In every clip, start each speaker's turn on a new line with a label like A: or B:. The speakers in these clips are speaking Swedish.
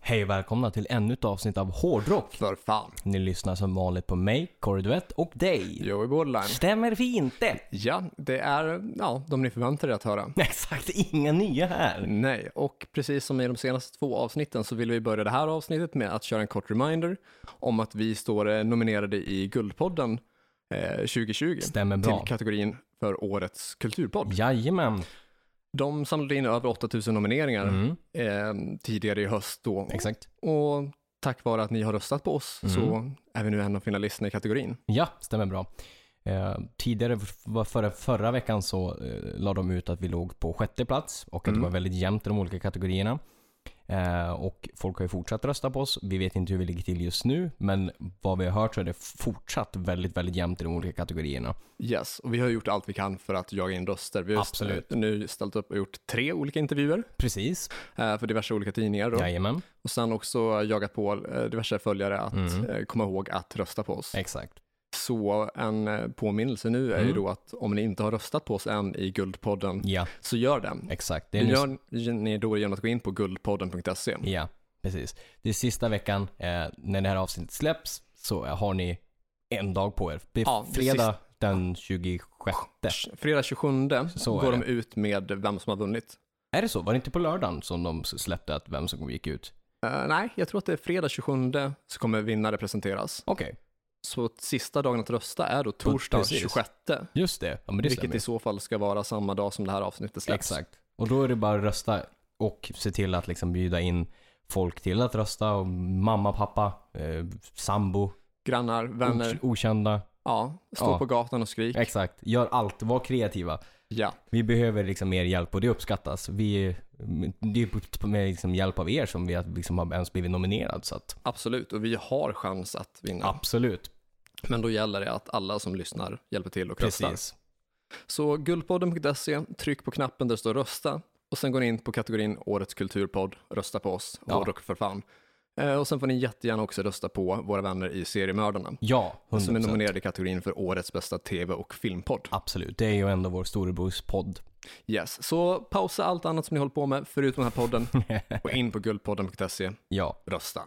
A: Hej och välkomna till ännu ett avsnitt av Hårdrock.
B: För fan.
A: Ni lyssnar som vanligt på mig, Kåre Duett och dig.
B: Joey Borderline.
A: Stämmer fint det?
B: Ja, det är ja, de ni förväntar er att höra.
A: Exakt, inga nya här.
B: Nej, och precis som i de senaste två avsnitten så vill vi börja det här avsnittet med att köra en kort reminder om att vi står eh, nominerade i Guldpodden eh, 2020
A: Stämmer bra.
B: till kategorin för årets kulturpodd.
A: Jajamän.
B: De samlade in över 8000 nomineringar eh, tidigare i höst då.
A: Mm. Exakt. Mm.
B: Och tack vare att ni har röstat på oss så är vi nu en av finalisterna i kategorin.
A: Ja, stämmer bra. Eh, tidigare, var förra, förra veckan så eh, la de ut att vi låg på sjätte plats och att det var väldigt jämnt i de olika kategorierna. Eh, och folk har ju fortsatt rösta på oss. Vi vet inte hur vi ligger till just nu, men vad vi har hört så är det fortsatt väldigt, väldigt jämnt i de olika kategorierna.
B: Yes, och vi har gjort allt vi kan för att jaga in röster. Vi har just eh,
A: Absolut.
B: nu ställt upp och gjort tre olika intervjuer
A: Precis.
B: eh, för diverse olika tidningar. Då.
A: Jajamän.
B: Och sen också jagat på eh, diverse följare att
A: Mm.
B: eh, komma ihåg att rösta på oss.
A: Exakt.
B: Så en eh, påminnelse nu är ju
A: Mm.
B: då att om ni inte har röstat på oss än i Guldpodden
A: Ja,
B: så gör den.
A: exakt. Det
B: Det
A: är nu...
B: gör ni då genom att gå in på guldpodden.se.
A: Ja, precis. Det är sista veckan eh, när det här avsnittet släpps så har ni en dag på er. Det är
B: Ja, det är
A: fredag den 26.
B: Fredag 27
A: Så är
B: går de
A: det.
B: ut med vem som har vunnit.
A: Är det så? Var det inte på lördagen som de släppte att vem som gick ut?
B: Eh, nej, jag tror att det är fredag 27 så kommer vinnare presenteras.
A: Okej,
B: Så att sista dagen att rösta är då torsdag
A: Precis.
B: 26,
A: just det. Ja, men det
B: vilket
A: stämmer.
B: i så fall ska vara samma dag som det här avsnittet släpps.
A: Exakt. Och då är det bara att rösta och se till att liksom bjuda in folk till att rösta. Och mamma, pappa, eh, sambo,
B: Grannar, vänner,
A: ok- okända.
B: ja, stå
A: Ja.
B: på gatan och skrik.
A: Exakt. Gör allt. Var kreativa.
B: Ja,
A: Vi behöver liksom mer hjälp och det uppskattas. Vi, det är på- med liksom hjälp av er som vi har- liksom har ens blivit nominerad. Så att,
B: absolut. Och vi har chans att vinna.
A: absolut.
B: Men då gäller det att alla som lyssnar hjälper till och röstar.
A: Precis.
B: Så guldpodden.se, tryck på knappen där det står rösta och sen går ni in på kategorin Årets kulturpodd, rösta på oss,
A: Ja.
B: hårdrock för fan. Eh, Och sen får ni jättegärna också rösta på våra vänner i Seriemördarna,
A: Ja, 100%.
B: som är nominerade i kategorin för Årets bästa tv och filmpodd.
A: Absolut. Det är ju ändå vår storebrors podd.
B: Yes, så pausa allt annat som ni håller på med förutom den här podden och in på guldpodden.se,
A: Ja.
B: rösta.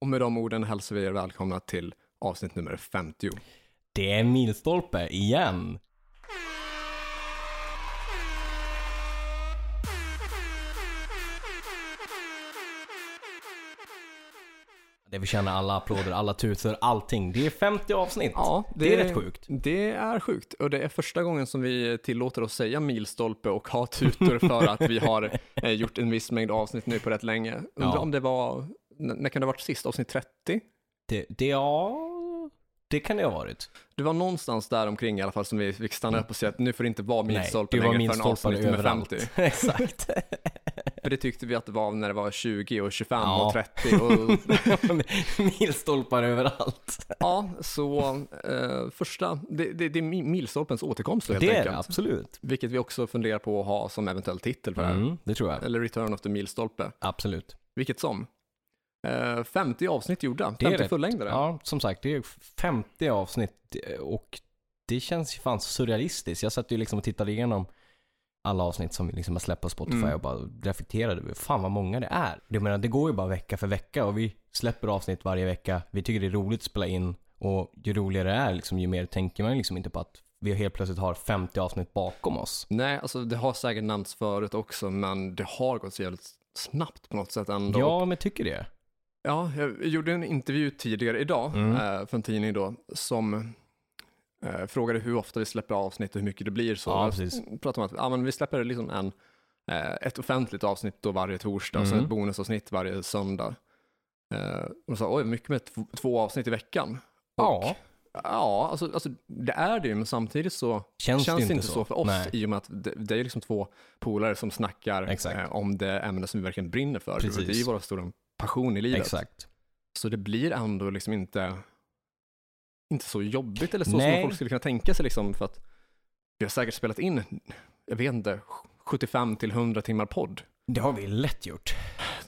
B: Och med de orden hälsar vi er välkomna till avsnitt nummer 50.
A: Det är en milstolpe igen. Det förtjänar alla applåder, alla tusor, allting. Det är 50 avsnitt. det är rätt sjukt.
B: Det är sjukt och det är första gången som vi tillåter oss säga milstolpe och ha tutor för att vi har eh, gjort en viss mängd avsnitt nu på rätt länge. Undrar
A: Ja.
B: om det var, n- när kan det ha varit sist? Avsnitt 30?
A: Det, det, ja, det kan det ha varit.
B: Det var någonstans där omkring i alla fall som vi fick stanna upp och säga att nu får det inte vara milstolpe
A: det var
B: längre förrän
A: milstolpar
B: avsnitt nummer
A: överallt.
B: 50.
A: Exakt.
B: För det tyckte vi att det var när det var 20 och 25
A: Ja.
B: och 30. Och,
A: Milstolpar överallt.
B: ja, så eh, första, det, det, det är mi- milstolpens återkomst då, helt
A: det är det,
B: enkelt.
A: absolut.
B: Vilket vi också funderar på att ha som eventuell titel för det här.
A: Mm, det tror jag.
B: Eller Return of the Milstolpe,
A: Absolut.
B: vilket som. Eh, 50 avsnitt gjorda,
A: Det är
B: 50
A: rätt.
B: fullängdare.
A: Ja, som sagt, det är 50 avsnitt eh, och det känns ju fan surrealistiskt. Jag satt ju liksom och tittade igenom alla avsnitt som vi liksom har släppt på Spotify
B: Mm.
A: och bara reflekterade över fan vad många det är. Jag menar, det går ju bara vecka för vecka och vi släpper avsnitt varje vecka. Vi tycker det är roligt att spela in och ju roligare det är, liksom, ju mer tänker man liksom inte på att vi helt plötsligt har 50 avsnitt bakom oss.
B: Nej, alltså det har säkert nämnts förut också, men det har gått så jävligt snabbt på något sätt ändå.
A: Ja, men tycker det.
B: Ja, jag gjorde en intervju tidigare idag
A: Mm.
B: eh, för en tidning då som eh, frågade hur ofta vi släpper avsnitt och hur mycket det blir. Så
A: Ja,
B: jag
A: precis.
B: pratade om att ja, men vi släpper liksom en, eh, ett offentligt avsnitt då varje torsdag och sen
A: Mm.
B: ett bonusavsnitt varje söndag. Eh, och de sa, oj, mycket med t- två avsnitt i veckan. Och,
A: Ja.
B: Ja, alltså, alltså det är det ju, men samtidigt så
A: Känns det inte
B: inte
A: så.
B: så, för oss
A: Nej.
B: i och med att det, det är ju liksom två polare som snackar
A: Exakt.
B: eh, om det ämne som vi verkligen brinner för.
A: Precis.
B: Det är ju vår stora passion i livet.
A: Exakt.
B: Så det blir ändå liksom inte, inte så jobbigt eller så
A: Nej.
B: som folk skulle kunna tänka sig liksom för att vi har säkert spelat in, jag vet inte, 75 till 100 timmar podd.
A: Det har vi lätt gjort.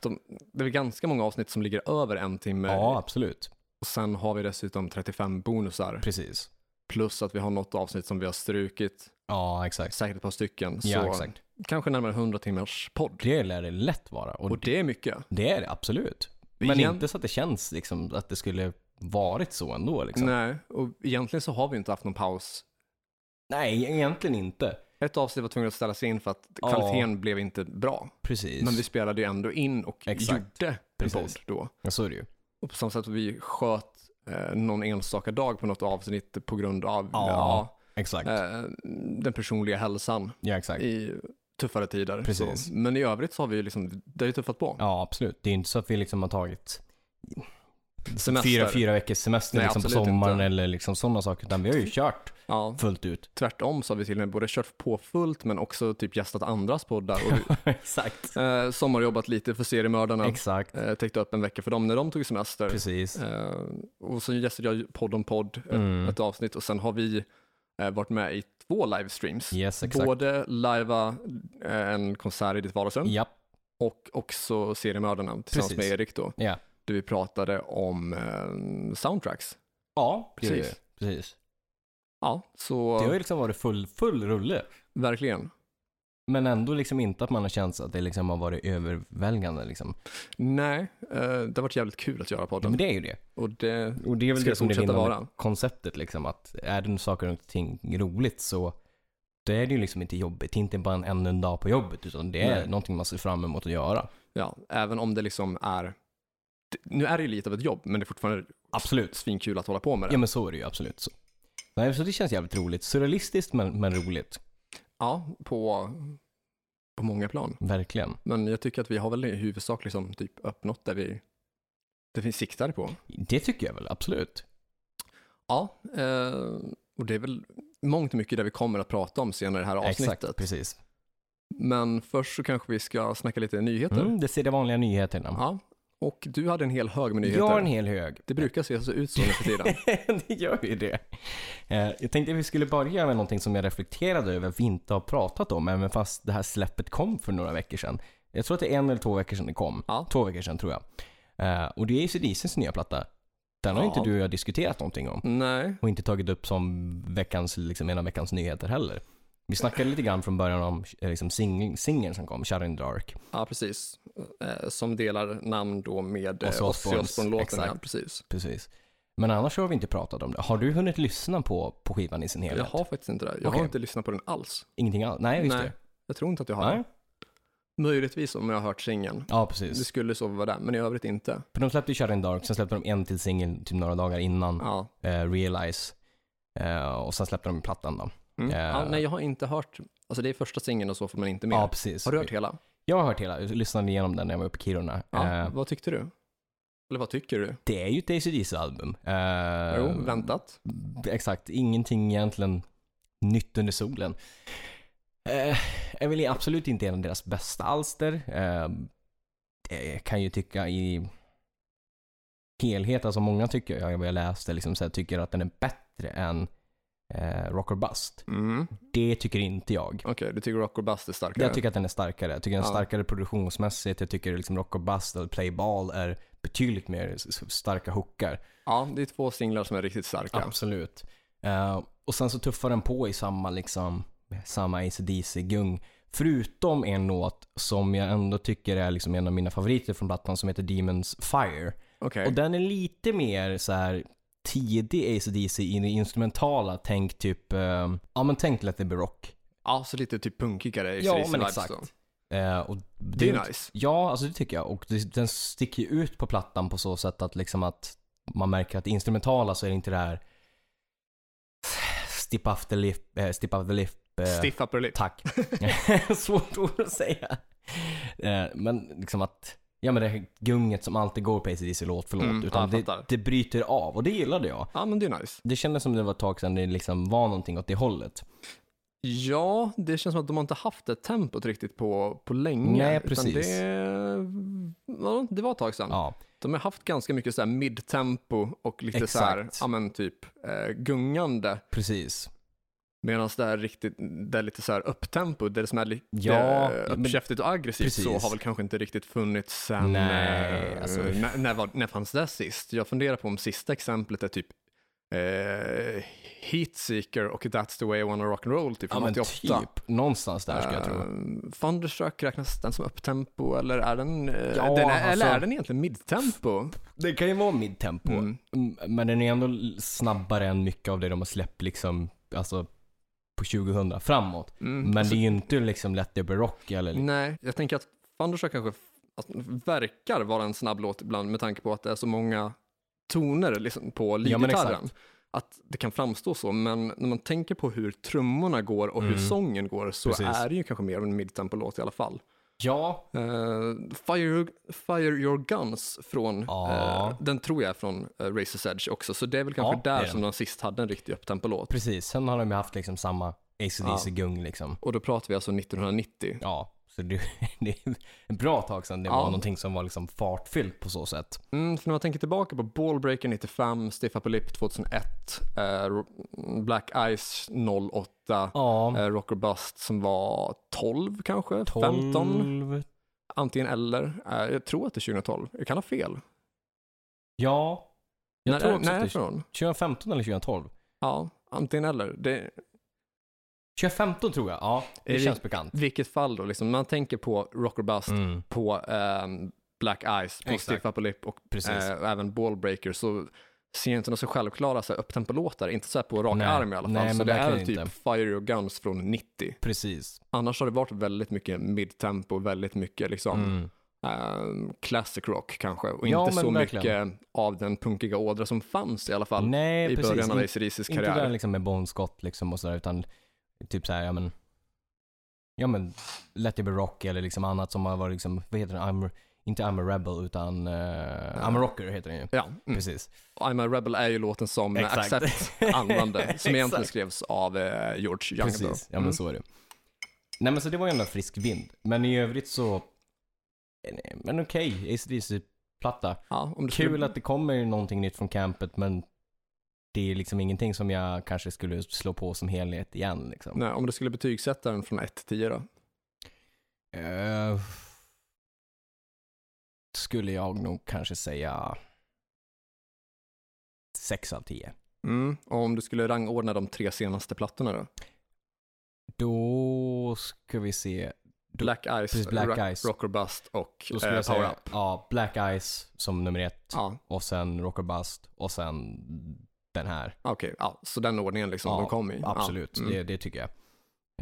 B: De, det är väl ganska många avsnitt som ligger över en timme
A: Ja, absolut.
B: och sen har vi dessutom 35 bonusar
A: Precis.
B: plus att vi har något avsnitt som vi har strukit,
A: Ja, exakt.
B: säkert ett par stycken.
A: Ja,
B: så
A: exakt.
B: kanske närmare 100 timmars podd.
A: Det lär det lätt vara. Och
B: Och det är mycket.
A: det är det absolut.
B: Vi
A: Men
B: igen-
A: inte så att det känns liksom att det skulle varit så ändå liksom. Nej,
B: Nej, och egentligen så har vi inte haft någon paus.
A: egentligen inte.
B: Ett avsnitt var tvunget att ställas in för att
A: Ja.
B: kvaliteten blev inte bra.
A: Precis.
B: Men vi spelade ju ändå in och
A: Exakt.
B: gjorde en
A: Precis.
B: podd då.
A: Ja, så är det ju.
B: Och på samma sätt vi sköt eh, någon enstaka dag på något avsnitt på grund av
A: Ja. Exakt.
B: ja, eh, den personliga hälsan
A: Ja, exakt.
B: i tuffare tider.
A: Precis.
B: Så, men i övrigt så har vi ju liksom, det har ju tuffat på.
A: Ja, absolut. Det är inte så att vi liksom har tagit
B: Semester.
A: fyra, fyra veckors semester
B: Nej,
A: liksom på
B: absolut
A: sommaren
B: inte.
A: eller liksom sådana saker. Utan vi har ju kört
B: Ja,
A: fullt ut.
B: tvärtom så har vi till och med både kört på fullt men också typ gästat andras poddar. Och,
A: exakt.
B: eh, sommarjobbat lite för seriemördarna.
A: Exakt.
B: eh, täckte upp en vecka för dem när de tog semester.
A: Precis.
B: Eh, och så gästade jag ju podd om podd, ett,
A: Mm.
B: ett avsnitt och sen har vi eh, varit med i två livestreams.
A: Yes, exakt.
B: Både lajva eh, en konsert i ditt vardagsrum
A: Japp. och
B: också seriemördarna tillsammans
A: Precis.
B: med Erik då.
A: Ja.
B: Där vi pratade om eh, soundtracks.
A: Ja, det är
B: Precis.
A: det. Precis.
B: Ja, så
A: Det har ju liksom varit full, full rulle.
B: verkligen.
A: Men ändå liksom inte att man har känt att det liksom har varit överväldigande liksom.
B: Nej, eh, det har varit jävligt kul att göra
A: Ja,
B: podden.
A: men det är ju det.
B: Och det,
A: Och det är väl
B: Ska
A: det som det
B: fortsätta
A: vinnande
B: vara.
A: konceptet liksom. Att är det saker och ting roligt så då är det ju liksom inte jobbigt. Det är inte bara en, ännu en dag på jobbet utan det är
B: Nej.
A: någonting man ser fram emot att göra.
B: ja, även om det liksom är, nu är det ju lite av ett jobb, men det är fortfarande
A: Absolut.
B: svinkul att hålla på med det.
A: Ja men så är det ju absolut. Så. Nej, så det känns jävligt roligt. Surrealistiskt men, men roligt.
B: Ja, på, på många plan.
A: Verkligen.
B: Men jag tycker att vi har väl i huvudsak liksom typ uppnått det vi, det vi siktar på.
A: Det tycker jag väl absolut.
B: Ja, eh, och det är väl mångt och mycket det vi kommer att prata om senare i det här avsnittet.
A: Exakt, precis.
B: Men först så kanske vi ska snacka lite nyheter.
A: Mm, det ser de vanliga nyheterna.
B: Ja, och du hade en hel hög med nyheter.
A: Jag har en hel hög.
B: Det brukar se så ut så nu för tiden.
A: det gör ju det. Eh, Jag tänkte att vi skulle börja med någonting som jag reflekterade över att vi inte har pratat om, även fast det här släppet kom för några veckor sedan. Jag tror att det är en eller två veckor sedan det kom.
B: Ja.
A: Två veckor sedan tror jag. Eh, Och det är AC DCs nya platta. Den har
B: Ja.
A: inte du och jag diskuterat någonting om.
B: Nej,
A: Och inte tagit upp som veckans, liksom en av veckans nyheter heller. Vi snackade lite grann från början om eh, liksom sing- singeln som kom, Shut in the Dark.
B: ja precis. Eh, som delar namn då med
A: Ozzy
B: eh, Ozzy
A: Osbournes,
B: Osbourne-låten. Ja,
A: exakt.
B: precis.
A: Precis. Men annars har vi inte pratat om det. Har du hunnit lyssna på, på skivan i sin
B: Jag
A: helhet?
B: har faktiskt inte det. Jag
A: Okej.
B: har inte lyssnat på den alls.
A: Ingenting alls? Nej, just
B: Nej,
A: det.
B: jag tror inte att jag har.
A: Nej.
B: Möjligtvis om jag har hört singeln.
A: Ja,
B: Det
A: precis.
B: skulle så vara det, men i övrigt inte.
A: För de släppte ju Shut in the Dark, sen släppte de en till singel typ några dagar innan
B: Ja.
A: eh, Realize. Eh, och sen släppte de plattan då.
B: Mm.
A: Eh.
B: ja nej, jag har inte hört. Alltså det är första singeln och så får man inte med.
A: Ja, precis.
B: har du hört hela?
A: Jag har hört hela, jag lyssnade igenom den när jag var uppe i Kiruna.
B: Ja.
A: Eh,
B: Vad tyckte du? Eller vad tycker du?
A: det är ju ett ACDC album. Eh,
B: jo, väntat.
A: Exakt, ingenting egentligen nytt under solen. Eh, Emily är absolut inte en av deras bästa alster. Eh, det kan ju tycka i helhet, alltså många tycker, jag, jag läste liksom så här, tycker att den är bättre än eh, Rock or Bust.
B: Mm.
A: Det tycker inte jag.
B: Okej, du tycker Rock och Bust är starkare?
A: Jag tycker att den är starkare. Jag tycker den är
B: Ja.
A: starkare produktionsmässigt. Jag tycker liksom Rock or Bust eller Play Ball är betydligt mer s- s- starka hookar.
B: Ja, det är två singlar som är riktigt starka.
A: Absolut. Eh, och sen så tuffar den på i samma liksom, samma ACDC-gung. Förutom en låt som jag ändå tycker är liksom en av mina favoriter från plattan som heter Demons Fire.
B: Okej.
A: Och den är lite mer så här tidig ACDC in i det instrumentala. Tänk typ, eh, ja men tänk Let It Be Rock.
B: Ja, så lite typ punkigare i
A: Ja
B: Cerise
A: men
B: Vibes då.
A: exakt. Eh, och
B: Det är nice.
A: Ja, alltså det tycker jag. Och det, den sticker ju ut på plattan på så sätt att liksom att man märker att det instrumentala så är det inte det här Stip up the lip, eh, stip up the lip. eh,
B: Stiff upper lip.
A: Tack. Svårt ord att säga. Eh, men liksom att, ja men det här gunget som alltid går på ACDC låt för låt.
B: Mm,
A: utan
B: ja, jag
A: det,
B: fattar.
A: det bryter av och det gillade jag.
B: Ja, men det är nice.
A: Det kändes som det var ett tag sedan det liksom var någonting åt det hållet.
B: Mm. Ja, det känns som att de har inte haft det tempot riktigt på, på länge.
A: Nej,
B: utan
A: precis.
B: Det, ja, det var ett tag sedan.
A: Ja,
B: De har haft ganska mycket så här midtempo och lite så här,
A: Exakt.
B: ja men typ eh, gungande.
A: precis.
B: Medan det är riktigt, det är lite så här upptempo, det som är lite
A: Ja,
B: eh,
A: men-
B: uppkäftigt och aggressivt så
A: Precis.
B: har väl kanske inte riktigt funnits sen,
A: Nej,
B: eh,
A: alltså-
B: när, när, var, när fanns det sist? Jag funderar på om sista exemplet är typ eh, Heatseeker och That's the way I wanna rock and roll typ,
A: Ja
B: från
A: men
B: 88.
A: typ, någonstans där skulle jag tro.
B: Eh, Thunderstruck, räknas den som upptempo eller är den, eh,
A: Ja,
B: den är,
A: alltså-
B: eller är den egentligen midtempo?
A: Det kan ju vara midtempo.
B: Mm.
A: Mm, Men den är ändå l- snabbare än mycket av det de har släppt liksom, alltså på 2000 framåt.
B: Mm.
A: Men
B: Alltså,
A: det är ju inte liksom Let There Be Rock eller...
B: Nej, jag tänker att Thunderstruck kanske f- alltså, verkar vara en snabb låt ibland med tanke på att det är så många toner liksom, på
A: Ja, men
B: leadgitarren. att det kan framstå så, men när man tänker på hur trummorna går och hur
A: Mm.
B: sången går så
A: Precis.
B: är det ju kanske mer av en midtempo-låt i alla fall.
A: Ja,
B: Eh, Fire, Fire Your Guns från,
A: Ja.
B: eh, den tror jag är från uh, Razor's Edge också, så det är väl kanske
A: Ja, det är
B: där
A: den.
B: som de sist hade en riktig upptempo-låt.
A: precis. Sen har de ju haft liksom samma ACDC-gung liksom.
B: Och då pratar vi alltså 1990.
A: Ja, så det, det är ett bra tag sedan det
B: Ja.
A: var någonting som var liksom fartfyllt på så sätt.
B: Mm, för när man tänker tillbaka på Ballbreaker 95, Stiff Upper Lip 2001, eh, Ro- Black Ice 08,
A: Ja,
B: eh, Rocker Bust som var 12 kanske, 15,
A: 12.
B: antingen eller. Eh, jag tror att det är 2012, jag kan ha fel.
A: Ja,
B: när
A: jag tror
B: är,
A: också
B: när är det
A: att det är
B: från?
A: 2015 eller 2012.
B: Ja, antingen eller. Det,
A: 2015 tror jag, ja. Det
B: Är det-
A: känns bekant.
B: vilket fall då, liksom, man tänker på Rocker Bust,
A: Mm,
B: på ehm, Black Ice, på
A: Exakt.
B: Stiff Upper Lip och
A: precis.
B: eh, även Ballbreaker så ser jag inte några så självklara så här upptempo-låtar, inte så här på rak
A: Nej.
B: arm i alla fall.
A: Nej,
B: så
A: men
B: det är
A: verkligen
B: typ
A: inte.
B: Fire Your Guns från 90.
A: Precis.
B: Annars har det varit väldigt mycket midtempo, väldigt mycket liksom
A: Mm.
B: ehm, classic rock kanske och
A: Ja,
B: inte
A: men
B: så
A: verkligen.
B: mycket av den punkiga ådra som fanns i alla fall
A: Nej,
B: i
A: precis.
B: början av
A: In-
B: ACDCs
A: inte där
B: karriär.
A: liksom med Bon Scott liksom och sådär utan typ såhär, ja men Ja men Let It Be Rock eller liksom annat som har varit liksom, vad heter den? I'm, inte I'm a Rebel utan eh, I'm a Rocker heter den ju.
B: Ja, mm.
A: Precis.
B: I'm a Rebel är ju låten som
A: Exakt.
B: Accept använde, som egentligen
A: Exakt.
B: skrevs av eh, George Mm. Youngbo.
A: Precis, ja men så är det. Nej men så det var ju ändå frisk vind. Men i övrigt så, eh, men okej, okay, ACDC-platta.
B: Ja, om du skulle-
A: Kul att det kommer någonting nytt från campet men det är liksom ingenting som jag kanske skulle slå på som helhet igen liksom.
B: Nej, om du skulle betygsätta den från 1 till 10 då?
A: Eh, skulle jag nog kanske säga 6 av 10.
B: Mm, Och om du skulle rangordna de tre senaste plattorna då?
A: Då ska vi se. Då-
B: Black Ice,
A: precis, Black
B: Rock,
A: Ice.
B: Rocker Bust och
A: Då skulle
B: eh,
A: jag säga
B: Power Up.
A: Ja, Black Eyes som nummer ett
B: Ja,
A: och sen Rocker Bust och sen den här.
B: okej. Ja, så den ordningen liksom
A: Ja,
B: de kom i?
A: Absolut,
B: Ja, mm.
A: det, det tycker jag.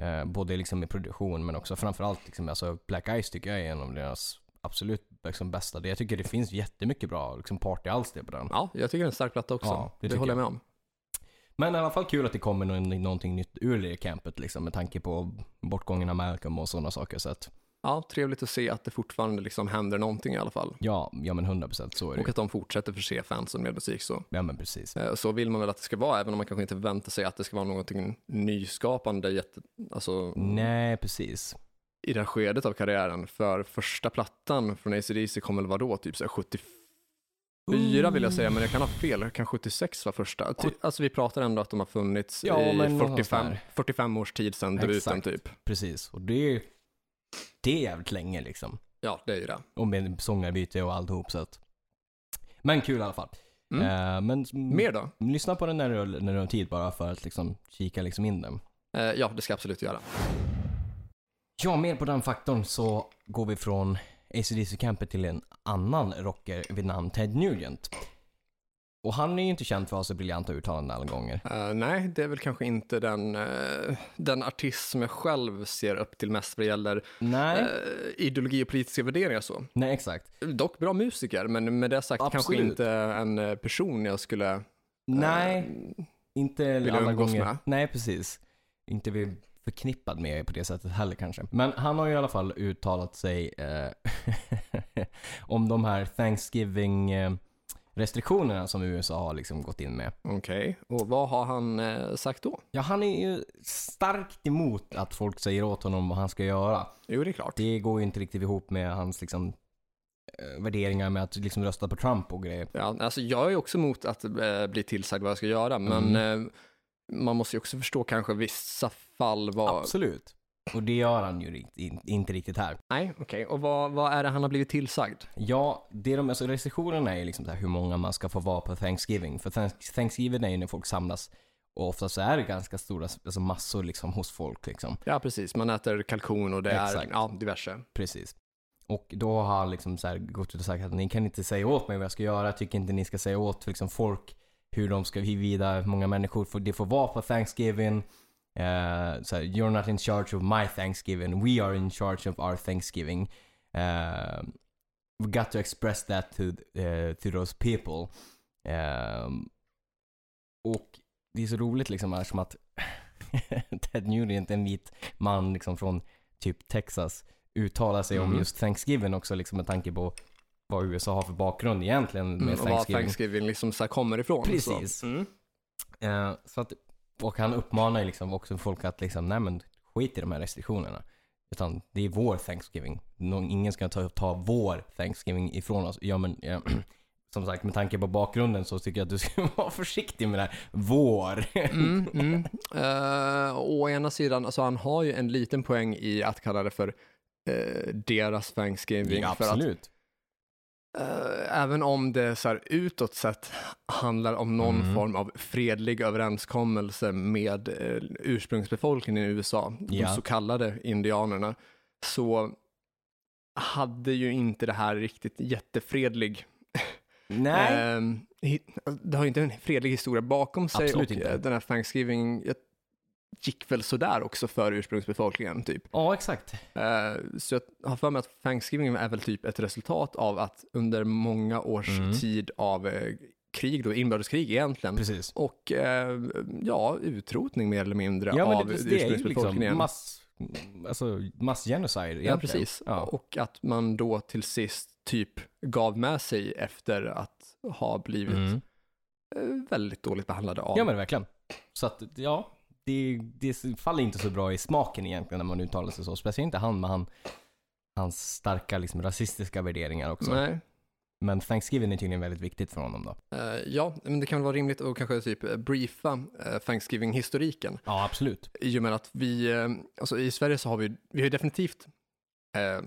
A: Eh, både liksom i produktion men också framförallt liksom, alltså Black Eyes tycker jag är en av deras absolut liksom, bästa. Det- Jag tycker det finns jättemycket bra liksom, partyalster på den.
B: ja, jag tycker det är en stark platta också.
A: Ja, det
B: det
A: tycker
B: håller jag med om.
A: Men i alla fall kul att det kommer någon- någonting nytt ur det campet liksom med tanke på bortgången av Malcolm och sådana saker. Så att
B: Ja, trevligt att se att det fortfarande liksom händer någonting i alla fall.
A: ja, ja men 100% så är det.
B: Och att de fortsätter förse fansen med musik så.
A: Ja men precis.
B: Eh, Så vill man väl att det ska vara, även om man kanske inte väntar sig att det ska vara någonting nyskapande jätte, alltså,
A: Nej precis.
B: i det här skedet av karriären. För första plattan från ACDC kommer väl vara då typ så här 74 vill jag säga, men jag kan ha fel. Kan 76 vara första? Ty, alltså vi pratar ändå att de har funnits
A: Ja,
B: i
A: men någonstans
B: 45,
A: där.
B: 45 års tid sedan debuten
A: Exakt.
B: typ.
A: Precis. Och det är ju det är jävligt länge liksom.
B: Ja, det är ju det.
A: Och med sångarbyte och alltihop så att. Men kul i alla fall.
B: Mm.
A: Eh, men mm,
B: Mer då?
A: lyssna på den när du, när du har tid bara för att liksom kika liksom in den.
B: Eh, ja, det ska jag absolut göra.
A: Ja, mer på den faktorn så går vi från ACDC-campet till en annan rocker vid namn Ted Nugent. Och han är ju inte känd för att ha så briljanta uttalanden alla gånger.
B: Eh, nej, det är väl kanske inte den, eh, den artist som jag själv ser upp till mest vad gäller
A: Nej,
B: eh, ideologi och politiska värderingar så.
A: nej exakt.
B: Dock bra musiker, men med det sagt kanske
A: Absolut.
B: inte en eh, person jag skulle... eh,
A: Nej, inte
B: du
A: alla
B: umgås
A: gånger.
B: med?
A: Nej, precis. Inte vi förknippad med på det sättet heller kanske. Men han har ju i alla fall uttalat sig eh, om de här Thanksgiving-restriktionerna som USA har liksom gått in med.
B: Okej, och vad har han eh, sagt då?
A: Ja, han är ju starkt emot att folk säger åt honom vad han ska göra.
B: Jo, det är klart.
A: Det går ju inte riktigt ihop med hans liksom, eh, värderingar med att liksom rösta på Trump och grejer.
B: Ja, alltså jag är också emot att eh, bli tillsagd vad jag ska Mm. göra, men eh, man måste ju också förstå kanske vissa fall vad,
A: Absolut. Och det gör han ju rikt- in, inte riktigt här.
B: Nej, okej. Och vad, vad är det han har blivit tillsagd?
A: Ja, det de, alltså restriktionerna är ju liksom så här hur många man ska få vara på Thanksgiving. För Thanks- Thanksgiving är ju när folk samlas och ofta så är det ganska stora alltså massor liksom hos folk. Liksom.
B: Ja, precis. Man äter kalkon och det
A: Exakt.
B: är ja, diverse.
A: Precis. Och då har han liksom så här gått ut och sagt att ni kan inte säga åt mig vad jag ska göra. Jag tycker inte ni ska säga åt liksom folk hur de ska, hur vida hur många människor får, det får vara på Thanksgiving. Eh, så här, You're not in charge of my Thanksgiving. We are in charge of our Thanksgiving. Eh, we got to express that to, eh, to those people. Ehm, och det är så roligt liksom här som att Ted Nugent, en vit man liksom från typ Texas, uttalar sig om
B: Mhm.
A: just Thanksgiving också liksom med tanke på vad USA har för bakgrund egentligen med
B: Mm, och var
A: Thanksgiving.
B: Thanksgiving liksom så här kommer ifrån.
A: Precis.
B: Så. Mm.
A: Eh, så att, och han uppmanar ju liksom också folk att liksom, nej men skit i de här restriktionerna. Utan det är vår Thanksgiving. Någon, ingen ska ta, ta vår Thanksgiving ifrån oss. Ja, men, ja, som sagt, med tanke på bakgrunden så tycker jag att du ska vara försiktig med det här. Vår.
B: Mm, mm. Eh, å ena sidan, alltså han har ju en liten poäng i att kalla det för eh, deras Thanksgiving.
A: Ja,
B: för att
A: absolut.
B: Eh, även om det så här utåt sett handlar om någon
A: Mm.
B: form av fredlig överenskommelse med eh, ursprungsbefolkningen i USA,
A: Ja.
B: de så kallade indianerna, så hade ju inte det här riktigt jättefredlig.
A: Nej.
B: Eh, hi- det har ju inte en fredlig historia bakom sig
A: Absolut
B: och
A: inte.
B: eh, den här Thanksgiving jag, gick väl sådär också för ursprungsbefolkningen typ.
A: Ja, exakt.
B: Eh, Så jag har för mig att Thanksgiving är väl typ ett resultat av att under många års
A: Mm.
B: tid av eh, krig, då, inbördeskrig egentligen,
A: Precis.
B: och eh, ja, utrotning mer eller mindre
A: Ja, men
B: av
A: det, precis, det är ju
B: ursprungsbefolkningen.
A: liksom mass, alltså, massgenocide egentligen.
B: ja, precis.
A: Ja.
B: Och att man då till sist typ gav med sig efter att ha blivit
A: Mm.
B: eh, väldigt dåligt behandlade av
A: Ja men verkligen. Så att, ja. Det, det faller inte så bra i smaken egentligen när man uttalar sig så. Speciellt inte han med han, hans starka liksom, rasistiska värderingar också.
B: Nej.
A: Men Thanksgiving är tydligen väldigt viktigt för honom då.
B: Eh, ja, men det kan väl vara rimligt att kanske typ eh, briefa eh, Thanksgiving-historiken.
A: Ja, absolut.
B: i och med att vi, eh, alltså i Sverige så har vi, vi har ju definitivt, eh,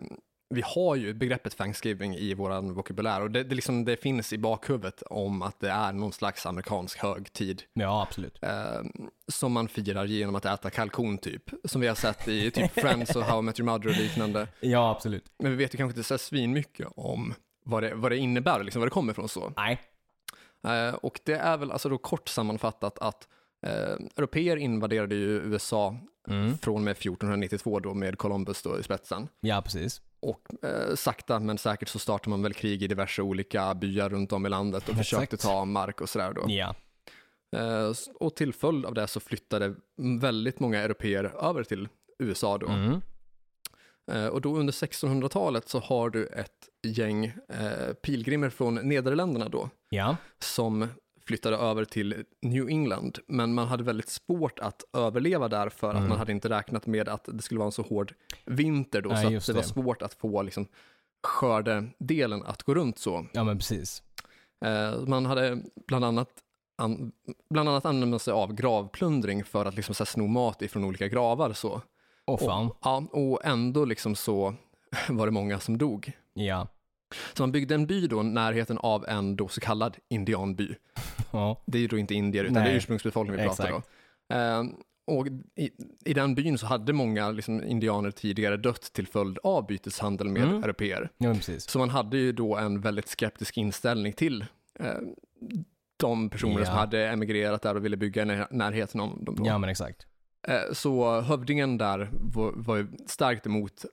B: vi har ju begreppet Thanksgiving i våran vokabulär och det, det, liksom, det finns i bakhuvudet om att det är någon slags amerikansk högtid
A: Ja, absolut.
B: eh, som man firar genom att äta kalkon typ, som vi har sett i typ Friends och How I Met Your Mother och liknande.
A: Ja, absolut.
B: Men vi vet ju kanske inte så här svinmycket om vad det, vad det innebär, liksom, var det kommer ifrån så.
A: Nej.
B: Eh, och det är väl alltså då kort sammanfattat att eh, europeer invaderade ju USA
A: Mm.
B: från och med 1492 då med Columbus då i spetsen.
A: Ja, precis.
B: Och eh, sakta men säkert så startar man väl krig i diverse olika byar runt om i landet och
A: Exakt.
B: försökte ta mark och sådär då.
A: Ja.
B: Eh, s- och till följd av det så flyttade väldigt många europeer över till USA då.
A: Mm.
B: Eh, och då under 1600-talet så har du ett gäng eh, pilgrimer från Nederländerna då
A: Ja.
B: som flyttade över till New England. Men man hade väldigt svårt att överleva där för att
A: Mm.
B: man hade inte räknat med att det skulle vara en så hård vinter då.
A: Nej,
B: så att
A: just
B: det, var
A: det.
B: svårt att få liksom, skördedelen att gå runt så.
A: Ja, men precis.
B: Eh, man hade bland annat an- bland annat använde man sig av gravplundring för att liksom så här, sno mat ifrån olika gravar. Så.
A: Åh fan.
B: Och, ja, och ändå liksom så var det många som dog.
A: Ja.
B: Så man byggde en by då i närheten av en då så kallad indianby.
A: Ja.
B: Det är ju då inte indier, utan
A: Nej,
B: det är ursprungsbefolkningen vi pratar om.
A: exakt.
B: Ehm, och i, I den byn så hade många liksom, indianer tidigare dött till följd av byteshandel med
A: Mm.
B: europeer.
A: Ja, men precis.
B: Så man hade ju då en väldigt skeptisk inställning till eh, de personer
A: Ja.
B: som hade emigrerat där och ville bygga i när- närheten om dem. Då.
A: Ja, men exakt.
B: Eh, så hövdingen där var, var ju starkt emot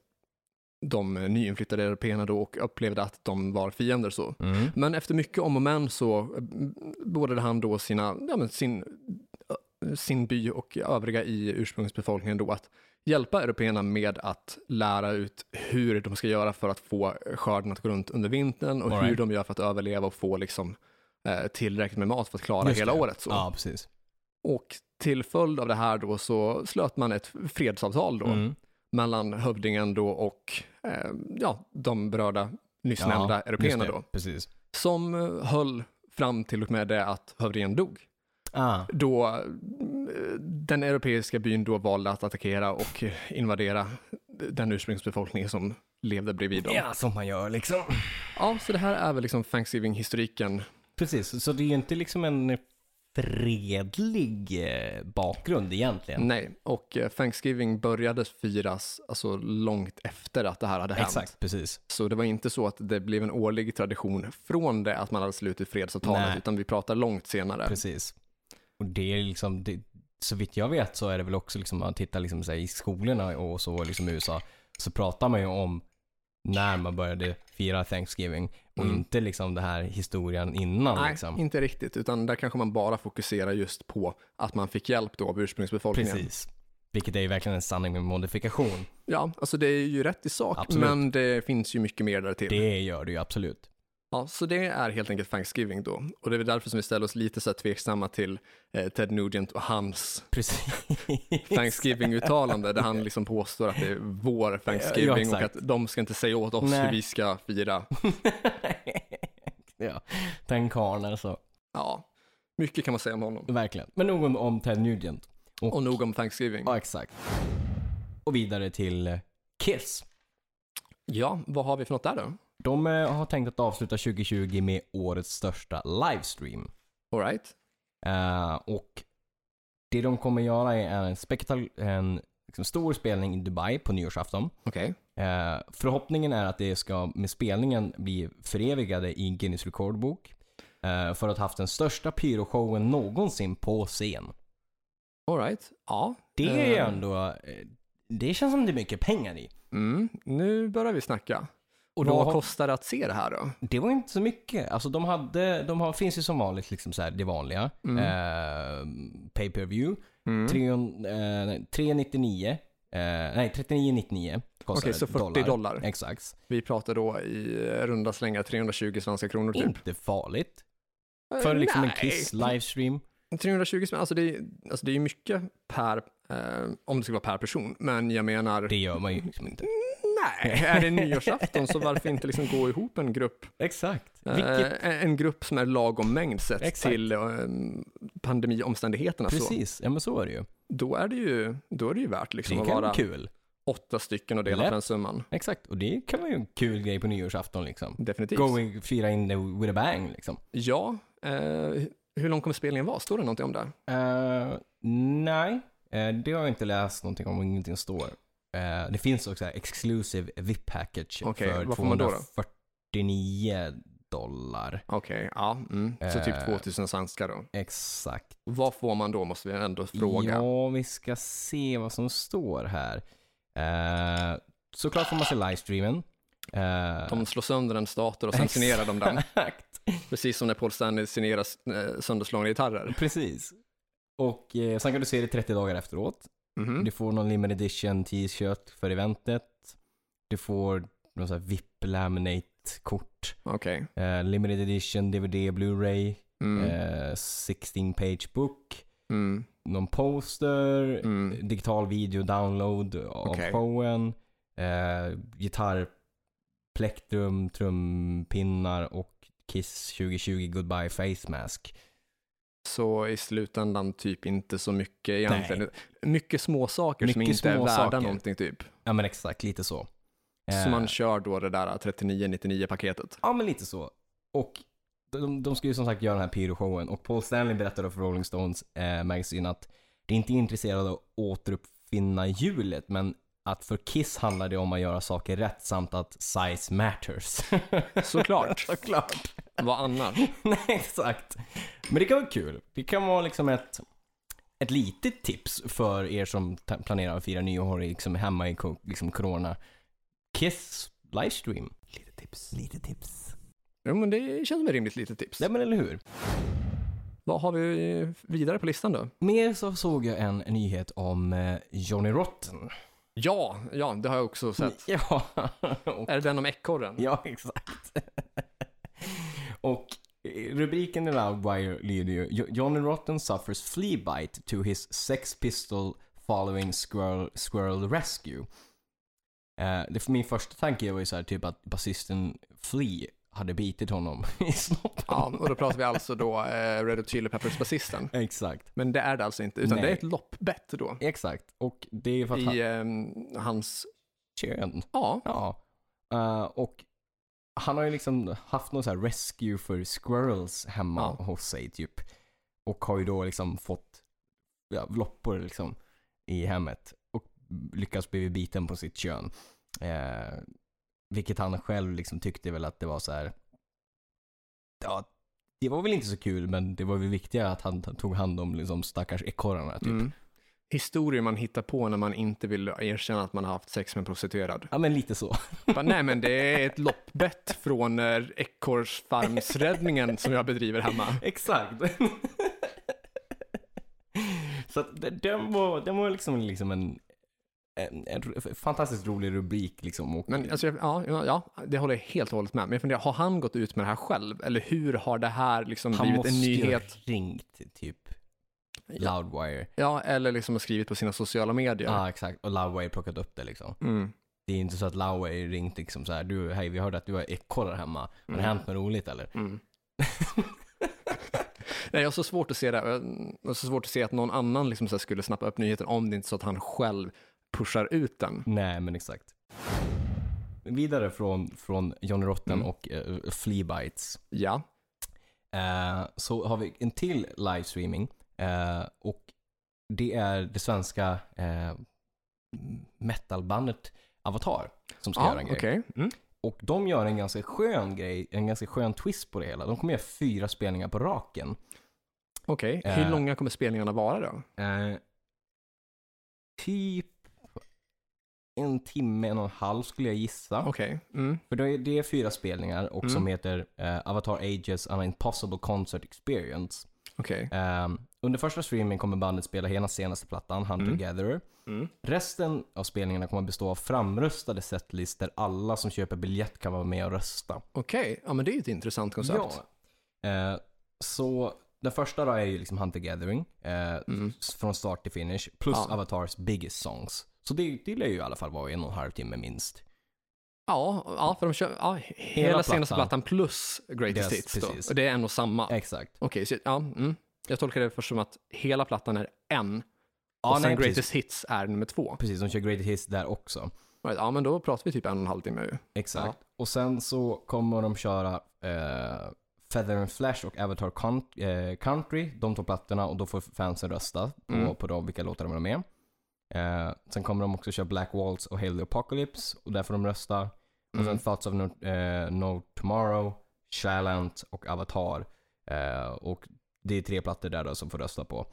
B: de nyinflyttade européerna då och upplevde att de var fiender så.
A: Mm.
B: Men efter mycket om och men så eh, beordrade han då sina, ja, men sin, ö- sin by och övriga i ursprungsbefolkningen då att hjälpa européerna med att lära ut hur de ska göra för att få skörden att gå runt under vintern och
A: All
B: hur
A: right.
B: de gör för att överleva och få liksom, eh, tillräckligt med mat för att klara
A: Just
B: hela
A: det.
B: året. Så.
A: Ja, precis.
B: Och till följd av det här då så slöt man ett fredsavtal då
A: Mm.
B: mellan hövdingen då och eh, ja, de berörda nyss nämnda
A: Ja,
B: européerna
A: just det.
B: då
A: Precis.
B: som eh, höll fram till och med det att hövdingen dog.
A: Ah.
B: Då eh, den europeiska byn då valde att attackera och invadera den ursprungsbefolkning som levde bredvid dem.
A: Ja, som man gör liksom.
B: Ja, så det här är väl liksom Thanksgiving-historiken.
A: Precis, så det är ju inte liksom en fredlig eh, bakgrund egentligen.
B: Nej, och eh, Thanksgiving började firas alltså långt efter att det här hade hänt.
A: Exakt, precis.
B: Så det var inte så att det blev en årlig tradition från det att man hade slutit fredsavtalet,
A: Nej.
B: utan vi pratar långt senare.
A: Precis. Och det är liksom, det, så vitt jag vet så är det väl också liksom, man tittar liksom så här, i skolorna och så liksom i USA, så pratar man ju om när man började fira Thanksgiving och
B: Mm.
A: inte liksom det här historien innan
B: Nej,
A: liksom.
B: inte riktigt, utan där kanske man bara fokuserar just på att man fick hjälp då av ursprungsbefolkningen.
A: Precis. Vilket är ju verkligen en sanning med modifikation.
B: Ja, alltså det är ju rätt i sak,
A: Absolut.
B: men det finns ju mycket mer där till.
A: Det gör det ju absolut.
B: Ja, så det är helt enkelt Thanksgiving då. Och det är väl därför som vi ställer oss lite så här tveksamma till eh, Ted Nugent och hans
A: Precis.
B: Thanksgiving-uttalande där han liksom påstår att det är vår
A: Ja,
B: Thanksgiving och
A: exakt.
B: att de ska inte säga åt oss
A: Nej.
B: hur vi ska fira.
A: ja, den karln alltså.
B: Ja, mycket kan man säga om honom.
A: Verkligen. Men nog om, om Ted Nugent.
B: Och nog om Thanksgiving.
A: Ja, exakt. Och vidare till eh, Kiss.
B: Ja, vad har vi för något där då?
A: De eh, har tänkt att avsluta 2020 med årets största livestream.
B: All right.
A: Eh, och det de kommer göra är en, spektal- en liksom, stor spelning i Dubai på nyårsafton.
B: Okej.
A: Eh, förhoppningen är att det ska med spelningen bli förevigade i Guinness rekordbok. Eh, för att ha haft den största pyroshowen någonsin på scen.
B: All right. Ja.
A: Det är ju
B: Eh.
A: ändå... eh, Det känns som det är mycket pengar i.
B: Mm. Nu börjar vi snacka. Och
A: då
B: vad
A: har-
B: kostar det att se det här då?
A: Det var inte så mycket. Alltså de hade, de har, finns ju som vanligt liksom så här, det vanliga. Eh, pay per view.
B: Mm.
A: 399. Eh, nej, 39,99 kostar
B: Okej,
A: det,
B: så 40 dollar.
A: Exakt.
B: Vi pratar då i eh, runda slängar 320 svenska kronor typ.
A: Inte farligt. För liksom en
B: Eh, Nej.
A: Kiss livestream.
B: 320 spänn, alltså det är alltså det är ju mycket per, eh, om det ska vara per person, men jag menar,
A: Det gör man ju liksom inte.
B: nej, är det nyårsafton så varför inte liksom gå ihop en grupp,
A: Exakt.
B: eh,
A: Vilket,
B: en grupp som är lagom mängd sett
A: Exakt.
B: till eh, pandemiomständigheterna så,
A: precis, ja men så är det ju.
B: då är det ju, då är det ju värt liksom
A: Det
B: att
A: kan
B: vara
A: vara kul.
B: åtta stycken och dela
A: Lätt.
B: på den summan.
A: Exakt, och det kan vara ju en kul grej på nyårsafton liksom.
B: Definitivt.
A: Go and fira in the with a bang liksom.
B: Ja, eh, hur lång kommer spelningen vara? Står det någonting om det?
A: Eh, nej, Eh, det har jag inte läst någonting om och ingenting står. Eh, det finns också här exclusive VIP package
B: Okej,
A: för
B: vad får man då då?
A: 249 dollar.
B: Okej, ja, mm. så
A: Eh.
B: typ 2000 svenskar då.
A: Exakt.
B: Vad får man då måste vi ändå fråga.
A: Ja, vi ska se vad som står här. Eh, såklart får man se livestreamen. Eh,
B: De slår sönder en stator och sen signerar de den.
A: Exakt.
B: Precis som när Paul Stanley signerar eh, sönderslagna gitarrer.
A: Precis. Och eh, sen kan du se det 30 dagar efteråt.
B: Mhm.
A: Du får någon limited edition t-shirt för eventet. Du får någon sån här VIP laminate kort.
B: Okej.
A: Eh, limited edition DVD Blu-ray.
B: Mm.
A: Eh, 16 page book.
B: Mm.
A: Någon poster.
B: Mm.
A: Digital video download av
B: Okej.
A: showen. Eh, gitarr, plektrum, trumpinnar och Kiss 2020 Goodbye Face Mask.
B: Så i slutändan typ inte så mycket egentligen. Mycket små saker som
A: Mycket
B: inte är
A: små
B: värda
A: saker.
B: någonting typ.
A: Ja men exakt, lite så.
B: Så
A: Eh,
B: man kör då det där 3999-paketet.
A: Ja, men lite så. Och de, de ska ju som sagt göra den här pyroshowen och Paul Stanley berättade för Rolling Stones eh, Magazine att det inte är intresserade av att återuppfinna hjulet, men att för Kiss handlar det om att göra saker rätt samt att size matters.
B: Såklart.
A: Såklart.
B: Vad annars?
A: Nej, exakt. Men det kan vara kul. Det kan vara liksom ett, ett litet tips för er som ta- planerar att fira nyår liksom hemma i ko- liksom corona. Kiss livestream. Lite tips. Lite tips.
B: Jo, men det känns som ett rimligt litet tips.
A: Ja men eller hur.
B: Vad har vi vidare på listan då?
A: Mer så såg jag en nyhet om eh, Johnny Rotten.
B: Ja, ja, det har jag också sett.
A: Ja, och,
B: Är det den om ekorren?
A: ja exakt. och eh, rubriken i Loudwire lyder ju "Jo- Johnny Rotten suffers flea bite to his sex pistol following squirrel, squirrel rescue. Eh, det för min första tanke var ju så här typ att basisten Flea hade bitit honom i snoppen.
B: Ja, och då pratar vi alltså då eh, Red Hot Chili Peppers-basisten.
A: Exakt.
B: Men det är det alltså inte, utan
A: Nej.
B: det är ett loppbett då.
A: Exakt. Och det är ju för att han...
B: I ehm, hans,
A: Kön.
B: ja,
A: Ja. Eh, och han har ju liksom haft någon så här rescue för squirrels hemma
B: Ja.
A: hos sig typ. Och har ju då liksom fått ja, loppor liksom i hemmet. Och lyckats bli biten på sitt kön. Eh, vilket han själv liksom tyckte väl att det var så här. Ja, det var väl inte så kul men det var väl viktigare att han tog hand om liksom stackars ekorrarna typ.
B: mm. historier man hittar på när man inte vill erkänna att man har haft sex med en prostituerad.
A: Ja men lite så.
B: Bara, Nej, men det är ett loppbett från eh, ekorrsfarmsräddningen som jag bedriver hemma.
A: Exakt. Så att de- den var, den var liksom, liksom en, en, en ro- fantastiskt rolig rubrik liksom. Och,
B: Men alltså, jag- ja, ja, ja, det håller jag helt och hållet med. Men jag funderar, har han gått ut med det här själv? Eller hur har det här liksom
A: han
B: blivit
A: måste
B: en
A: ju ha
B: nyhet?
A: ringt typ Loudwire.
B: Ja, eller liksom har skrivit på sina sociala medier.
A: Ja, ah, exakt. Och Loudwire plockat upp det liksom.
B: Mm.
A: Det är inte så att Loudwire ringt liksom så här, du, hej vi hörde att du har ekorrar hemma. Har det
B: Mm.
A: hänt något roligt eller?
B: Mm. Nej, jag har så svårt att se det. Jag har så svårt att se att någon annan liksom så här skulle snappa upp nyheten om det inte är så att han själv pushar ut den.
A: Nej, men exakt. Vidare från, från Johnny Rotten
B: Mm.
A: och uh, Flea Bites.
B: Ja.
A: Eh, så har vi en till livestreaming. eh, och det är det svenska eh, metalbandet Avatar som ska
B: Ja,
A: göra en grej.
B: okej. Mm.
A: Och de gör en ganska skön grej, en ganska skön twist på det hela. De kommer göra fyra spelningar på raken.
B: Okej.
A: Eh.
B: Hur långa kommer spelningarna vara då?
A: Eh, typ en timme, en och en halv skulle jag gissa.
B: Okej. Mm.
A: För det är, det är fyra spelningar och som
B: Mm.
A: heter eh, Avatar Ages An Impossible Concert Experience.
B: Okej.
A: Ehm, under första streamen kommer bandet spela hela senaste plattan, Hunter
B: Mm.
A: Gatherer.
B: Mm.
A: Resten av spelningarna kommer att bestå av framröstade setlist där alla som köper biljett kan vara med och rösta.
B: Okej. Ja, men det är ju ett intressant koncept.
A: Ehm, så den första då är ju liksom Hunter Gathering, eh,
B: Mm.
A: s- från start till finish, plus
B: Ja.
A: Avatars biggest songs. Så det, det lär ju i alla fall vara en och en halv timme minst.
B: Ja, ja, för de kör ja, hela,
A: Hela
B: senaste
A: plattan.
B: plattan plus Greatest
A: Yes,
B: Hits då.
A: precis.
B: Och det är en och samma. Okej,
A: Exakt.
B: så, ja, mm. jag tolkar det först som att hela plattan är en
A: Ja,
B: och sen
A: nej,
B: Greatest
A: precis,
B: Hits är nummer två.
A: precis, de kör Greatest Hits där också.
B: Ja, men då pratar vi typ en och en halv timme ju.
A: Exakt. Och sen så kommer de köra eh, Feather and Flash och Avatar Count- eh, Country, de två plattorna och då får fansen rösta på,
B: Mm.
A: på dem, vilka låtar de vill ha med. Eh, sen kommer de också köra Black Waltz och Hail the Apocalypse och där får de rösta. Och sen
B: Mm.
A: Thoughts of No, eh, no Tomorrow, Shalant och Avatar. Eh, och det är tre plattor där då som får rösta på.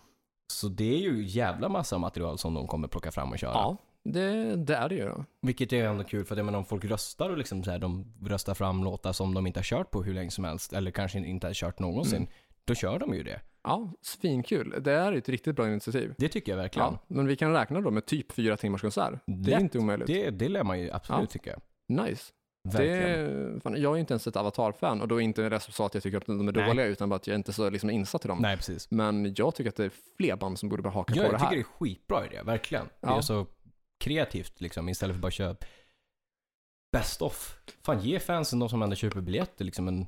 A: Så det är ju jävla massa material som de kommer plocka fram och köra.
B: Ja, det, det är det ju då.
A: Vilket är ändå kul för att jag menar om folk röstar och liksom så här, de röstar fram låtar som de inte har kört på hur länge som helst eller kanske inte har kört någonsin.
B: Mm.
A: Då kör de ju det.
B: Ja, svinkul. Det är ju ett riktigt bra initiativ.
A: Det tycker jag verkligen.
B: Ja, men vi kan räkna då med typ fyra timmars konsert. Det är
A: Lätt.
B: inte omöjligt.
A: Det, det lär man ju absolut
B: Ja.
A: tycker jag.
B: Nice.
A: Verkligen.
B: Det, fan, jag är ju inte ens ett Avatar-fan och då är inte det som sa att jag tycker att de är
A: Nej.
B: dåliga utan bara att jag inte är så liksom, insatt i dem.
A: Nej precis.
B: Men jag tycker att det är fler band som borde bara haka
A: Jag,
B: på det
A: jag tycker
B: här.
A: det är skitbra idé, verkligen. Det är
B: Ja.
A: så kreativt liksom istället för bara köp best off. Fan ge fansen de som ändå köper biljetter liksom en,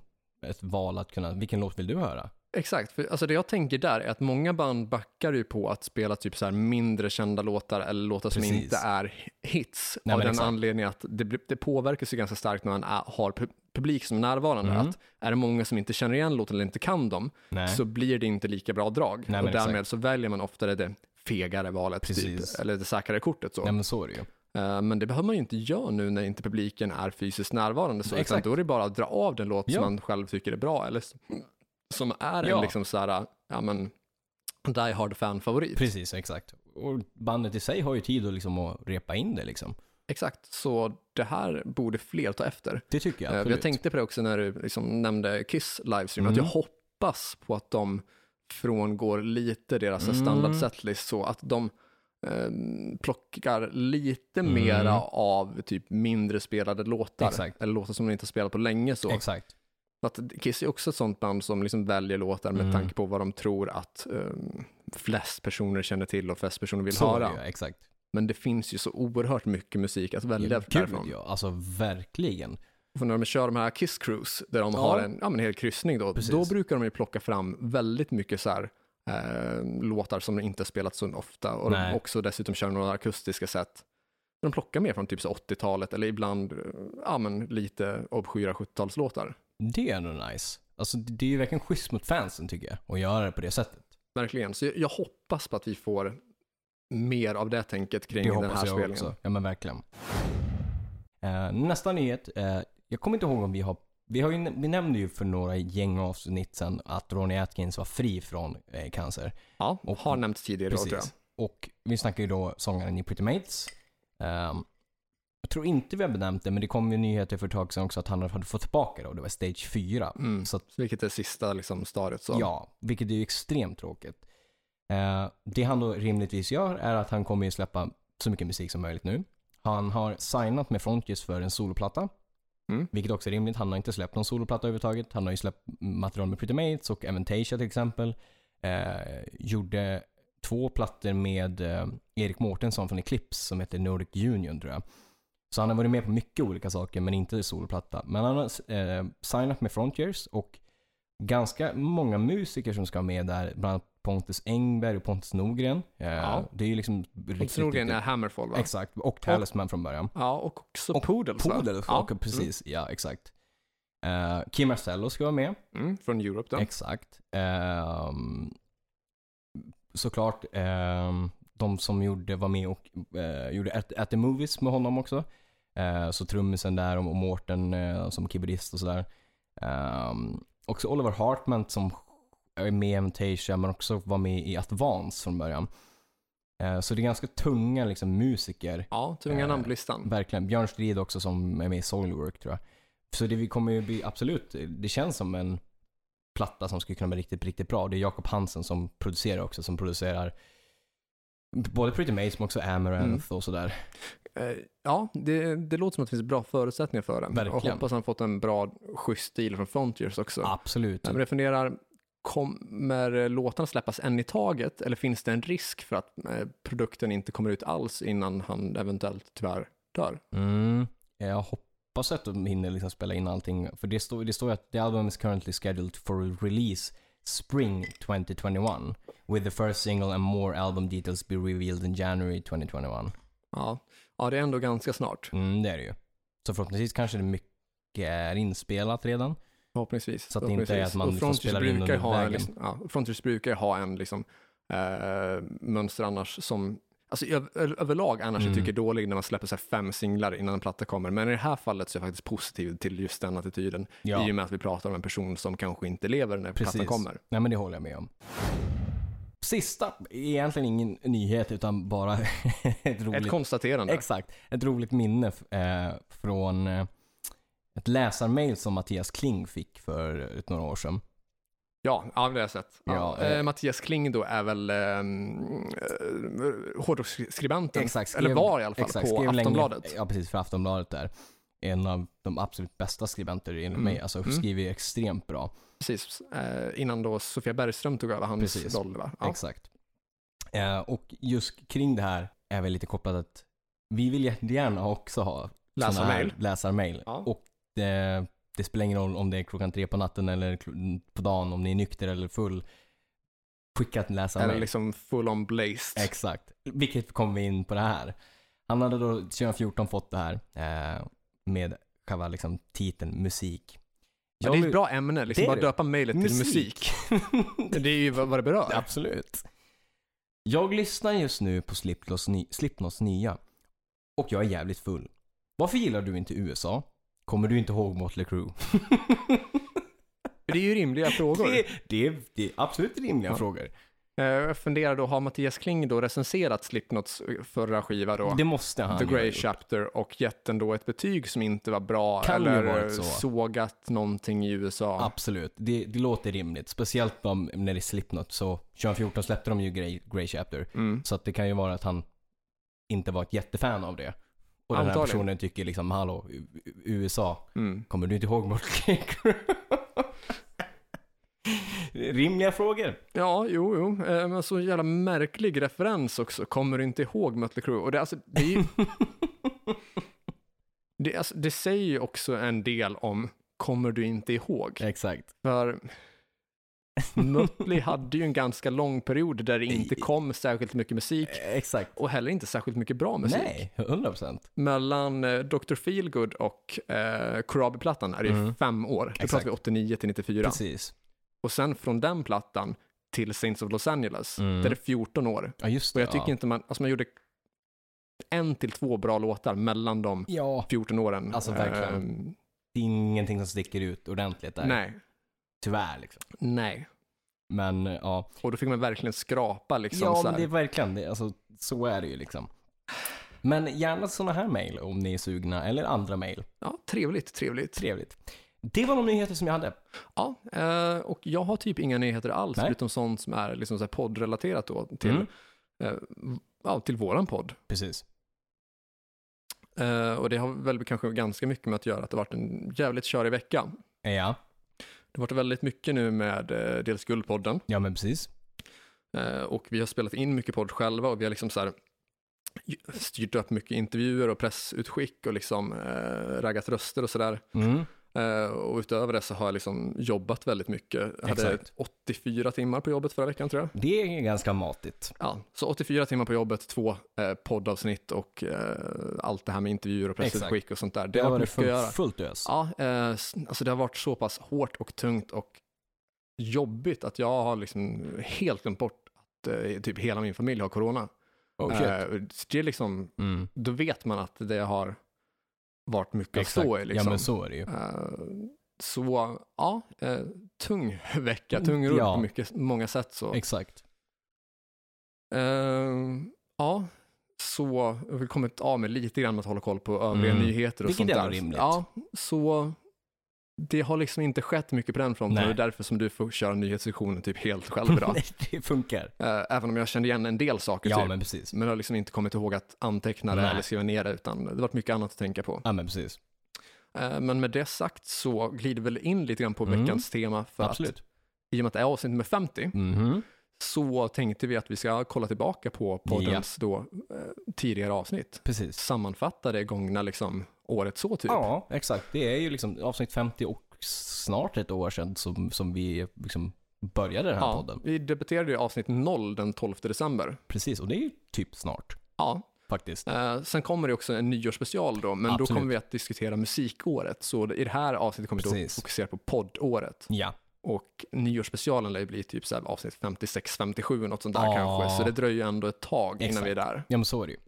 A: ett val att kunna, vilken låt vill du höra?
B: Exakt, för alltså det jag tänker där är att många band backar ju på att spela typ så här mindre kända låtar eller låtar som
A: Precis.
B: inte är hits.
A: Nej,
B: av
A: men
B: den
A: exakt.
B: anledningen att det, blir- det påverkas ju ganska starkt när man är, har pu- publik som är närvarande.
A: Mm.
B: Att är det många som inte känner igen låten eller inte kan dem
A: Nej.
B: så blir det inte lika bra drag.
A: men
B: och därmed
A: exakt.
B: så väljer man oftare det fegare valet,
A: Precis.
B: typ, eller det säkrare kortet. Så.
A: Nej men så är det ju.
B: Eh, Men det behöver man ju inte göra nu när inte publiken är fysiskt närvarande. Så utan
A: Exakt.
B: då är det bara att dra av den låt
A: Ja.
B: som man själv tycker är bra eller s- som är
A: Ja.
B: en liksom så här, ja men, die hard fan-favorit.
A: Precis, exakt. Och bandet i sig har ju tid att liksom att repa in det liksom.
B: Exakt, så det här borde fler ta efter.
A: Det tycker jag
B: Eh,
A: absolut. Mm.
B: Jag tänkte på det också när du liksom nämnde Kiss livestream, att jag hoppas på att de frångår lite deras
A: Mm.
B: standard setlist så att de eh, plockar lite
A: Mm.
B: mera av typ mindre spelade låtar,
A: Exakt.
B: eller låtar som de inte har spelat på länge. Så.
A: Exakt.
B: För Att Kiss är också ett sånt band som liksom väljer låtar med
A: Mm.
B: tanke på vad de tror att eh, flest personer känner till och flest personer vill
A: Så är
B: höra.
A: det ju, exakt.
B: Men det finns ju så oerhört mycket musik att välja
A: Gud
B: därifrån.
A: ja, alltså verkligen.
B: För när de kör de här Kiss Cruise, där de
A: Ja.
B: har en, ja, men en hel kryssning, då,
A: Precis.
B: då brukar de ju plocka fram väldigt mycket så här, eh, låtar som inte spelats så ofta. Och de
A: Nej.
B: också dessutom kör några akustiska sätt. De plockar mer från typ så 80-talet eller ibland eh, ja, men lite obskyra 70-talslåtar.
A: Det är ändå nice. Alltså det det är ju verkligen schysst mot fansen tycker jag, att göra det på det sättet.
B: Verkligen. Så jag, jag hoppas på att vi får mer av det tänket kring
A: Det
B: den
A: hoppas
B: här
A: jag
B: spelningen.
A: också. Ja men verkligen. Eh, nästa nyhet. eh, jag kommer inte ihåg om vi har... Vi, har ju, vi nämnde ju för några gäng avsnitt sedan att Ronnie Atkins var fri från eh, cancer.
B: Ja,
A: Och-
B: har nämnts tidigare tror jag.
A: Precis. Och vi snackar ju då sångaren i Pretty Mates. Ehm, jag tror inte vi har benämnt det, men det kom ju nyheter för ett tag sedan också att han hade fått tillbaka det och det var stage 4.
B: Mm.
A: Så att
B: Vilket är sista liksom, stadiet. Så.
A: Ja, vilket är ju extremt tråkigt. Eh, det han då rimligtvis gör är att han kommer ju släppa så mycket musik som möjligt nu. Han har signat med Frontiers för en soloplatta.
B: Mm.
A: Vilket också är rimligt. Han har inte släppt någon soloplatta överhuvudtaget. Han har ju släppt material med Pretty Mates och Aventasia till exempel. Eh, gjorde två plattor med eh, Erik Mårtensson från Eclipse som heter Nordic Union tror jag. Så han har varit med på mycket olika saker men inte soloplatta. Men han har eh, signat med Frontiers och ganska många musiker som ska med där. Bland annat Pontus Engberg och Pontus Norgren. Eh,
B: Ja.
A: Det är ju liksom
B: Och
A: riktigt...
B: Troligen är
A: riktigt-
B: Hammerfall va?
A: Exakt. Och Talisman från början.
B: Ja, och också
A: Och
B: Poodles va?
A: Poodle,
B: ja.
A: och precis. Ja, exakt. Eh, Kim Marcello ska vara med.
B: Mm, från Europe då.
A: Exakt. Ehm, såklart, ehm, de som gjorde, var med och eh, gjorde at, at the Movies med honom också. Eh, så trummisen där och Mårten eh, som keyboardist och sådär. Ehm, också Oliver Hartman som är med i Amtasia men också var med i Advance från början. Eh, så det är ganska tunga liksom, musiker.
B: Ja, tunga
A: Eh,
B: namn på listan.
A: Verkligen. Björn Strid också som är med i Soilwork tror jag. Så det vi kommer ju bli absolut, det känns som en platta som skulle kunna bli riktigt, riktigt bra. Det är Jakob Hansen som producerar också, som producerar både Pretty Maze men också Amaranth och sådär.
B: Eh, Ja, det, det låter som att det finns bra förutsättningar för den.
A: Verkligen.
B: Och hoppas han fått en bra, schysst stil från Frontiers också.
A: Absolut.
B: Men jag funderar, kommer låtarna släppas en i taget eller finns det en risk för att eh, produkten inte kommer ut alls innan han eventuellt tyvärr dör?
A: Mm. Jag hoppas att de hinner liksom spela in allting. För det står, det står ju att the album is currently scheduled for release spring 2021. With the first single and more album details be revealed in January 2021.
B: Ja, ja det är ändå ganska snart,
A: Mm, det är det ju. Så förhoppningsvis kanske det mycket är inspelat redan.
B: förhoppningsvis.
A: Så att det inte är
B: Förhoppningsvis.
A: att man
B: Och
A: liksom
B: Frontiers
A: spelar in
B: brukar
A: under
B: ha en
A: vägen.
B: liksom- ja, Frontiers brukar ju ha en liksom, eh, mönster annars som Alltså ö- ö- överlag annars jag
A: Mm.
B: tycker dålig när man släpper så här fem singlar innan en platta kommer. Men i det här fallet så är jag faktiskt positiv till just den attityden.
A: Ja.
B: I och med att vi pratar om en person som kanske inte lever när plattan
A: Precis.
B: kommer.
A: Nej men det håller jag med om. Sista, egentligen ingen nyhet utan bara ett roligt...
B: Ett konstaterande.
A: Exakt. Ett roligt minne f- eh, från eh, ett läsarmail som Mattias Kling fick för eh, ett några år sedan.
B: Ja, ja det har jag sett. Ja.
A: Ja, eh,
B: eh, Mattias Kling då är väl eh, eh, hårdrocksskribenten,
A: Exakt,
B: eller
A: skrev-
B: var i alla fall,
A: Exakt,
B: på
A: skrev länge-
B: Aftonbladet.
A: ja precis, för Aftonbladet där. En av de absolut bästa skribenter enligt
B: Mm.
A: mig. Alltså
B: Mm.
A: skriver ju extremt bra.
B: Precis, eh, innan då Sofia Bergström tog över hans
A: Precis.
B: roll. Va? Ja.
A: Exakt. Eh, och just kring det här är väl lite kopplat att vi vill jättegärna också ha såna här
B: Läsarmail.
A: läsarmail.
B: Ja.
A: Och eh, det spelar ingen roll om det är klockan tre på natten eller kl- på dagen, om ni är nykter eller full. Skicka ett läsarmail.
B: Eller liksom full on blazed.
A: Exakt. Vilket kom vi in på det här. Han hade då 2014 fått det här eh, med själva liksom, titeln musik.
B: ja,
A: Jag
B: det är
A: vill-
B: ett bra ämne, liksom
A: Det är
B: bara
A: det.
B: döpa mejlet till musik.
A: Musik.
B: Det är ju vad vad det berör.
A: Absolut. Jag lyssnar just nu på Slipknots, ny- Slipknots nya och jag är jävligt full. Varför gillar du inte USA? Kommer du inte ihåg Motley Crue?
B: Det är ju rimliga frågor.
A: det, det, det är absolut rimliga
B: Ja.
A: frågor.
B: Eh, Jag funderar då, har Mattias Kling då recenserat Slipknots eh, förra skiva då?
A: Det måste han
B: The
A: ju ha
B: Grey
A: gjort.
B: Chapter och gett den då ett betyg som inte var bra
A: Kan ju
B: eller
A: varit så.
B: sågat någonting i USA.
A: Absolut, det, det låter rimligt. Speciellt om, när det är Slipknot. Så 2014 släppte de ju Grey, Grey Chapter.
B: Mm.
A: Så att det kan ju vara att han inte var ett jättefan av det. Och den här
B: Antagligen.
A: personen tycker liksom, hallå, U- U- USA,
B: Mm.
A: Kommer du inte ihåg Motley Crue? Rimliga frågor.
B: Ja, jo, jo. Eh, Men så jävla märklig Typ. referens också. Kommer du inte ihåg Mötley Crüe? Och det, är alltså, det är ju... Det, alltså, det säger ju också en del om, kommer du inte
A: Eh.
B: ihåg?
A: Exakt.
B: För Mötley hade ju en ganska lång period där det inte kom särskilt mycket musik
A: Exakt.
B: och heller inte särskilt mycket bra musik.
A: Eh. Nej, 100 procent.
B: Mellan eh, Dr. Feelgood och eh, Karabi-plattan är det ju
A: Mm.
B: fem år. Då
A: Exakt.
B: pratar vi 89 till 94.
A: Precis.
B: Och sen från den plattan till Saints of Los Angeles,
A: Mm.
B: där det är 14 år.
A: Ja, just det.
B: Och jag tycker
A: ja.
B: inte man, alltså man gjorde en till två bra låtar mellan de
A: Ja,
B: 14 åren.
A: Alltså, verkligen.
B: Ehm,
A: det är ingenting som sticker ut ordentligt där.
B: nej,
A: Tyvärr liksom.
B: nej.
A: Men eh, ja.
B: Och då fick man verkligen skrapa liksom.
A: ja,
B: så
A: men
B: här.
A: det är verkligen det. Alltså, så är det ju liksom. Men gärna sådana här mejl om ni är sugna, eller andra mejl.
B: Ja, trevligt, trevligt.
A: Trevligt. Det var de nyheter som jag hade.
B: Ja, eh, och jag har typ inga nyheter alls,
A: Nej.
B: förutom sånt som är liksom så här poddrelaterat då till,
A: Mm.
B: eh, ja, till våran podd.
A: Precis.
B: Eh, och det har väl kanske ganska mycket med att göra att det har varit en jävligt körig vecka.
A: Ja,
B: Det har varit väldigt mycket nu med eh, dels Guldpodden
A: ja men precis.
B: eh, och vi har spelat in mycket podd själva och vi har liksom så här styrt upp mycket intervjuer och pressutskick och liksom eh, raggat röster och sådär.
A: Mm.
B: Eh, och utöver det så har jag liksom jobbat väldigt mycket. Jag hade
A: Exakt.
B: 84 timmar på jobbet förra veckan tror jag.
A: Det är ganska matigt.
B: Ja, så 84 timmar på jobbet, två eh, poddavsnitt och eh, allt det här med intervjuer och pressutskick och sånt där. Det
A: Där
B: har varit
A: det
B: mycket att göra.
A: full, fullt ös.
B: Ja, eh, s- alltså det har varit så pass hårt och tungt och jobbigt att jag har liksom helt glömt bort att eh, typ hela min familj har corona.
A: Oh, shit.
B: Eh, så det är liksom,
A: mm.
B: då vet man att det har varit mycket att stå i. Liksom.
A: Ja men så är det ju.
B: Eh, så ja, eh, tung vecka, tung rull
A: Mm, Ja.
B: på mycket, många sätt. Så.
A: Exakt.
B: Ehm, ja, så jag har kommit av med lite grann med att hålla koll på övriga
A: Mm.
B: nyheter och
A: Vilket
B: sånt
A: är
B: där.
A: ändå rimligt.
B: Ja, så det har liksom inte skett mycket på den fronten
A: Nej.
B: och det är därför som du får köra nyhetssektionen typ helt själv idag.
A: det funkar.
B: Eh, Även om jag kände igen en del saker
A: Ja
B: typ.
A: men precis.
B: Men jag har liksom inte kommit ihåg att anteckna det
A: Nej.
B: eller skriva ner det utan det har varit mycket annat att tänka på.
A: Ja men precis.
B: Eh, Men med det sagt så glider vi väl in lite grann på
A: Mm.
B: veckans tema för att
A: Absolut.
B: i och med att det är avsnitt nummer 50
A: Mhm.
B: så tänkte vi att vi ska kolla tillbaka på poddens då, eh, tidigare avsnitt.
A: Precis.
B: Sammanfatta det gångna liksom, året så typ.
A: Ja, exakt. Det är ju liksom avsnitt 50 och snart ett år sedan som, som vi liksom började den här
B: Ja,
A: podden.
B: vi debuterade i avsnitt 0 den 12 december.
A: Precis, och det är ju typ snart
B: Ja,
A: faktiskt.
B: eh, sen kommer det också en nyårsspecial då, men då
A: Absolut.
B: kommer vi att diskutera musikåret. Så i det här avsnittet kommer vi då
A: Precis.
B: fokusera på poddåret.
A: Ja,
B: Och nyårsspecialen lär ju bli typ så här avsnitt 56, 57, något sånt där
A: Ja.
B: kanske. Så det dröjer ju ändå ett tag innan
A: Exakt.
B: vi är där.
A: ja men så är det ju.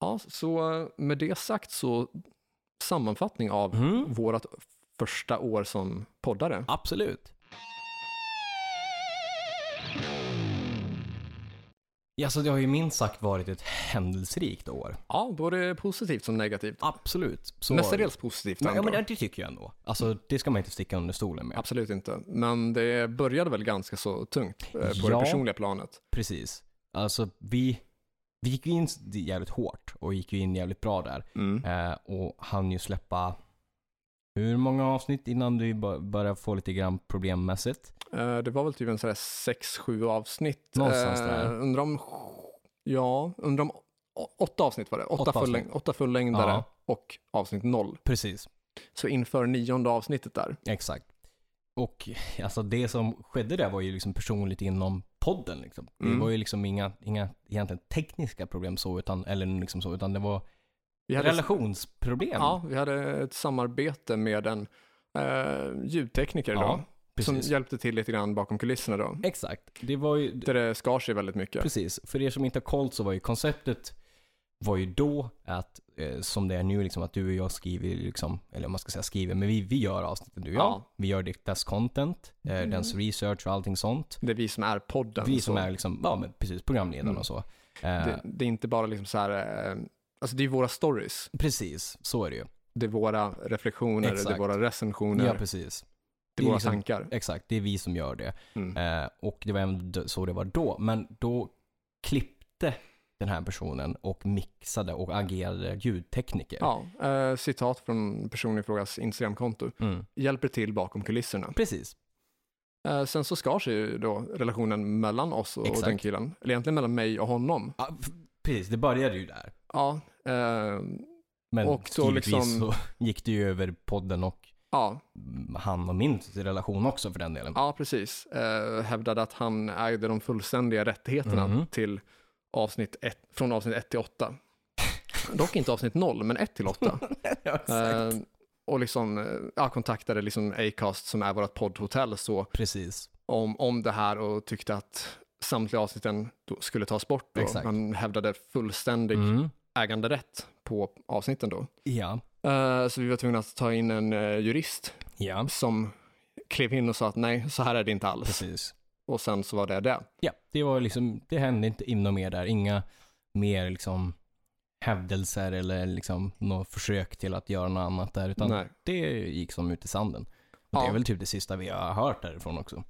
B: Ja, så eh, med det sagt så sammanfattning av
A: Mm.
B: vårt första år som poddare.
A: Absolut. Ja, så det har ju minst sagt varit ett händelserikt år.
B: Ja, både positivt som negativt.
A: Absolut. Så
B: Mestadels positivt
A: Men,
B: ändå.
A: ja, men det tycker jag ändå. Alltså, det ska man inte sticka under stolen med.
B: Absolut inte. Men det började väl ganska så tungt eh, på det
A: Ja.
B: personliga planet.
A: Precis. Alltså, vi, vi gick ju in jävligt hårt och gick ju in jävligt bra där. Eh, och han ju släppa hur många avsnitt innan du bör- börjar få lite grann problemmässigt?
B: Eh, Det var väl typ en sådär 6-7 avsnitt.
A: Någonstans
B: Eh,
A: där.
B: Undrar om... Ja, undrar om... å- Åtta avsnitt var det. Åtta,
A: Åtta
B: fulläng-
A: avsnitt.
B: åtta fullängdare
A: Ja.
B: och avsnitt noll.
A: Precis,
B: Så inför nionde avsnittet där.
A: exakt. Och alltså det som skedde där var ju liksom personligt inom podden. Liksom. Det
B: Mm.
A: var ju liksom inga, inga egentligen tekniska problem så, utan, eller liksom så, utan det var
B: Vi hade
A: relationsproblem.
B: Ja, vi hade ett samarbete med en eh, ljudtekniker
A: Ja,
B: då, som
A: precis.
B: hjälpte till lite grann bakom kulisserna då.
A: Exakt. Det var ju,
B: Där det skar sig väldigt mycket.
A: Precis. För er som inte har koll så var ju konceptet var ju då att, eh, som det är nu, liksom, att du och jag skriver, liksom, eller om man ska säga skriver, men vi, vi gör avsnitten du och jag.
B: Ja. Mm.
A: Vi gör dess content, eh, dens research och allting sånt.
B: Det är vi som är podden.
A: Vi som
B: så Mm.
A: är liksom, ja men precis, programledaren och så. Eh,
B: det, det är inte bara liksom så här, eh, alltså det är våra stories,
A: Precis, så är det ju.
B: det är våra reflektioner, det är
A: Exakt.
B: våra recensioner,
A: Ja, precis.
B: det är våra
A: liksom-
B: tankar.
A: Exakt, det är vi som gör det.
B: Mm.
A: Eh, och det var även d- så det var då. Men då klippte den här personen och mixade och agerade ljudtekniker.
B: Ja, eh, citat från personen i frågas Instagramkonto.
A: Mm.
B: Hjälper till bakom kulisserna.
A: Precis.
B: Eh, sen så skar sig ju då relationen mellan oss och, och
A: Exakt.
B: den killen. Eller egentligen mellan mig och honom.
A: Ja, f- precis, det började ju där.
B: Ja, eh,
A: Men
B: Och så
A: givetvis
B: liksom-
A: så gick det ju över podden och
B: Ja,
A: han och min relation också för den delen.
B: ja precis. Eh, hävdade att han ägde de fullständiga rättigheterna
A: Mhm.
B: till avsnitt ett, från avsnitt 1 till 8. Dock inte avsnitt 0, men 1 till 8.
A: Ja, exakt.
B: Eh, och liksom, eh, ja, kontaktade liksom Acast som är vårt poddhotell så
A: Precis.
B: om, om det här och tyckte att samtliga avsnitten då skulle tas bort. Då.
A: Exakt.
B: Man hävdade fullständig
A: Mm.
B: äganderätt på avsnitten då.
A: Ja.
B: Eh, så vi var tvungna att ta in en eh, jurist
A: Ja.
B: som klev in och sa att nej, så här är det inte alls.
A: Precis.
B: Och sen så var det det.
A: Ja, det var liksom, det hände inte inom mer där. Inga mer liksom hävdelser eller liksom något försök till att göra något annat där. Utan
B: Nej.
A: det gick som ut i sanden. Och Det
B: Ja.
A: är väl typ det sista vi har hört därifrån också.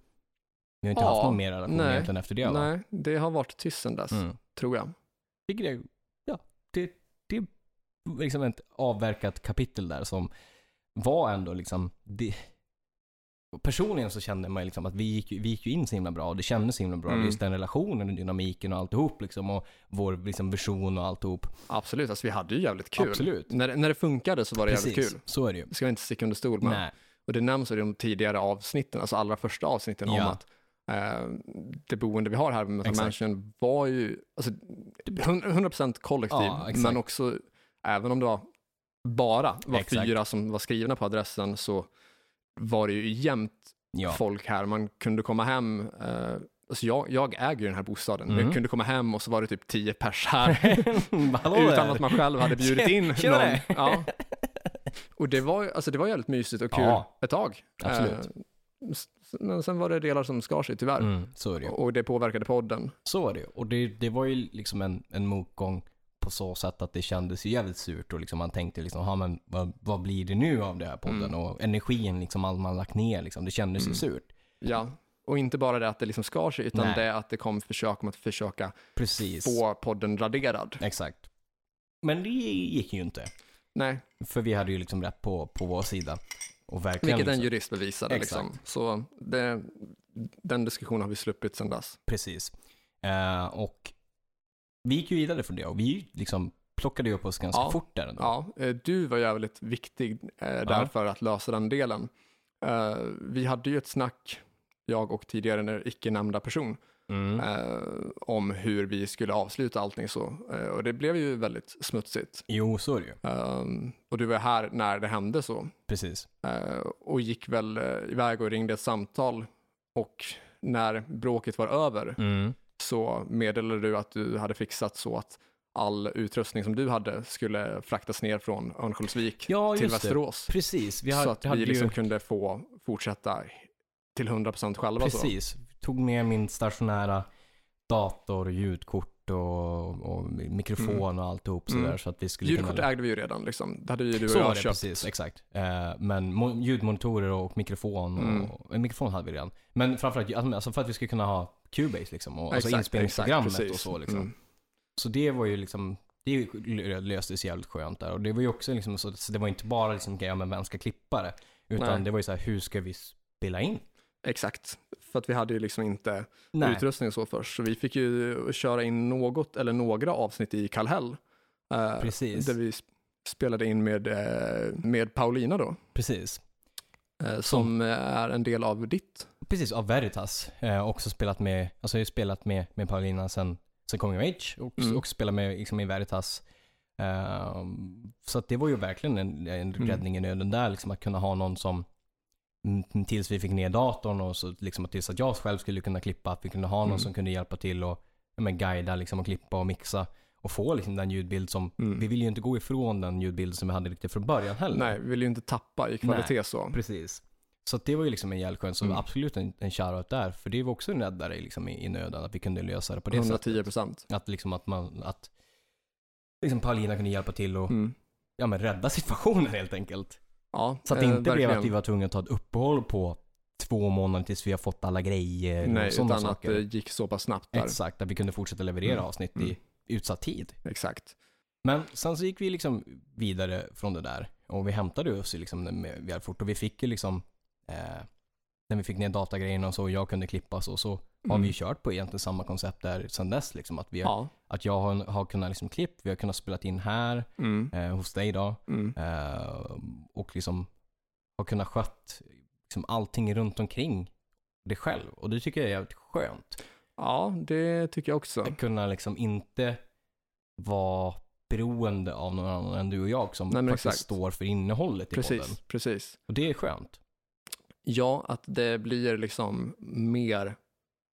A: Vi har inte
B: Ja,
A: haft någon mer relation
B: nej,
A: egentligen efter det va?
B: nej, det har varit tyst sen dess,
A: Mm.
B: tror jag.
A: Vilket är, ja, det, det är liksom ett avverkat kapitel där som var ändå liksom, det, och personligen så kände man ju liksom att vi gick, ju- vi gick ju in så himla bra och det kändes så himla bra.
B: Mm.
A: Just den relationen och dynamiken och alltihop liksom och vår liksom vision och alltihop.
B: Absolut, alltså vi hade ju jävligt kul.
A: Absolut.
B: När, det- när det funkade så var det jävligt
A: Precis,
B: kul.
A: så är det ju.
B: Det ska vi inte sticka under stol med.
A: Nej,
B: Och det nämns i de tidigare avsnitten, alltså allra första avsnitten om
A: Ja.
B: att eh, det boende vi har här med
A: Exakt.
B: Metal Mansion var ju alltså, 100% kollektiv,
A: Ja, exakt.
B: men också även om det var bara var
A: Exakt.
B: fyra som var skrivna på adressen så var det ju jämt
A: ja.
B: folk här. Man kunde komma hem, eh, alltså jag, jag äger ju den här bostaden, men
A: Mm.
B: jag kunde komma hem och så var det typ tio pers här
A: Hallå
B: utan
A: där.
B: att man själv hade bjudit in
A: Tjena
B: någon.
A: dig.
B: Ja. Och det var, ju- alltså det var jävligt mysigt och kul
A: Ja.
B: ett tag.
A: Absolut.
B: Eh, s- Men sen var det delar som skar sig tyvärr.
A: Mm, så är det ju.
B: Och det påverkade podden.
A: Så var det ju. Och det, det var ju liksom en, en motgång på så sätt att det kändes ju jävligt surt och liksom man tänkte liksom, "Ha, men vad, vad blir det nu av det här podden?
B: Mm.
A: Och energin liksom, allt man lagt ner liksom, det kändes ju
B: Mm.
A: surt.
B: Ja. Och inte bara det att det liksom skar sig, utan
A: Nej.
B: det att det kom försök om att försöka
A: Precis.
B: få podden raderad.
A: Exakt. Men det gick ju inte.
B: Nej,
A: För vi hade ju liksom rätt på, på vår sida. Och verkligen
B: vilket en
A: liksom,
B: jurist bevisade. Liksom. Så det, den diskussionen har vi sluppit sedan dess.
A: Precis. Eh, och vi gick ju vidare från det och vi liksom plockade ju upp oss ganska
B: Ja.
A: fort där ändå.
B: Ja, eh, du var jävligt viktig eh, där
A: Ja.
B: för att lösa den delen. Eh, vi hade ju ett snack, jag och tidigare en icke nämnda person,
A: Mm.
B: eh, om hur vi skulle avsluta allting så. Eh, och det blev ju väldigt smutsigt.
A: Jo, så är det ju.
B: Eh, och du var här när det hände så.
A: Precis.
B: Eh, och gick väl eh, iväg och ringde ett samtal. Och när bråket var över
A: Mm.
B: så meddelade du att du hade fixat så att all utrustning som du hade skulle fraktas ner från Örnsköldsvik
A: Ja,
B: till
A: just det.
B: Västerås.
A: Precis. Vi har,
B: så att
A: hade
B: vi
A: ju-
B: liksom kunde få fortsätta till 100% själva. Så.
A: Precis. Tog med min stationära dator, ljudkort och, och mikrofon och alltihop sådär
B: Mm.
A: så att vi skulle
B: Ljudkort
A: kunna...
B: ägde vi ju redan, liksom. det hade ju du och
A: Så var
B: jag
A: det
B: köpt.
A: precis, exakt. Eh, men mo- ljudmonitorer och mikrofon, och,
B: Mm.
A: eh, mikrofon hade vi redan. Men framförallt alltså för att vi skulle kunna ha Cubase liksom, och, alltså inspelningsprogrammet
B: precis.
A: och så liksom.
B: Mm.
A: Så det var ju liksom, det lö- löstes jävligt skönt där. Och det var ju också liksom, så, så det var inte bara liksom, ja men vem ska klippa det? Utan
B: Nej.
A: det var ju så här, hur ska vi spela in?
B: Exakt, för att vi hade ju liksom inte
A: Nej,
B: utrustning och så först. Så vi fick ju köra in något eller några avsnitt i Kallhäll. eh,
A: precis.
B: där vi sp- spelade in med, eh, med Paulina då,
A: Precis.
B: eh, som eh, är en del av ditt.
A: Precis, av Veritas. Eh, också spelat med, alltså jag har ju spelat med, med Paulina sen, sen Coming of Age och,
B: Mm.
A: och spelat med liksom, i Veritas. Eh, så att det var ju verkligen en, en
B: Mm.
A: räddning i nöden där, liksom, att kunna ha någon som mm, tills vi fick ner datorn och så, liksom, och tills att jag själv skulle kunna klippa, att vi kunde ha någon
B: Mm.
A: som kunde hjälpa till och ja, men, guida liksom, och klippa och mixa och få liksom, den ljudbild som,
B: Mm.
A: vi vill ju inte gå ifrån den ljudbild som vi hade riktigt från början heller.
B: Nej, vi vill ju inte tappa i kvalitet så.
A: Precis. Så att det var ju liksom en jävligt så
B: Mm.
A: absolut en, en shoutout där. För det var också en räddare liksom i, i nöden, att vi kunde lösa det på det sättet.
B: 110 procent.
A: Att liksom att man, att liksom Paulina kunde hjälpa till och
B: Mm.
A: ja, men rädda situationen helt enkelt.
B: Ja,
A: Så att det
B: eh,
A: inte blev
B: verkligen.
A: att vi var tvungna att ta ett uppehåll på två månader tills vi har fått alla grejer
B: Nej,
A: och sådana
B: utan att det
A: saker.
B: gick så pass snabbt där.
A: Exakt, att vi kunde fortsätta leverera
B: Mm.
A: avsnitt
B: Mm.
A: i utsatt tid.
B: Exakt.
A: Men sen så gick vi liksom vidare från det där och vi hämtade oss ju liksom med- väldigt fort och vi fick ju liksom eh, när vi fick ner datagrejerna och så och jag kunde klippa så, så har
B: Mm.
A: vi ju kört på egentligen samma koncept där sedan dess. Liksom, att, vi har,
B: Ja.
A: att jag har, har kunnat liksom klippa, vi har kunnat spela in här
B: Mm.
A: eh, hos dig idag
B: Mm.
A: eh, och liksom har kunnat skött liksom, allting runt omkring det själv. Och det tycker jag är jävligt skönt.
B: ja, det tycker jag också.
A: Att kunna liksom inte vara beroende av någon annan än du och jag som
B: Nej, men
A: faktiskt
B: exakt.
A: står för innehållet i podden.
B: Precis, precis.
A: Och det är skönt.
B: Ja, att det blir liksom mer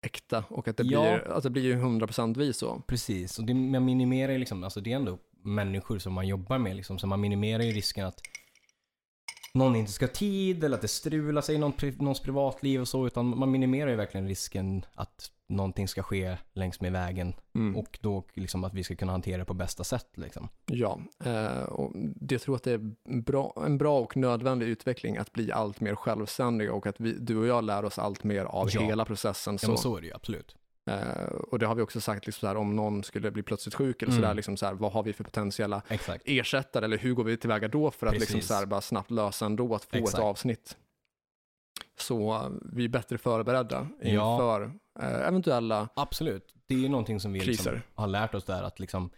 B: äkta och att det
A: Ja.
B: blir, att det blir ju 100% vi så.
A: Precis, och det, man minimerar ju liksom, alltså det är ändå människor som man jobbar med liksom, så man minimerar ju risken att någon inte ska ha tid eller att det strular sig i någon, pri- någons privatliv och så, utan man minimerar ju verkligen risken att någonting ska ske längs med vägen
B: Mm.
A: och då liksom att vi ska kunna hantera det på bästa sätt liksom.
B: Ja, eh, och det tror att det är bra, en bra och nödvändig utveckling att bli allt mer självständiga och att vi, du och jag lär oss allt mer av
A: Ja.
B: hela processen.
A: Ja
B: Så,
A: men så är det ju absolut.
B: Eh, och det har vi också sagt, liksom så här, om någon skulle bli plötsligt sjuk eller
A: Mm.
B: sådär, liksom så här, vad har vi för potentiella
A: Exakt.
B: ersättare eller hur går vi tillväga då för att liksom
A: Precis.
B: så här, bara snabbt lösa ändå att få ett
A: Exakt.
B: avsnitt. Så eh, vi är bättre förberedda
A: Ja.
B: inför eh, eventuella
A: Absolut. Det är ju någonting som vi liksom
B: Kriser.
A: har lärt oss där att liksom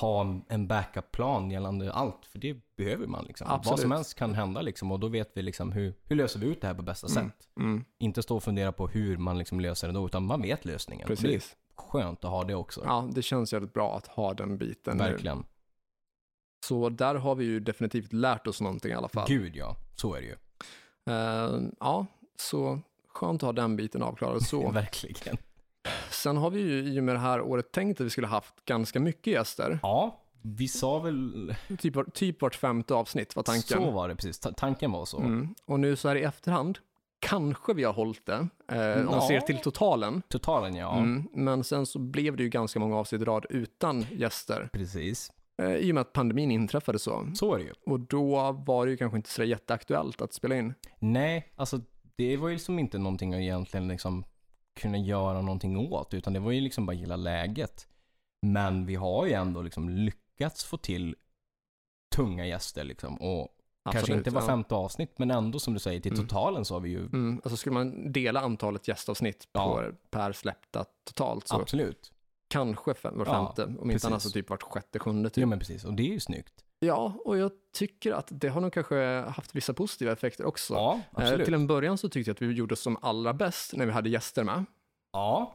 A: ha en- en backup-plan gällande allt, för det behöver man. Liksom. Vad
B: Absolut.
A: som helst kan hända liksom, och då vet vi liksom hur, hur löser vi ut det här på bästa sätt.
B: Mm,
A: Inte stå och fundera på hur man liksom löser det då, utan man vet lösningen. Och Det är
B: precis.
A: skönt att ha det också.
B: Ja, det känns jävligt bra att ha den biten. nu.
A: Verkligen.
B: Så där har vi ju definitivt lärt oss någonting i alla fall.
A: Gud ja, så är det ju.
B: Eh, ja, så skönt att ha den biten avklarad så.
A: Verkligen.
B: Sen har vi ju i och med det här året tänkt att vi skulle haft ganska mycket gäster.
A: Ja, vi sa väl...
B: Typ, var- typ vart femte avsnitt var tanken.
A: Så var det precis. Ta- tanken var så.
B: Mm. Och nu så här i efterhand, kanske vi har hållit det, eh, om man
A: Ja.
B: ser till totalen.
A: Totalen ja.
B: Mm. Men sen så blev det ju ganska många avsnitt i rad utan gäster,
A: Precis.
B: eh, i och med att pandemin inträffade så.
A: Så är det ju.
B: Och då var det ju kanske inte så där jätteaktuellt att spela in.
A: Nej, alltså det var ju liksom inte någonting jag egentligen liksom kunde göra någonting åt, utan det var ju liksom bara gilla läget. Men vi har ju ändå liksom lyckats få till tunga gäster liksom. Och kanske
B: Absolut,
A: inte var
B: ja.
A: femte avsnitt, men ändå som du säger, till
B: Mm.
A: totalen så har vi ju
B: Mm. Alltså skulle man dela antalet gästavsnitt
A: Ja.
B: på, per släppta totalt så
A: absolut.
B: kanske fem, var
A: Ja,
B: femte, om
A: precis.
B: inte annat så typ vart sjätte, sjunde typ.
A: Jo men precis, och det är ju snyggt.
B: Ja, och jag tycker att det har nog kanske haft vissa positiva effekter också.
A: Ja,
B: Eh,
A: absolut.
B: Till en början så tyckte jag att vi gjorde som allra bäst när vi hade gäster med.
A: Ja,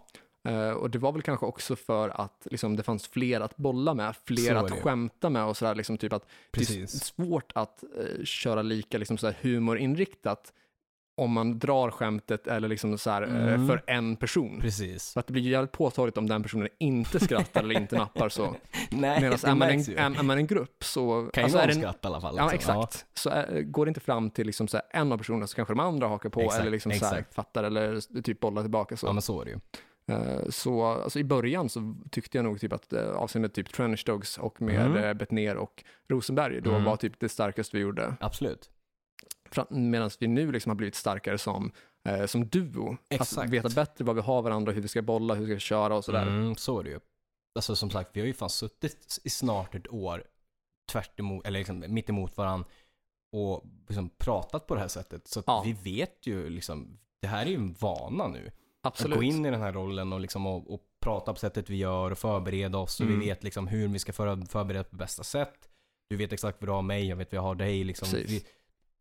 B: Eh, Och det var väl kanske också för att liksom, det fanns fler att bolla med,
A: Så
B: fler
A: är
B: att
A: det ju.
B: skämta med och sådär. Liksom, typ att det är
A: precis.
B: s- svårt att eh, köra lika liksom, sådär, humorinriktat om man drar skämtet eller liksom, såhär, eh,
A: Mm.
B: för en person.
A: Precis.
B: Så att det blir ju jävligt påtagligt om den personen inte skrattar eller inte nappar så.
A: Nej,
B: Medan
A: det
B: är man,
A: märks
B: en,
A: ju.
B: är, är man en grupp så...
A: Kan ju
B: alltså,
A: vara
B: är
A: en
B: det en-
A: skratt i alla fall.
B: Ja,
A: liksom.
B: exakt. Så eh, går det inte fram till liksom så här, en av personerna så kanske de andra hakar på
A: Exakt,
B: eller liksom så här,
A: exakt.
B: fattar eller typ bollar tillbaka. Så,
A: Ja, men så är det ju.
B: Eh, så alltså, i början så tyckte jag nog typ att eh, avseende typ Trench Dogs och med
A: Mm.
B: mm. Bettner och Rosenberg, då
A: Mm.
B: var typ det starkaste vi gjorde.
A: Absolut.
B: Medan vi nu liksom har blivit starkare som, eh, som duo. Att
A: Exakt.
B: veta bättre vad vi har varandra, hur vi ska bolla, hur vi ska köra och sådär.
A: Mm, så är det ju. Alltså som sagt, vi har ju fan suttit i snart ett år tvärt emot, eller liksom mitt emot varann och liksom pratat på det här sättet. Så att
B: Ja.
A: vi vet ju liksom, det här är ju en vana nu.
B: Absolut.
A: Att gå in i den här rollen och liksom och, och prata på sättet vi gör och förbereda oss. Och
B: Mm.
A: vi vet liksom hur vi ska för, förbereda på bästa sätt. Du vet exakt vad du har mig, jag vet vad jag har dig. Liksom.
B: Precis.
A: Vi,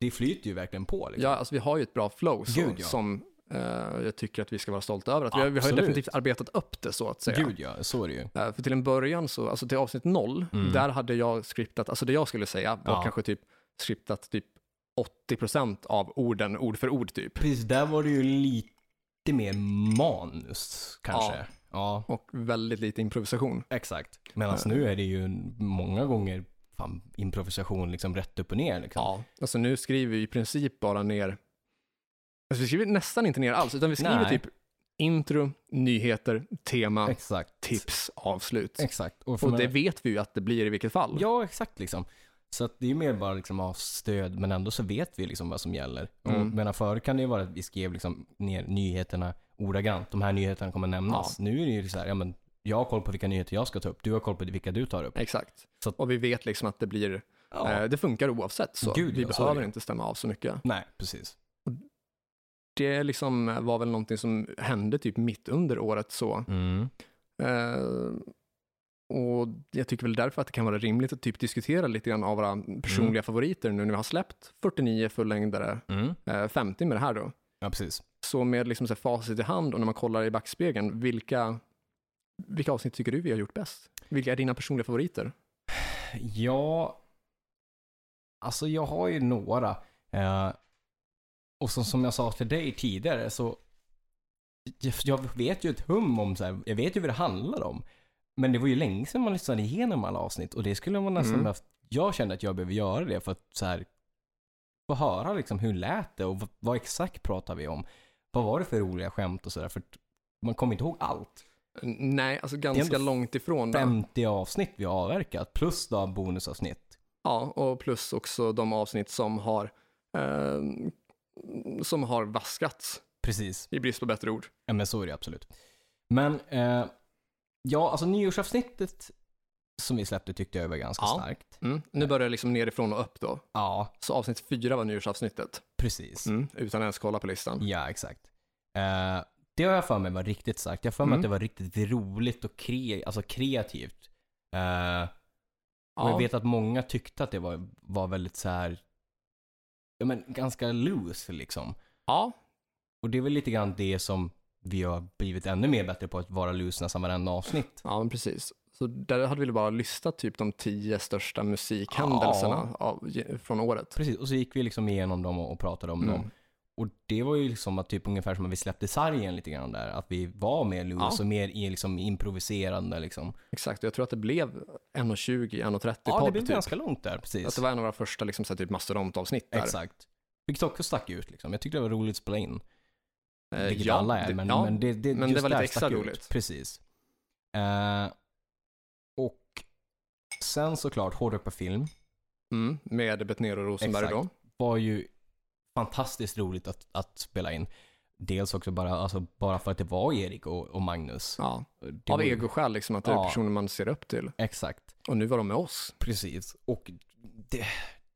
A: det flyter ju verkligen på. Liksom.
B: Ja, alltså vi har ju ett bra flow så,
A: Gud, ja.
B: som eh, jag tycker att vi ska vara stolta över. Att vi, har, vi har ju
A: Absolut.
B: definitivt arbetat upp det så att säga.
A: Gud ja, så är det ju.
B: Eh, För till en början, så, alltså till avsnitt noll,
A: Mm.
B: där hade jag skriptat, alltså det jag skulle säga var
A: Ja.
B: kanske typ skriptat typ 80% av orden, ord för ord typ.
A: Precis, där var det ju lite mer manus kanske.
B: Ja.
A: ja.
B: Och väldigt lite improvisation. Eh,
A: Exakt. Medan nu är det ju många gånger fan, improvisation liksom rätt upp och ner. Liksom.
B: Ja. Alltså nu skriver vi i princip bara ner, alltså vi skriver nästan inte ner alls, utan vi skriver
A: Nej.
B: typ intro, nyheter, tema,
A: Exakt.
B: tips, avslut.
A: Exakt. för
B: Och
A: mig-
B: det vet vi ju att det blir i vilket fall.
A: Ja, exakt liksom. Så att det är ju mer bara liksom av stöd, men ändå så vet vi liksom vad som gäller. Och
B: Mm.
A: medan förr kan det ju vara att vi skrev liksom ner nyheterna ordagrant. De här nyheterna kommer nämnas. Nu är det ju så här, ja men jag har koll på vilka nyheter jag ska ta upp. Du har koll på vilka du tar upp.
B: Exakt.
A: Så att-
B: Och vi vet liksom att det blir,
A: Ja.
B: eh, det funkar oavsett så.
A: Gud, alltså.
B: vi
A: ja, så är
B: behöver
A: det.
B: inte stämma av så mycket.
A: Nej, precis.
B: det liksom var väl någonting som hände typ mitt under året så.
A: Mm.
B: Eh, och jag tycker väl därför att det kan vara rimligt att typ diskutera lite grann av våra personliga favoriter nu när vi har släppt 49 fullängdare,
A: Mm.
B: eh, 50 med det här då.
A: Ja, precis.
B: Så med liksom så här facit i hand och när man kollar i backspegeln, vilka, vilka avsnitt tycker du vi har gjort bäst? Vilka är dina personliga favoriter?
A: Ja, alltså jag har ju några. Eh, och som, som jag sa till dig tidigare så jag, jag vet ju ett hum om så här, jag vet ju vad det handlar om. Men det var ju länge sedan man lyssnade igenom alla avsnitt och det skulle man nästan
B: Mm.
A: behövt, jag kände att jag behöver göra det för att så här få höra liksom hur lät det och vad, vad exakt pratar vi om? Vad var det för roliga skämt och sådär? För att man kommer inte ihåg allt.
B: N- Nej, alltså ganska
A: ändå
B: långt ifrån. Där.
A: 50 avsnitt vi har avverkat plus då bonusavsnitt.
B: Ja, och plus också de avsnitt som har, eh, som har vaskats,
A: Precis.
B: i brist på bättre ord.
A: Ja men så är det absolut. Men eh, ja, alltså nyårsavsnittet som vi släppte tyckte jag var ganska
B: Ja.
A: starkt.
B: Mm. Nu börjar det liksom nerifrån och upp då.
A: Ja,
B: Så avsnitt fyra var nyårsavsnittet,
A: precis.
B: mm. utan ens kolla på listan.
A: Ja, exakt. Eh, det har jag för mig var riktigt starkt. Jag har för mig
B: Mm.
A: att det var riktigt roligt och kre- alltså kreativt. Eh, och jag vet att många tyckte att det var, var väldigt så här, ja men ganska loose liksom.
B: ja.
A: Och det är väl lite grann det som vi har blivit ännu mer bättre på, att vara loose nästan varenda avsnitt.
B: ja men precis. Så där hade vi bara listat typ de tio största musikhändelserna av, ge- från året.
A: Precis, och så gick vi liksom igenom dem och och pratade om
B: Mm.
A: dem. Och det var ju liksom att typ ungefär som att vi släppte sargen lite grann där. Att vi var mer loose
B: Ja.
A: och mer i liksom improviserande liksom.
B: Exakt, och jag tror att det blev 1.20, 1.30
A: Ja, det
B: podd
A: blev
B: typ.
A: ganska långt där,
B: Att
A: precis.
B: det var en av våra första liksom, så här, typ mastodontavsnitt där.
A: Exakt. Vilket också stack ut liksom. Jag tyckte det var roligt att spela in.
B: Eh,
A: Vilket
B: ja,
A: alla är,
B: det-
A: men,
B: ja,
A: men det, det,
B: men
A: just
B: det var lite
A: där
B: extra
A: stack ut.
B: roligt.
A: Precis. Eh, och sen såklart, Hårdrock på film
B: Mm, med Betnér och Rosenberg
A: Exakt.
B: då.
A: var ju fantastiskt roligt att, att spela in. Dels också bara, alltså, bara för att det var Erik och, och Magnus.
B: Ja.
A: Det
B: Av
A: var ju-
B: egoskäl, liksom, att det
A: Ja.
B: är personer man ser upp till.
A: Exakt,
B: Och nu var de med oss.
A: precis. Och det,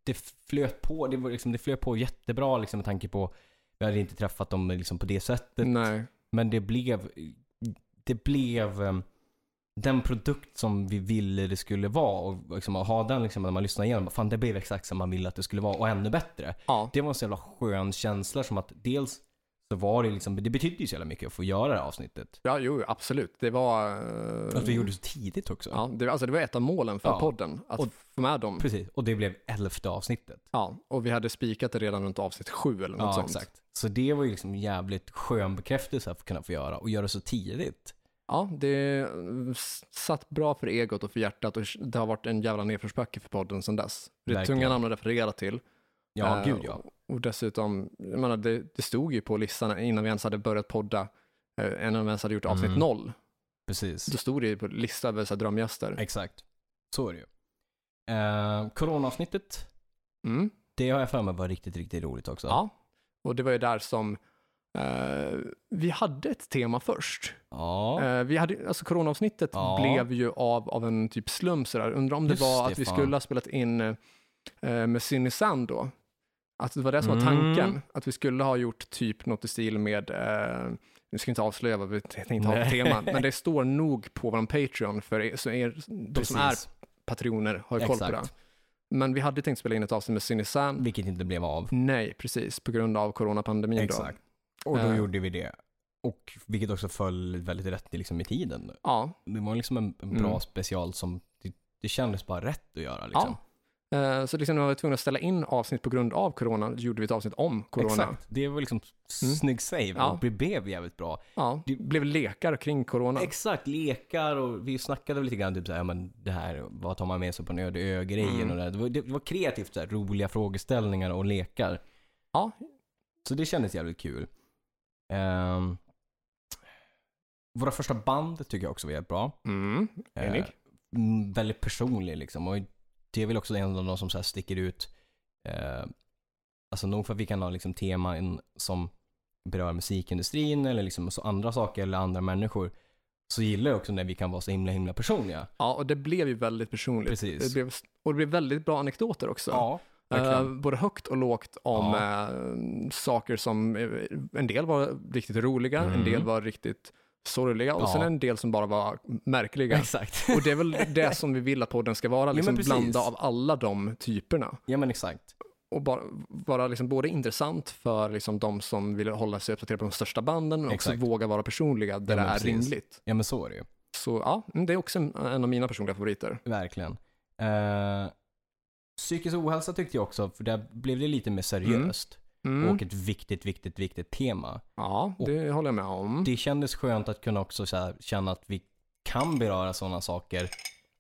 A: det flöt på, det, var liksom, det flöt på jättebra liksom, med tanke på, vi hade inte träffat dem liksom, på det sättet.
B: Nej,
A: Men det blev, det blev eh, den produkt som vi ville det skulle vara. Och liksom, att ha den liksom, när man lyssnar igenom, fan det blev exakt som man ville att det skulle vara och ännu bättre.
B: ja,
A: Det var en så jävla skön känsla som att dels så var det liksom, det betydde ju så jävla mycket att få göra det här avsnittet.
B: ja jo, absolut. Det var... eh,
A: Att vi gjorde det så tidigt också.
B: ja, det, alltså, det var ett av målen för
A: Ja.
B: podden, att
A: Och-
B: få med dem.
A: Precis, och det blev elfte avsnittet.
B: Ja, och vi hade spikat det redan runt avsnitt sju eller något sånt.
A: Så det var ju liksom jävligt skön bekräftelse att kunna få göra och göra det så tidigt.
B: Ja, det eh, s- satt bra för egot och för hjärtat och det har varit en jävla nedförsbacke för podden sedan dess. Det är
A: Verkligen.
B: tunga namn att referera till.
A: Ja,
B: Eh,
A: gud ja.
B: Och dessutom, jag menar, det, det stod ju på listan innan vi ens hade börjat podda, eh, innan vi ens hade gjort avsnitt
A: Mm.
B: noll.
A: Precis.
B: Då stod det ju på lista över så här, drömgäster.
A: Exakt. Så är det ju. Eh, coronaavsnittet,
B: Mm.
A: det har jag för mig var riktigt, riktigt roligt också.
B: Ja. Och det var ju där som eh, vi hade ett tema först.
A: Ja,
B: Eh, vi hade, alltså coronaavsnittet
A: Ja.
B: blev ju av, av en typ slump sådär. Undrar om det
A: Just
B: var
A: det,
B: att vi
A: fan.
B: skulle ha spelat in eh, med Cindy Sand då. Att det var det som var
A: Mm.
B: tanken. Att vi skulle ha gjort typ något i stil med, eh, nu ska jag inte avslöja vad vi tänkte ha för
A: Nej.
B: tema, men det står nog på vår Patreon för er, så er, de som är
A: precis.
B: patroner har ju koll på det.
A: Exakt.
B: Men vi hade tänkt spela in ett avsnitt med Cindy Sand.
A: Vilket inte blev av.
B: Nej, precis. På grund av coronapandemin. Då.
A: Exakt. Och då
B: Eh.
A: gjorde vi det. Och vilket också föll väldigt rätt i, liksom, i tiden.
B: Ja.
A: Det var liksom en, en bra
B: Mm.
A: special som, det, det kändes bara rätt att göra liksom.
B: ja. Eh, Så liksom när vi var tvungna att ställa in avsnitt på grund av corona, då gjorde vi ett avsnitt om corona.
A: Exakt. Det var liksom
B: Mm.
A: snygg save
B: Ja.
A: och det blev jävligt bra.
B: Ja, det blev lekar kring corona.
A: Exakt, lekar och vi snackade lite grann typ såhär, ja men det här, vad tar man med sig på en öde ö-grejen
B: Mm.
A: och det, där. det, var, det var kreativt såhär, roliga frågeställningar och lekar.
B: Ja.
A: Så det kändes jävligt kul. Ehm, våra första band tycker jag också var jävligt bra.
B: Mm. Enig.
A: Eh, mm, väldigt personlig liksom. Och det är väl också en av de som så här sticker ut. Eh, alltså nog för att vi kan ha liksom teman som berör musikindustrin eller liksom så andra saker eller andra människor. Så gillar jag också när vi kan vara så himla himla personliga.
B: Ja, och det blev ju väldigt personligt.
A: Precis.
B: Det blev, och det blev väldigt bra anekdoter också.
A: verkligen.
B: Eh, både högt och lågt om eh, saker som eh, en del var riktigt roliga,
A: Mm.
B: en del var riktigt sorgliga och
A: Ja.
B: sen en del som bara var märkliga.
A: Exakt.
B: Och det är väl det som vi vill att podden ska vara,
A: men
B: liksom
A: precis.
B: blanda av alla de typerna.
A: Ja men exakt.
B: Och bara, vara liksom både intressant för liksom de som vill hålla sig uppdaterade på de största banden, men också
A: Exakt.
B: våga vara personliga
A: Ja,
B: där
A: men
B: det är
A: precis.
B: rimligt.
A: Ja men så är det ju.
B: Så ja, mm, det är också en, en av mina personliga favoriter.
A: Verkligen. Eh, psykisk ohälsa tyckte jag också, för där blev det lite mer seriöst.
B: Mm.
A: Och ett viktigt, viktigt, viktigt tema.
B: ja, det håller jag med om.
A: Det kändes skönt att kunna också så här, känna att vi kan beröra sådana saker.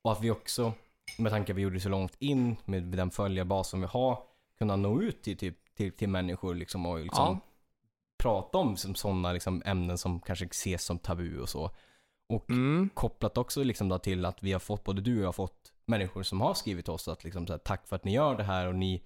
A: Och att vi också, med tanke på att vi gjorde det så långt in med den följarbas som vi har, kunna nå ut till, till, till, till människor liksom, och liksom
B: Ja.
A: prata om sådana liksom, ämnen som kanske ses som tabu och så. Och
B: Mm.
A: kopplat också liksom då till att vi har fått, både du och jag har fått människor som har skrivit till oss att liksom så här, tack för att ni gör det här och ni,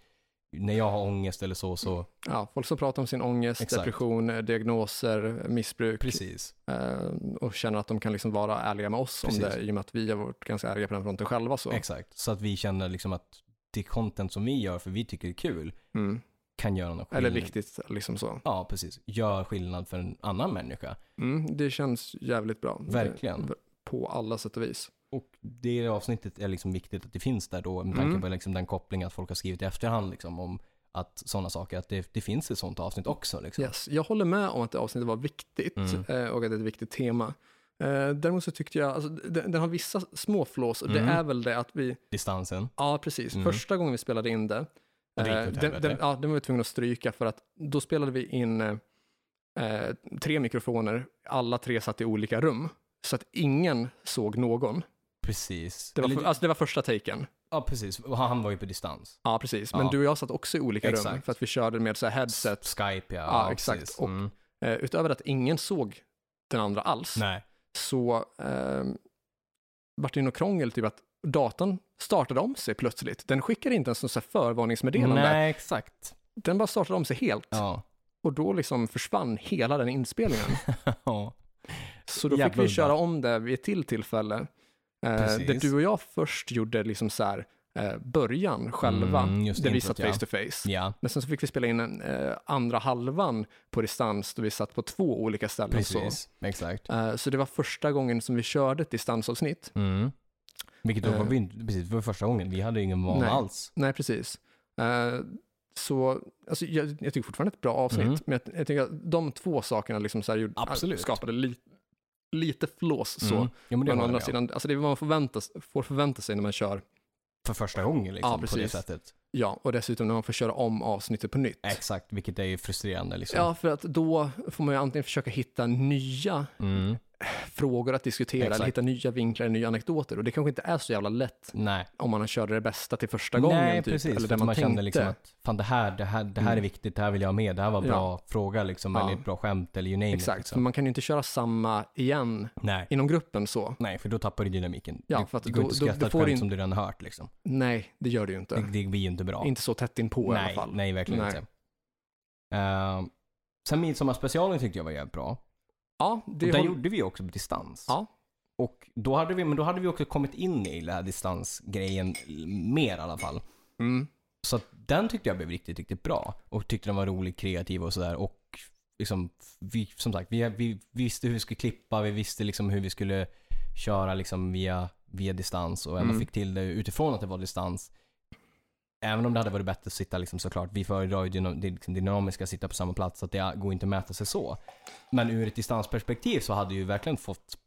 A: när jag har ångest eller så, så
B: Ja, folk som pratar om sin ångest,
A: Exakt.
B: depression, eh, diagnoser, missbruk
A: precis.
B: eh, och känner att de kan liksom vara ärliga med oss
A: Precis.
B: om det i och med att vi har varit ganska ärliga på den fronten själva. Så.
A: Exakt. Så att vi känner liksom att det content som vi gör för vi tycker det är kul
B: Mm.
A: kan göra någon skillnad.
B: Eller viktigt, liksom så.
A: Ja, precis. Gör skillnad för en annan människa.
B: Mm, det känns jävligt bra.
A: Verkligen.
B: Det- På alla sätt och vis.
A: Och det avsnittet är liksom viktigt att det finns där då med tanke
B: Mm.
A: på liksom den kopplingen att folk har skrivit i efterhand liksom om att sådana saker, att det, det finns ett sånt avsnitt också. Liksom.
B: Yes. Jag håller med om att det avsnittet var viktigt
A: Mm.
B: eh, och att det är ett viktigt tema. Eh, Däremot så tyckte jag, alltså, den, den har vissa små flås och
A: Mm.
B: det är väl det att vi,
A: Distansen.
B: ja precis,
A: Mm.
B: första gången vi spelade in det,
A: Ja, det gick
B: eh,
A: åt
B: den,
A: helvete.
B: den, ja, den var vi tvungna att stryka för att då spelade vi in eh, eh, tre mikrofoner, alla tre satt i olika rum, så att ingen såg någon.
A: Precis.
B: Det var,
A: Eller-
B: för, alltså, det var första taken.
A: Ja, precis. Och Han var ju på distans.
B: Ja, precis. Men
A: Ja.
B: du och jag satt också i olika rum
A: Exakt.
B: för att vi körde med så här headset.
A: Skype, ja.
B: Ja, exakt.
A: precis.
B: Och-
A: Mm.
B: Eh, utöver att ingen såg den andra alls,
A: Nej.
B: så eh, vart det ju något krångel, typ att datorn startade om sig plötsligt. Den skickade inte ens något så här förvarningsmeddelande.
A: Nej, exakt.
B: Den bara startade om sig helt
A: Ja.
B: och då liksom försvann hela den inspelningen.
A: ja.
B: Så då fick
A: Jävla
B: vi
A: udda.
B: köra om det vid ett till tillfälle. Eh,
A: Precis.
B: där du och jag först gjorde liksom så här, eh, början själva,
A: Mm, just
B: där vi
A: introt,
B: satt
A: ja.
B: face to face.
A: ja.
B: Men sen så fick vi spela in eh, andra halvan på distans då vi satt på två olika ställen. Så.
A: Precis. Exakt.
B: Eh, så det var första gången som vi körde ett distansavsnitt.
A: Mm. Vilket då var
B: Eh.
A: vi inte, precis, det var första gången. Vi hade ju ingen vana
B: Nej.
A: alls.
B: Nej, precis. Eh, så alltså, jag, jag tycker fortfarande ett bra avsnitt,
A: Mm.
B: men jag, jag tycker att de två sakerna liksom så här gjorde,
A: Absolut.
B: skapade li, lite flås. Så.
A: Mm. Ja, men det
B: Men å
A: var
B: andra
A: andra
B: sidan, alltså det är vad man förväntas, får förvänta sig när man kör,
A: För första gången liksom,
B: Ja,
A: på det
B: precis.
A: sättet.
B: ja, och dessutom när man får köra om avsnittet på nytt.
A: Exakt, vilket är ju frustrerande liksom.
B: Ja, för att då får man ju antingen försöka hitta nya
A: Mm.
B: frågor att diskutera, eller
A: Exakt.
B: hitta nya vinklar, nya anekdoter. Och det kanske inte är så jävla lätt
A: Nej,
B: om man har kört det bästa till första gången.
A: Nej
B: typ,
A: precis.
B: eller
A: för
B: där
A: att
B: man,
A: man, kände
B: tänkte.
A: liksom att fan det här, det här, det här är
B: Mm.
A: viktigt, det här vill jag ha med, det här var
B: Ja.
A: bra fråga liksom,
B: Ja.
A: eller ett bra skämt eller you name it.
B: Exakt, Mm. för
A: Liksom.
B: man kan ju inte köra samma igen
A: Nej.
B: inom gruppen så.
A: Nej, för då tappar du dynamiken.
B: Ja,
A: det,
B: för att
A: det går
B: då-
A: inte att
B: då-
A: skratta
B: då
A: ett
B: får
A: skämt
B: du in-
A: som du redan hört liksom.
B: Nej, det gör det ju inte.
A: Det, det blir ju inte bra.
B: Inte så tätt inpå
A: nej,
B: i alla fall.
A: nej, verkligen
B: Nej.
A: inte. Uh, sen midsommarspecialen tyckte jag var jävligt bra.
B: Ja,
A: Och
B: det
A: där
B: håll...
A: gjorde vi också på distans.
B: Ja.
A: Och då hade vi, men då hade vi också kommit in i den här distansgrejen mer i alla fall.
B: mm.
A: Så att den tyckte jag blev riktigt, riktigt bra. Och tyckte den var rolig, kreativ och sådär. Och liksom, vi, som sagt, vi, vi visste hur vi skulle klippa, vi visste liksom hur vi skulle köra liksom via, via distans och ändå
B: Mm.
A: fick till det utifrån att det var distans. Även om det hade varit bättre att sitta liksom såklart, vi föredrar ju dynam- det liksom dynamiska, att sitta på samma plats, så att det går inte att mäta sig så. Men ur ett distansperspektiv så hade ju verkligen fått,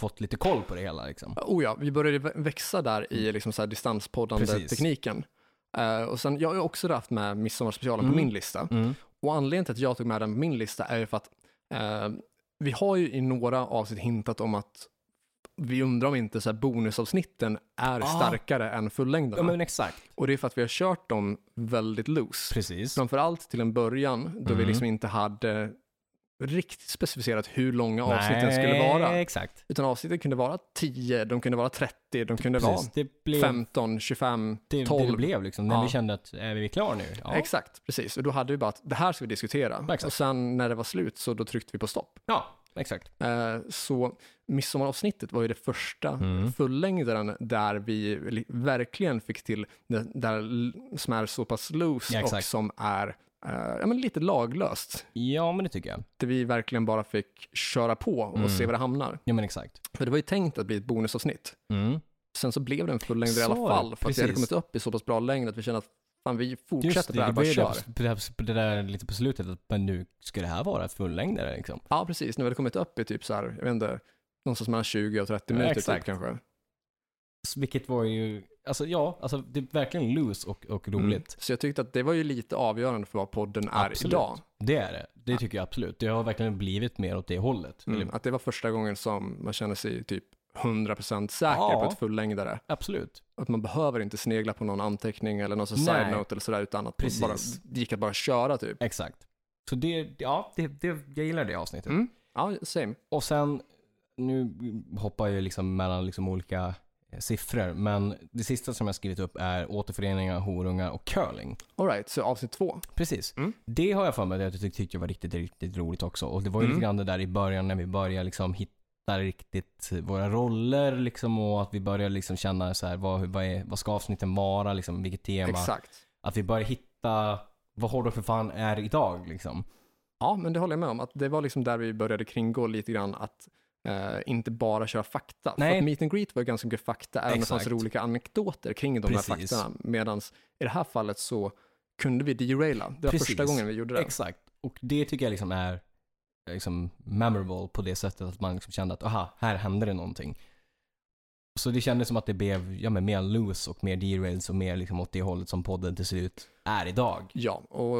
A: fått lite koll på det hela liksom.
B: Oh ja, vi började vä- växa där i liksom så här
A: Precis.
B: distanspoddande-tekniken. Eh, och sen, jag har ju också haft med midsommarspecialen
A: Mm.
B: på min lista.
A: Mm.
B: Och anledningen till att jag tog med den på min lista är ju för att eh, vi har ju i några avsnitt hintat om att vi undrar om inte så här bonusavsnitten är
A: Ah.
B: starkare än
A: Ja
B: fullängderna.
A: men exakt.
B: Och det är för att vi har kört dem väldigt loose.
A: Precis.
B: Framförallt till en början då vi
A: Mm.
B: liksom inte hade riktigt specificerat hur långa avsnitten skulle vara.
A: exakt.
B: Utan avsnitten kunde vara 10, de kunde vara 30, de kunde
A: Precis, det blev
B: vara 15, 25,
A: det, det
B: 12.
A: det blev liksom. När
B: Ja.
A: vi kände att är vi klara nu? Ja.
B: Exakt, precis. Och då hade vi bara att det här ska vi diskutera.
A: Exakt.
B: Och sen när det var slut så då tryckte vi på stopp.
A: ja. exakt.
B: Eh, Så midsommaravsnittet var ju det första
A: Mm.
B: fullängdaren där vi li- verkligen fick till det där l- som är så pass loose
A: Ja,
B: och
A: exakt.
B: som är eh, ja, men lite laglöst.
A: Ja, men det tycker jag.
B: Där vi verkligen bara fick köra på
A: Mm.
B: och se var det hamnar.
A: Ja, men exakt.
B: För det var ju tänkt att bli ett bonusavsnitt.
A: Mm.
B: Sen så blev det en fullängd i alla
A: Så,
B: fall för att vi hade
A: precis.
B: kommit upp i så pass bra längd att vi kände att fan, vi
A: Just
B: fortsätter
A: det,
B: det här
A: det
B: bara
A: var ju det,
B: kör.
A: på- det, här- på det där lite på slutet, att men nu ska det här vara ett fullängdare liksom.
B: Ja, precis. Nu hade det kommit upp i typ så här, jag vet inte, någonstans mellan 20 och 30
A: Ja,
B: minuter typ
A: exakt.
B: kanske.
A: S- Vilket var ju, alltså ja, alltså det är verkligen loose och, och roligt.
B: Så jag tyckte att det var ju lite avgörande för vad podden Mm. är
A: Absolut.
B: idag.
A: Det är det. Det tycker jag absolut. Det har verkligen blivit mer åt det hållet.
B: Mm.
A: Eller,
B: Att det var första gången som man känner sig typ 100% säker
A: Ja.
B: på ett fullängdare.
A: absolut.
B: Att man behöver inte snegla på någon anteckning eller någon sån
A: Nej.
B: side-note eller sådär utan att
A: Precis.
B: bara, det gick att bara köra typ.
A: Exakt. Så det, ja, det, det, jag gillar det avsnittet.
B: Mm. Ja, same.
A: Och sen, nu hoppar jag ju liksom mellan liksom olika eh, siffror, men det sista som jag skrivit upp är återföreningar, horungar och curling.
B: Alright, så avsnitt två.
A: Precis.
B: Mm.
A: Det har jag för mig att jag tyck- tyckte var riktigt, riktigt roligt också. Och det var ju
B: Mm.
A: lite grann det där i början när vi började liksom hitta riktigt våra roller liksom och att vi började liksom känna så här, vad, vad, är, vad ska avsnitten vara, liksom, vilket tema.
B: Exakt.
A: Att vi började hitta vad Hårdrock för fan är idag liksom.
B: Ja, men det håller jag med om. Att det var liksom där vi började kringgå lite grann att eh, inte bara köra fakta. För
A: Nej.
B: att meet and greet var ju ganska mycket fakta, även om det fanns
A: Exakt.
B: olika anekdoter kring de här
A: Precis.
B: faktorna. Medan i det här fallet så kunde vi deraila. Det var
A: Precis.
B: första gången vi gjorde det.
A: Exakt. Och det tycker jag liksom är liksom memorable på det sättet att man liksom kände att aha, här hände det någonting. Så det kändes som att det blev ja, men mer loose och mer derails och mer liksom åt det hållet som podden till slut är idag.
B: Ja, och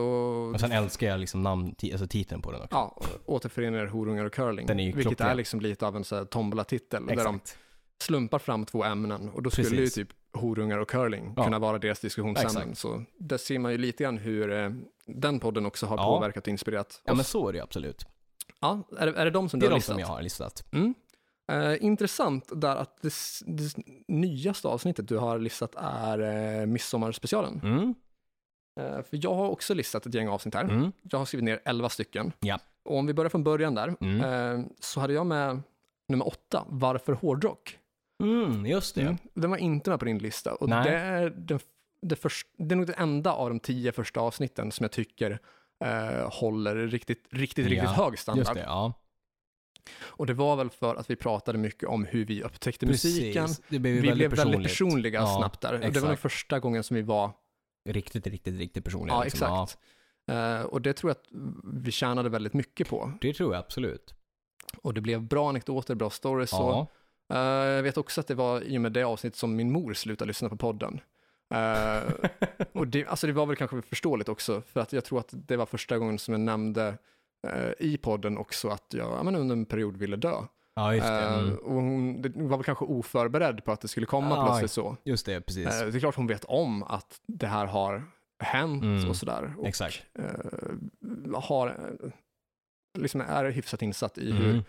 A: Och sen älskar jag liksom namn, ti- alltså titeln på den också.
B: Ja, återförenar horungar och curling.
A: Den är ju
B: vilket
A: klockren.
B: är liksom lite av en så här tombola-titel där de
A: Exakt.
B: slumpar fram två ämnen och då skulle
A: Precis.
B: ju typ horungar och curling
A: Ja.
B: kunna vara deras diskussionsämnen.
A: Exakt.
B: Så där ser man ju lite grann hur eh, den podden också har
A: Ja.
B: påverkat och inspirerat
A: Ja
B: oss.
A: men så är det ju absolut.
B: Ja, är, det- är det de som
A: Det
B: du
A: är
B: har
A: de
B: listat?
A: som jag har listat.
B: Mm. Eh, intressant där att det, s- det s- nyaste avsnittet du har listat är eh, midsommarspecialen.
A: Mm.
B: Eh, för jag har också listat ett gäng avsnitt här.
A: Mm.
B: Jag har skrivit ner 11 stycken.
A: Ja.
B: Och om vi börjar från början där,
A: Mm.
B: eh, så hade jag med nummer åtta, Varför hårdrock?
A: Mm, just det.
B: Den var inte med på din lista. Och
A: Nej.
B: det, är den, det, först, det är nog det enda av de tio första avsnitten som jag tycker eh, håller riktigt, riktigt,
A: Ja,
B: riktigt hög standard.
A: Just det, ja.
B: Och det var väl för att vi pratade mycket om hur vi upptäckte musiken.
A: Precis. Det blev
B: Vi
A: ju
B: blev
A: väldigt personligt.
B: väldigt personliga
A: Ja,
B: snabbt där. Och det var den
A: exakt.
B: första gången som vi var
A: Riktigt, riktigt, riktigt personliga.
B: Ja,
A: liksom.
B: exakt. Eh, och det tror jag att vi tjänade väldigt mycket på.
A: det tror jag absolut.
B: Och det blev bra anekdoter, bra stories. och-
A: Ja.
B: Eh, jag vet också att det var i och med det avsnitt som min mor slutade lyssna på podden. Eh, och det, alltså det var väl kanske förståeligt också, för att jag tror att det var första gången som jag nämnde eh, i podden också att jag ja, men under en period ville dö.
A: Ja, just det.
B: Eh,
A: Mm.
B: och hon det var väl kanske oförberedd på att det skulle komma
A: Aj.
B: plötsligt så.
A: Just det, precis.
B: Eh, det är klart hon vet om att det här har hänt
A: Mm.
B: och sådär. Och,
A: Exakt.
B: eh, har, eh, liksom är hyfsat insatt i hur
A: Mm.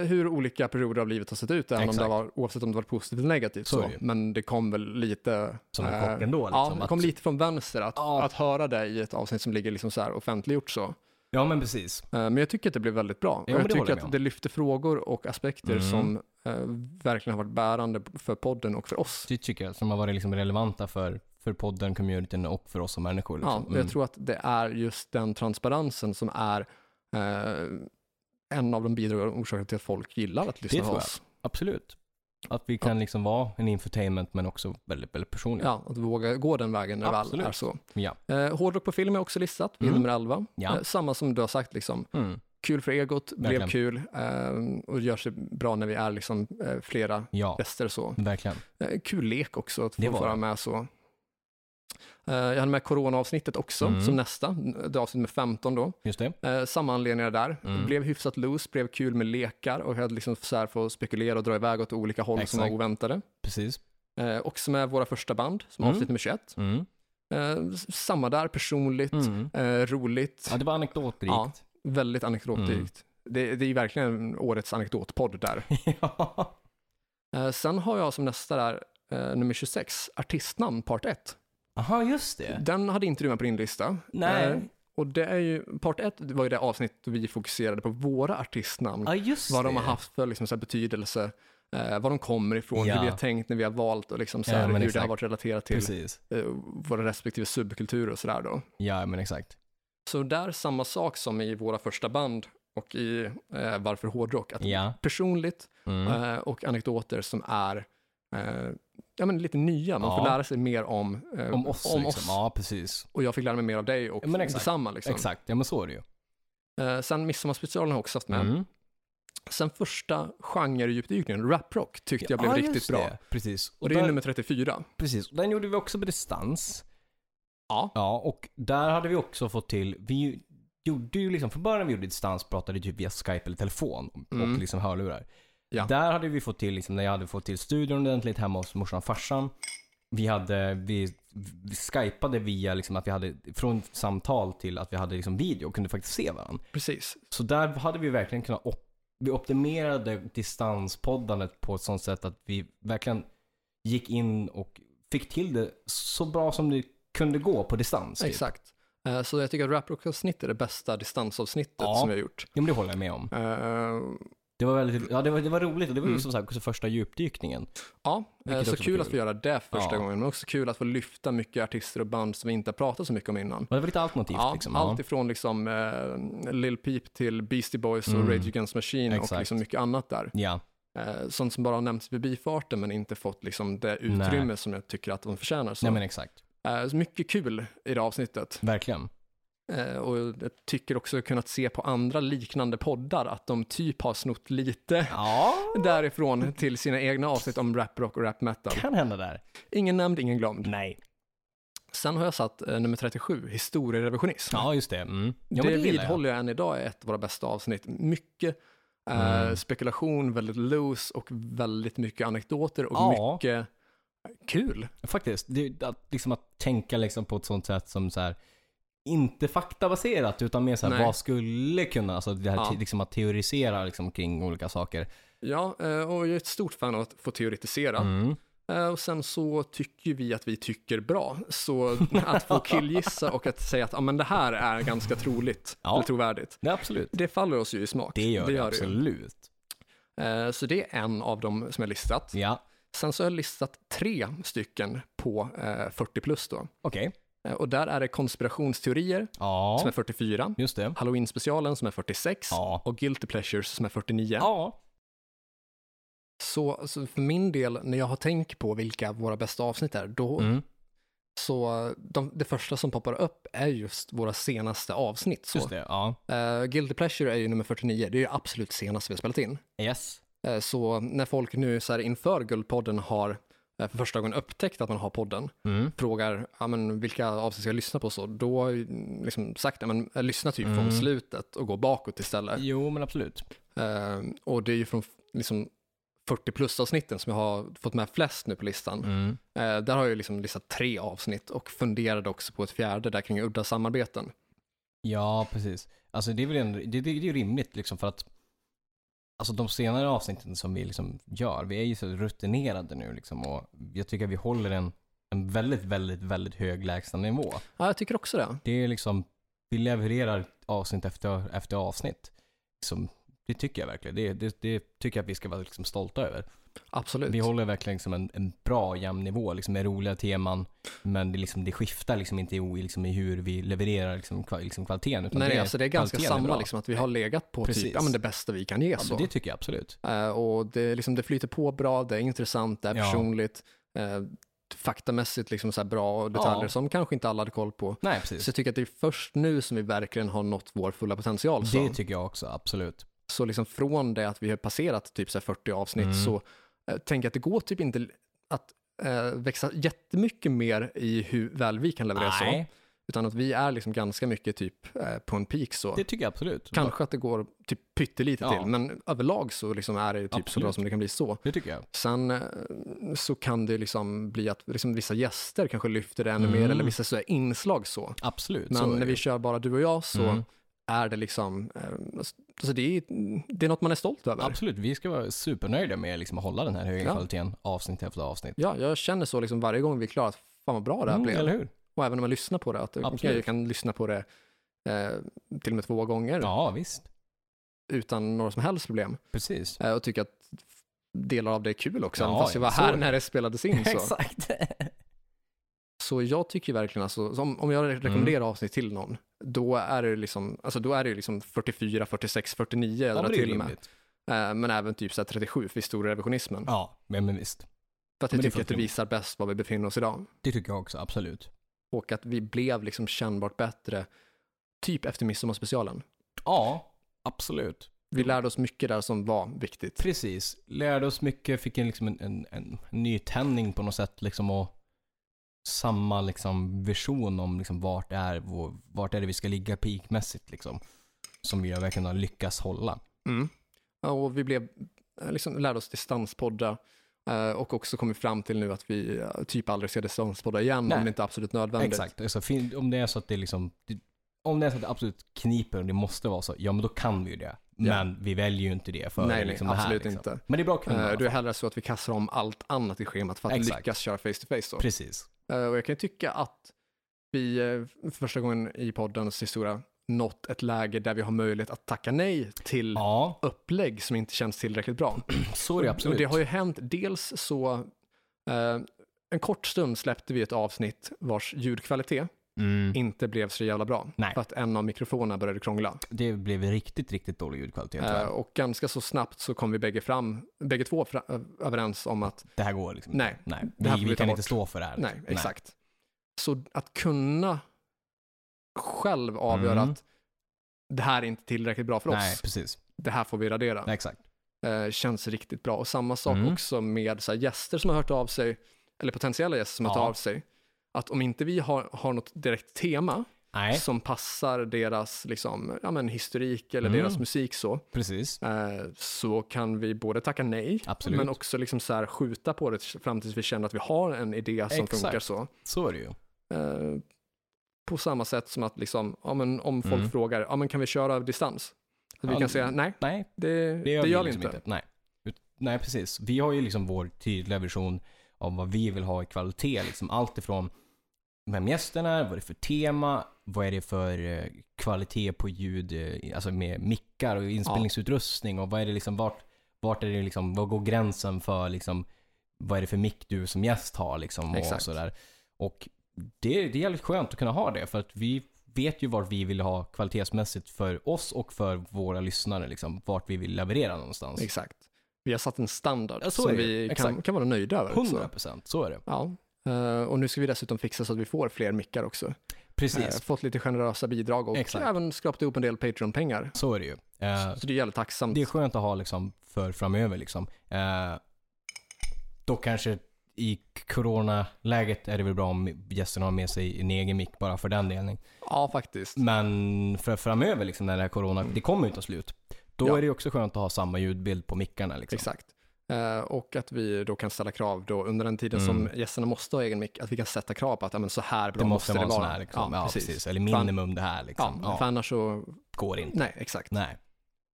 B: eh, hur olika perioder av livet har sett ut, även om det
A: Exakt.
B: var, oavsett om det var positivt eller negativt. Så
A: Så är det ju.
B: Men det kom väl lite...
A: Som en
B: eh,
A: chock ändå. Liksom,
B: Ja, det kom
A: att,
B: lite från vänster att,
A: Ja.
B: att höra det i ett avsnitt som ligger liksom så här offentliggjort så. Eh,
A: ja, men precis.
B: Men jag tycker att det blev väldigt bra. Och
A: men
B: jag
A: det håller
B: tycker
A: jag
B: att
A: med om.
B: det lyfter frågor och aspekter
A: Mm.
B: som eh, verkligen har varit bärande för podden och för oss.
A: Det tycker jag. Som har varit liksom relevanta för, för podden, communityn och för oss som människor. Liksom.
B: Ja, och jag tror att det är just den transparensen som är eh, en av de bidragande orsakerna till att folk gillar att lyssna på
A: tror jag.
B: oss.
A: Absolut. Att vi kan liksom vara en infotainment men också väldigt, väldigt personliga.
B: Ja, att våga gå den vägen när det väl
A: Mm. Absolut.
B: är så.
A: Ja.
B: Eh, hårdrock på film är också listat, vid
A: Mm.
B: nummer 11.
A: Ja.
B: Eh, samma som du har sagt, liksom,
A: Mm.
B: kul för egot, blev
A: Verkligen.
B: kul eh, och gör sig bra när vi är liksom, eh, flera
A: ja
B: gäster. Så.
A: verkligen.
B: Eh, kul lek också att
A: Det
B: få
A: var
B: vara
A: det.
B: med. så. Eh, jag hade med coronaavsnittet också,
A: Mm.
B: som nästa, det är avsnitt med 15 då.
A: Just det.
B: Eh, samma anledningar där.
A: Mm.
B: Blev hyfsat loose, blev kul med lekar och jag hade liksom så här få spekulera och dra iväg åt olika håll som var
A: Exakt.
B: oväntade.
A: Precis.
B: Eh, också med våra första band, som är
A: Mm.
B: avsnitt nummer 21.
A: Mm.
B: Eh, s- samma där, personligt,
A: Mm.
B: eh, roligt.
A: Ja, det var anekdotrikt.
B: Ja. Väldigt
A: Mm.
B: anekdotrikt. Det, det är ju verkligen årets anekdotpodd där.
A: ja.
B: Eh, sen har jag som nästa där, eh, nummer 26, artistnamn part 1.
A: Aha, just det.
B: Den hade inte du med på din lista.
A: Nej.
B: Eh, Och det är ju, part ett var ju det avsnitt då vi fokuserade på våra artistnamn.
A: Ja, just
B: vad
A: det.
B: de har haft för liksom, så här, betydelse, eh, var de kommer ifrån,
A: Ja.
B: hur vi har tänkt när vi har valt och liksom, så
A: Ja,
B: här,
A: men
B: hur det
A: exakt.
B: har varit relaterat till
A: Precis.
B: eh, våra respektive subkulturer och sådär då.
A: Ja, men exakt.
B: Så där samma sak som i våra första band och i eh, Varför hårdrock, att
A: Ja.
B: personligt
A: Mm.
B: eh, och anekdoter som är eh, ja, men lite nya, man
A: Ja.
B: får lära sig mer om, eh,
A: om oss liksom. Ja, precis.
B: Och jag fick lära mig mer av dig och
A: Ja, men exakt.
B: detsamma. Liksom.
A: Exakt, ja men så är det ju.
B: Eh, sen Midsommarspecialen har jag också haft med.
A: Mm.
B: Sen första genredjupdykningen, raprock, tyckte jag blev
A: Ja,
B: riktigt
A: just
B: bra.
A: det. Precis.
B: Och det är
A: där-
B: nummer 34.
A: Precis, och den gjorde vi också på distans.
B: Ja.
A: Ja, och där hade vi också fått till, vi gjorde ju liksom, från början när vi gjorde distans pratade vi typ via Skype eller telefon och
B: Mm.
A: liksom hörlurar.
B: Ja.
A: Där hade vi fått till, liksom, när jag hade fått till studion ordentligt hemma hos morsan och farsan. Vi hade, vi, vi skypade via liksom att vi hade, från samtal till att vi hade liksom video och kunde faktiskt se varandra.
B: Precis.
A: Så där hade vi verkligen kunnat, op- vi optimerade distanspoddandet på ett sånt sätt att vi verkligen gick in och fick till det så bra som det kunde gå på distans. typ.
B: Exakt. Eh, så jag tycker att raprock-avsnittet är det bästa distansavsnittet
A: Ja.
B: som vi har gjort.
A: Ja, men det håller jag med om.
B: Eh,
A: Det var, väldigt, ja, det var, det var roligt och det var ju
B: Mm.
A: som sagt också första djupdykningen.
B: ja, eh,
A: Vilket
B: så
A: också
B: kul
A: var
B: att få göra det första
A: Ja.
B: gången, men också kul att få lyfta mycket artister och band som vi inte har pratat så mycket om innan.
A: Och det var lite alternativt
B: Ja,
A: liksom.
B: allt ifrån liksom, eh, Lil Peep till Beastie Boys och
A: Mm.
B: Rage Against the Machine och
A: Exakt.
B: liksom mycket annat där.
A: Ja,
B: Eh, sånt som bara har nämnts vid bifarten men inte fått liksom, det utrymme som jag tycker att de förtjänar. Så.
A: nej men exakt.
B: Eh, så mycket kul i det avsnittet.
A: Verkligen.
B: Eh, och jag tycker också kunnat se på andra liknande poddar att de typ har snott lite
A: Ja,
B: därifrån till sina egna avsnitt om rap rock och rap metal.
A: kan hända där.
B: Ingen nämnd, ingen glömd.
A: Nej.
B: Sen har jag satt eh, nummer 37, historierevisionism.
A: Ja, just det. Mm. Ja,
B: det
A: men gillar jag.
B: vidhåller jag än idag är ett av våra bästa avsnitt. Mycket eh,
A: Mm.
B: spekulation, väldigt loose och väldigt mycket anekdoter och
A: Ja.
B: mycket kul.
A: Faktiskt. Det, att, liksom att tänka liksom på ett sånt sätt som så här, inte faktabaserat utan mer så här,
B: Nej.
A: vad skulle kunna, alltså det här
B: Ja.
A: te, liksom att teorisera liksom, kring olika saker.
B: Ja, eh, och jag är ett stort fan av att få teoretisera.
A: Mm.
B: Eh, Och sen så tycker vi att vi tycker bra. Så att få killgissa och att säga att ja, men det här är ganska troligt,
A: Ja.
B: eller trovärdigt.
A: Nej, absolut.
B: Det faller oss ju i smak.
A: Det gör det,
B: ju.
A: absolut.
B: Eh, Så det är en av dem som jag listat.
A: Ja,
B: Sen så har jag listat tre stycken på eh, 40 plus då.
A: okej.
B: Eh, Och där är det konspirationsteorier som
A: Ja,
B: är 44,
A: just det.
B: Halloween-specialen som är 46
A: Ja.
B: och Guilty Pleasures som är 49.
A: Ja.
B: Så, så för min del, när jag har tänkt på vilka våra bästa avsnitt är, då
A: Mm.
B: Så de, det första som poppar upp är just våra senaste avsnitt. Så.
A: Just det, ja.
B: Eh, Guilty Pleasure är ju nummer 49, det är ju absolut senast vi har spelat in.
A: Yes.
B: Eh, så när folk nu så här inför Guldpodden har eh, för första gången upptäckt att man har podden,
A: Mm.
B: frågar ja, men, vilka avsnitt ska jag lyssna på så, då har jag ju liksom sagt ja, men, eh, lyssna typ
A: Mm.
B: från slutet och gå bakåt istället.
A: Jo, men absolut.
B: Eh, och det är ju från liksom, 40 plus-avsnitten som jag har fått med flest nu på listan.
A: Mm.
B: Eh, där har jag ju liksom listat tre avsnitt och funderade också på ett fjärde där kring udda samarbeten.
A: Ja, precis. Alltså det är väl ändå, det, det, det är ju rimligt liksom för att Alltså de senare avsnitten som vi liksom gör, vi är ju så rutinerade nu liksom och jag tycker att vi håller en, en väldigt, väldigt, väldigt hög lägstanivå.
B: Ja, jag tycker också det.
A: Det är liksom, vi levererar avsnitt efter, efter avsnitt. Liksom, det tycker jag verkligen. Det, det, det tycker jag att vi ska vara liksom stolta över.
B: Absolut.
A: Vi håller verkligen liksom en, en bra jämn nivå liksom med roliga teman, men det, liksom, det skiftar liksom inte i, o- liksom i hur vi levererar liksom, kva, liksom kvaliteten. Utan
B: Nej, det, alltså det är ganska
A: kvaliteten är
B: samma,
A: bra.
B: liksom, att vi har legat på
A: Precis.
B: typ, ja, men det bästa vi kan ge.
A: Ja,
B: så.
A: men det tycker jag absolut.
B: Eh, och det, liksom, det flyter på bra, det är intressant, det är
A: Ja.
B: personligt, eh, faktamässigt liksom, så här bra och detaljer
A: Ja.
B: som kanske inte alla hade koll på.
A: Nej, precis.
B: Så jag tycker att det är först nu som vi verkligen har nått vår fulla potential. Så,
A: Det typ- tycker jag också, absolut.
B: så liksom från det att vi har passerat typ så här 40 avsnitt
A: Mm.
B: så eh, tänker jag att det går typ inte att eh, växa jättemycket mer i hur väl vi kan leverera så.
A: Nej,
B: Utan att vi är liksom ganska mycket typ eh, på en peak så.
A: det tycker jag absolut.
B: Kanske att det går typ pyttelite
A: Ja.
B: till, men överlag så liksom är det ju typ så bra
A: Absolut.
B: som det kan bli så.
A: Det tycker jag.
B: Sen eh, så kan det liksom bli att liksom vissa gäster kanske lyfter det ännu
A: Mm.
B: mer eller vissa så här inslag så.
A: Absolut.
B: Men
A: så är
B: när
A: det.
B: vi kör bara du och jag så
A: Mm.
B: är det liksom, eh, alltså det, är, det är något man är stolt över.
A: Absolut, vi ska vara supernöjda med liksom, att hålla den här höga
B: Ja.
A: kvaliteten avsnitt efter avsnitt.
B: Ja, jag känner så liksom varje gång vi är klara, att fan vad bra det här
A: Mm,
B: blev.
A: eller hur?
B: Och även när man lyssnar på det, att eh,
A: Absolut.
B: jag kan lyssna på det eh, till och med två gånger
A: Ja, visst.
B: utan några som helst problem.
A: Precis.
B: Eh, och tycker att delar av det är kul också,
A: Ja,
B: även fast jag
A: ja,
B: var
A: så är
B: här
A: det.
B: när det spelades in. Så.
A: Exakt.
B: Så jag tycker verkligen, alltså, som, om
A: Mm.
B: jag rekommenderar avsnitt till någon, då är det liksom, alltså, då är det liksom 44, 46, 49
A: Ja,
B: eller
A: men det är ju
B: till och med.
A: rimligt.
B: Eh, men även typ så här 37 för historierevisionismen.
A: Ja, men, men visst.
B: För att
A: men
B: jag
A: det
B: tycker att det
A: funkar.
B: visar bäst var vi befinner oss idag.
A: Det tycker jag också, absolut.
B: Och att vi blev liksom kännbart bättre, typ efter midsommarspecialen.
A: Ja, absolut.
B: Vi lärde oss mycket där som var viktigt.
A: Precis. Lärde oss mycket, fick en, liksom en, en, en nytändning på något sätt liksom och samma liksom vision om liksom vart, är, vår- vart är det vi ska ligga peakmässigt liksom. Som vi verkligen har lyckats hålla.
B: Mm. Ja, Och vi blev, eh, liksom, lärde oss distanspodda eh, och också kommit fram till nu att vi eh, typ aldrig ser distanspodda igen
A: Nej.
B: om det inte är absolut nödvändigt.
A: Exakt. Alltså, fin- om det är så att det liksom, det- om det är så att det absolut kniper och det måste vara så, ja men då kan vi ju det. Men vi väljer ju inte det för
B: Nej, nej,
A: liksom det
B: absolut
A: här, liksom.
B: inte.
A: Men det är bra att kunna. i
B: Eh,
A: alla
B: Då är det
A: fall.
B: hellre så att vi kastar om allt annat i schemat för att
A: Exakt.
B: lyckas köra face to face. Då.
A: Precis.
B: Eh, Och jag kan ju tycka att vi eh, för första gången i poddens historia nått ett läge där vi har möjlighet att tacka nej till
A: Ja,
B: upplägg som inte känns tillräckligt bra.
A: så är det
B: Och
A: absolut.
B: det har ju hänt, dels så eh, en kort stund släppte vi ett avsnitt vars ljudkvalitet
A: mm.
B: inte blev så jävla bra.
A: Nej.
B: För att en av mikrofonerna började krångla.
A: Det blev riktigt, riktigt dålig ljudkvalitet
B: Eh,
A: tyvärr.
B: och ganska så snabbt så kom vi bägge, fram, bägge två fra, ö- överens om att
A: Det här går liksom
B: Nej,
A: nej.
B: det här
A: Vi,
B: får
A: vi
B: vi ta
A: kan
B: bort.
A: inte stå för det här.
B: nej, exakt. Så att kunna själv avgöra
A: Mm.
B: att det här är inte tillräckligt bra för
A: Nej, nej
B: oss,
A: precis.
B: det här får vi radera,
A: Nej, exakt.
B: eh, känns riktigt bra. Och samma sak
A: Mm.
B: också med så här, gäster som har hört av sig, eller potentiella gäster som har
A: Ja.
B: hört av sig. Att om inte vi har, har något direkt tema
A: Nej,
B: som passar deras liksom, ja, men, historik eller
A: Mm.
B: deras musik så,
A: precis.
B: eh, så kan vi både tacka nej,
A: Absolut.
B: men också liksom så här skjuta på det fram tills vi känner att vi har en idé som
A: Exakt.
B: funkar så.
A: Så är det ju.
B: Eh, på samma sätt som att liksom, ja, men om folk
A: Mm.
B: frågar, ja, men kan vi köra av distans? Att vi
A: Ja,
B: kan säga nej,
A: Nej,
B: det, det
A: det
B: gör,
A: gör, vi
B: vi
A: liksom
B: inte.
A: inte. Nej. Ut- nej, precis. Vi har ju liksom vår tydliga vision av vad vi vill ha i kvalitet. Liksom allt ifrån vem gästen är, vad det är för tema, vad är det för eh, kvalitet på ljud, eh, alltså med mickar och inspelningsutrustning och vad är det liksom, vart, vart är det liksom, vad går gränsen för liksom, vad är det för mick du som gäst har liksom och
B: Exakt.
A: sådär. Och det, är- det är jävligt skönt att kunna ha det för att vi vet ju vart vi vill ha kvalitetsmässigt för oss och för våra lyssnare liksom, vart vi vill leverera någonstans.
B: Exakt. Vi har satt en standard
A: Alltså. Ja, så är
B: som
A: det ju.
B: vi kan,
A: Exakt.
B: kan vara nöjda över. också.
A: 100% så är det.
B: Ja. Eh, och nu ska vi dessutom fixa så att vi får fler mickar också.
A: Precis,
B: Eh, fått lite generösa bidrag och
A: Exakt.
B: även skrapat ihop en del Patreon-pengar.
A: så är det ju. Eh,
B: Så det är jävligt tacksamt.
A: Det är skönt att ha liksom för framöver liksom. Eh, då kanske i coronaläget är det väl bra om gästerna har med sig en egen mick bara för den delen.
B: Ja, faktiskt.
A: Men för framöver liksom när det här corona, det kommer ju ta slut. Då
B: Ja.
A: är det ju också skönt att ha samma ljudbild på mickarna liksom.
B: Exakt. Eh, och att vi då kan ställa krav då under den tiden
A: Mm.
B: som gästerna måste ha egen mick, att vi kan sätta krav på att ja, men så här bra
A: Det måste vara en
B: det
A: sån
B: vara.
A: här liksom. Ja, precis. Eller minimum det här liksom.
B: Ja,
A: Ja,
B: för annars så,
A: går inte.
B: nej, exakt.
A: Nej,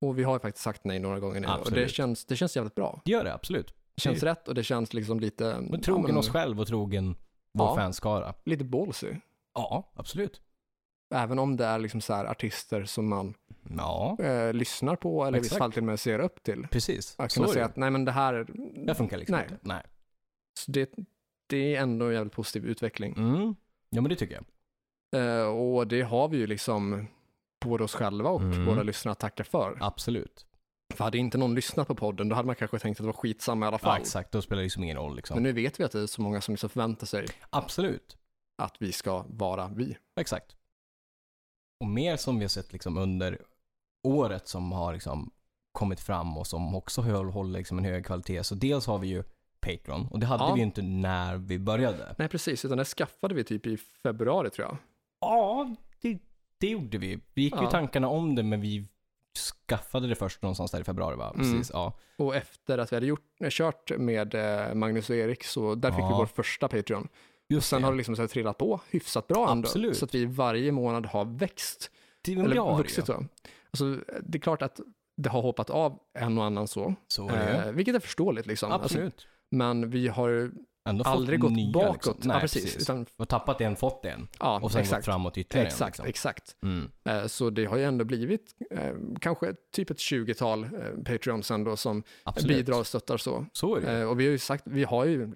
B: Och vi har ju faktiskt sagt nej några gånger nu och det
A: Absolut.
B: känns, det känns jävligt bra.
A: det gör det absolut.
B: Det känns rätt och det känns liksom lite...
A: Men trogen
B: ja, men,
A: oss själv och trogen vår
B: Ja.
A: fanskara.
B: Lite ballsy.
A: Ja, absolut.
B: Även om det är liksom så här artister som man
A: Ja,
B: eh, lyssnar på eller i vissa
A: Exakt.
B: fall till och med ser upp till.
A: precis.
B: Att
A: Så är
B: kunna
A: det
B: säga
A: ju.
B: att nej men det här,
A: Det funkar liksom
B: Nej.
A: inte. Nej.
B: så det, det är ändå en jävligt positiv utveckling.
A: Mm. Ja men det tycker jag.
B: Eh, och det har vi ju liksom både oss själva och
A: Mm.
B: våra lyssnare att tacka för.
A: Absolut.
B: För hade inte någon lyssnat på podden då hade man kanske tänkt att det var skitsamma i alla
A: Ja,
B: fall.
A: exakt, då spelar det liksom ingen roll liksom.
B: men nu vet vi att det är så många som liksom förväntar sig
A: Absolut.
B: att vi ska vara vi.
A: Exakt. Och mer som vi har sett liksom under året som har liksom kommit fram och som också höll- håller liksom en hög kvalitet. Så dels har vi ju Patreon och det hade
B: Ja.
A: vi ju inte när vi började.
B: Nej precis, utan det skaffade vi typ i februari tror jag.
A: Ja, det, det gjorde vi. Vi gick ju
B: Ja.
A: tankarna om det men vi skaffade det först någonstans där i februari va?
B: Mm.
A: Precis, ja.
B: Och efter att vi hade gjort, eh, kört med eh, Magnus och Erik så där fick vi
A: Ja.
B: vår första Patreon.
A: Just
B: Sen
A: det.
B: har det liksom så här trillat på hyfsat bra ändå.
A: Absolut.
B: Så att vi varje månad har växt.
A: det, men det
B: eller
A: har
B: vuxit
A: det ju.
B: då. Alltså, det är klart att det har hoppat av en och annan så.
A: Så är det ju.
B: Eh, vilket är förståeligt liksom. Alltså,
A: Absolut.
B: men vi har
A: ändå fått
B: Aldrig gått
A: nya,
B: bakåt.
A: Liksom.
B: ja, precis. Utan,
A: Och tappat en, fått en.
B: ja,
A: Och sen gått
B: exakt.
A: framåt ytterligare en.
B: Exakt,
A: Liksom.
B: exakt.
A: Mm.
B: Eh, Så det har ju ändå blivit eh, kanske typ ett 20-tal eh, Patreons ändå som
A: Absolut.
B: bidrar och stöttar så.
A: Så är det.
B: Eh, Och vi har ju sagt, vi har ju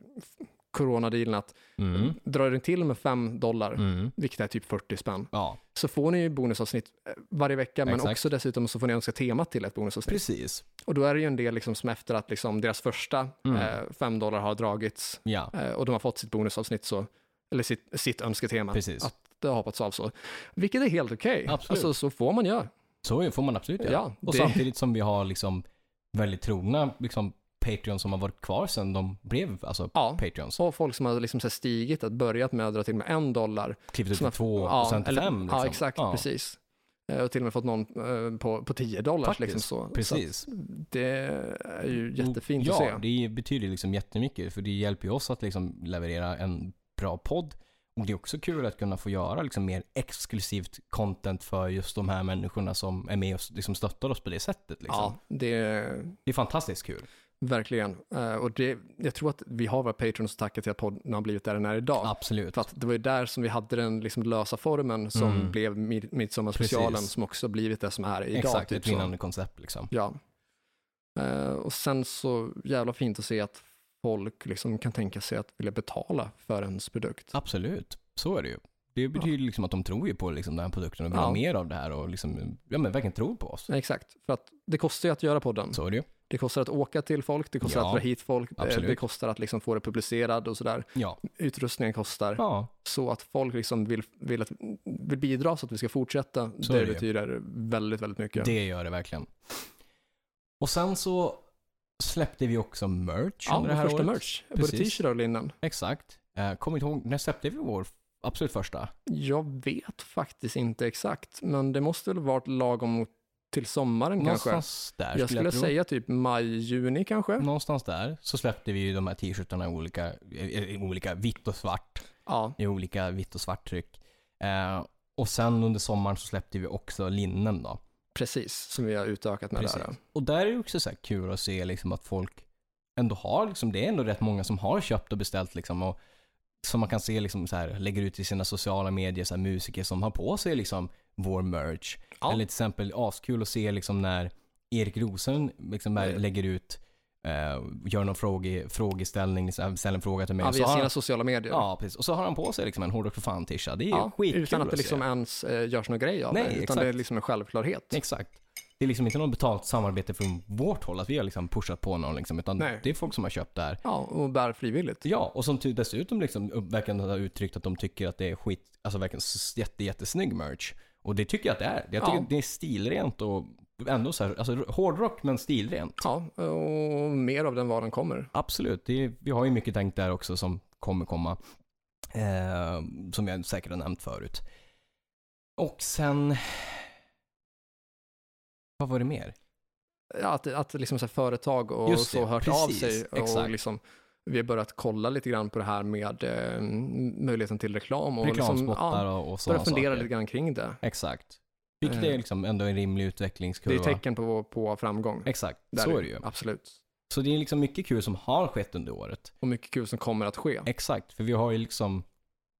B: coronadealen att
A: Mm.
B: drar den till med 5 dollar,
A: Mm.
B: vilket är typ 40 spänn,
A: Ja,
B: så får ni ju bonusavsnitt eh, varje vecka, men
A: Exakt.
B: också dessutom så får ni önska temat till ett bonusavsnitt.
A: precis.
B: Och då är det ju en del liksom som efter att liksom deras första
A: Mm.
B: eh, 5 dollar har dragits
A: Ja,
B: eh, och de har fått sitt bonusavsnitt så, eller sitt, sitt önsketema,
A: Precis.
B: att det har hoppats av så. Vilket är helt okej.
A: Absolut.
B: Alltså så får man göra.
A: så är- får man absolut göra.
B: Ja,
A: Och
B: det-
A: samtidigt som vi har liksom väldigt trogna liksom, Patreons som har varit kvar sedan de blev alltså,
B: Ja.
A: Patreons.
B: Så har folk som har liksom så här stigit, att börjat med att dra till med en dollar.
A: Klivit upp
B: Såna-
A: till två och
B: ja,
A: sen till
B: eller-
A: fem. Liksom.
B: Ja, exakt, precis. Eh, Och till och med fått någon eh, på, på 10 dollar.
A: Faktiskt,
B: Liksom så. Så
A: Precis. Mm.
B: att det är ju jättefint
A: ja,
B: att se.
A: det betyder liksom jättemycket för det hjälper ju oss att liksom leverera en bra podd. Och det är också kul att kunna få göra liksom mer exklusivt content för just de här människorna som är med och liksom stöttar oss på det sättet. Liksom.
B: Ja, det är
A: Det är fantastiskt kul.
B: verkligen. Eh, Och det, jag tror att vi har våra patrons att tacka till att podden har blivit där den är idag.
A: Absolut.
B: För att det var ju där som vi hade den liksom lösa formen som
A: Mm.
B: blev mid- midsommarspecialen
A: Precis.
B: som också blivit det som är idag.
A: Exakt,
B: typ
A: ett
B: så.
A: vinnande koncept liksom.
B: Ja. Eh, och sen så jävla fint att se att folk liksom kan tänka sig att vilja betala för ens produkt.
A: Absolut, så är det ju. Det betyder liksom att de tror ju på liksom den här produkten och vill ha
B: Ja.
A: mer av det här och liksom, ja men verkligen tror på oss.
B: Nej, Exakt, för att det kostar ju att göra podden.
A: Så är det ju.
B: Det kostar att åka till folk, det kostar
A: Ja,
B: att dra hit folk, eh,
A: absolut.
B: det kostar att liksom få det publicerad och sådär.
A: Ja.
B: Utrustningen kostar.
A: ja,
B: Så att folk liksom vill, vill, att, vill bidra så att vi ska fortsätta,
A: Så är
B: det
A: det ju.
B: betyder väldigt, väldigt mycket.
A: det gör det verkligen. Och sen så släppte vi också merch
B: ja,
A: under det här
B: första
A: året.
B: merch. Både
A: Precis.
B: t-shirt och linnen.
A: Exakt. Eh, Kommer inte ihåg, när släppte vi vår absolut första?
B: Jag vet faktiskt inte exakt, men det måste väl varit lagom mot- till sommaren kanske.
A: Någonstans där
B: Jag skulle
A: tro. Mm.
B: säga typ maj, juni kanske.
A: Någonstans där så släppte vi ju de här t-shirtarna i olika, i i olika vitt och svart.
B: Ja,
A: I olika vitt och svart tryck. Eh, och sen under sommaren så släppte vi också linnen då.
B: precis. Som vi har utökat med
A: Precis.
B: där.
A: Och där är det också så här kul att se liksom att folk ändå har, liksom, det är ändå rätt många som har köpt och beställt liksom, och som man kan se liksom så här, lägger ut i sina sociala medier, så här, musiker som har på sig liksom vår merch.
B: Ja.
A: Eller till exempel askul att se liksom när Erik Rosen liksom bara
B: Mm.
A: lägger ut, eh, gör någon fråge, frågeställning, liksom, ställer en fråga till mig.
B: Ja,
A: och, så
B: via
A: har
B: sina
A: han,
B: sociala medier.
A: ja, precis. och så har han på sig liksom en Hårdrock för fan-tisha. Det är
B: Ja,
A: ja, skitkul
B: utan att det
A: se.
B: liksom ens eh, görs någon grej av
A: Nej,
B: det, utan
A: exakt.
B: det är liksom en självklarhet.
A: Exakt. Det är liksom inte något betalt samarbete från vårt håll, att vi har liksom pushat på någon, liksom, utan
B: Nej.
A: det är folk som har köpt det här.
B: Ja, och bär frivilligt.
A: Ja, och som ty- dessutom liksom upp- verkligen har uttryckt att de tycker att det är skit, alltså verkligen s- jätte, jättesnygg merch. Och det tycker jag att det är. Jag tycker
B: Ja.
A: det är stilrent och ändå så här, alltså r- hårdrock men stilrent.
B: Ja, och mer av den varan kommer.
A: Absolut, det är, vi har ju mycket tänkt där också som kommer komma. Eh, som jag säkert har nämnt förut. Och sen... Vad var det mer?
B: Ja, Att, att liksom så här företag och
A: Just det,
B: så hört av
A: precis,
B: sig. Och
A: exakt.
B: liksom, vi har börjat kolla lite grann på det här med eh, möjligheten till reklam. Och liksom,
A: Reklamspottar
B: ja,
A: och, och sådana
B: börjat fundera
A: saker.
B: lite grann kring det.
A: Exakt. Vilket
B: Eh.
A: är liksom ändå en rimlig
B: Det är
A: utvecklingskurva.
B: tecken på, på framgång.
A: Exakt,
B: Där
A: så är det ju.
B: Absolut.
A: Så det är liksom mycket kul som har skett under året.
B: Och mycket kul som kommer att ske.
A: Exakt, för vi har ju liksom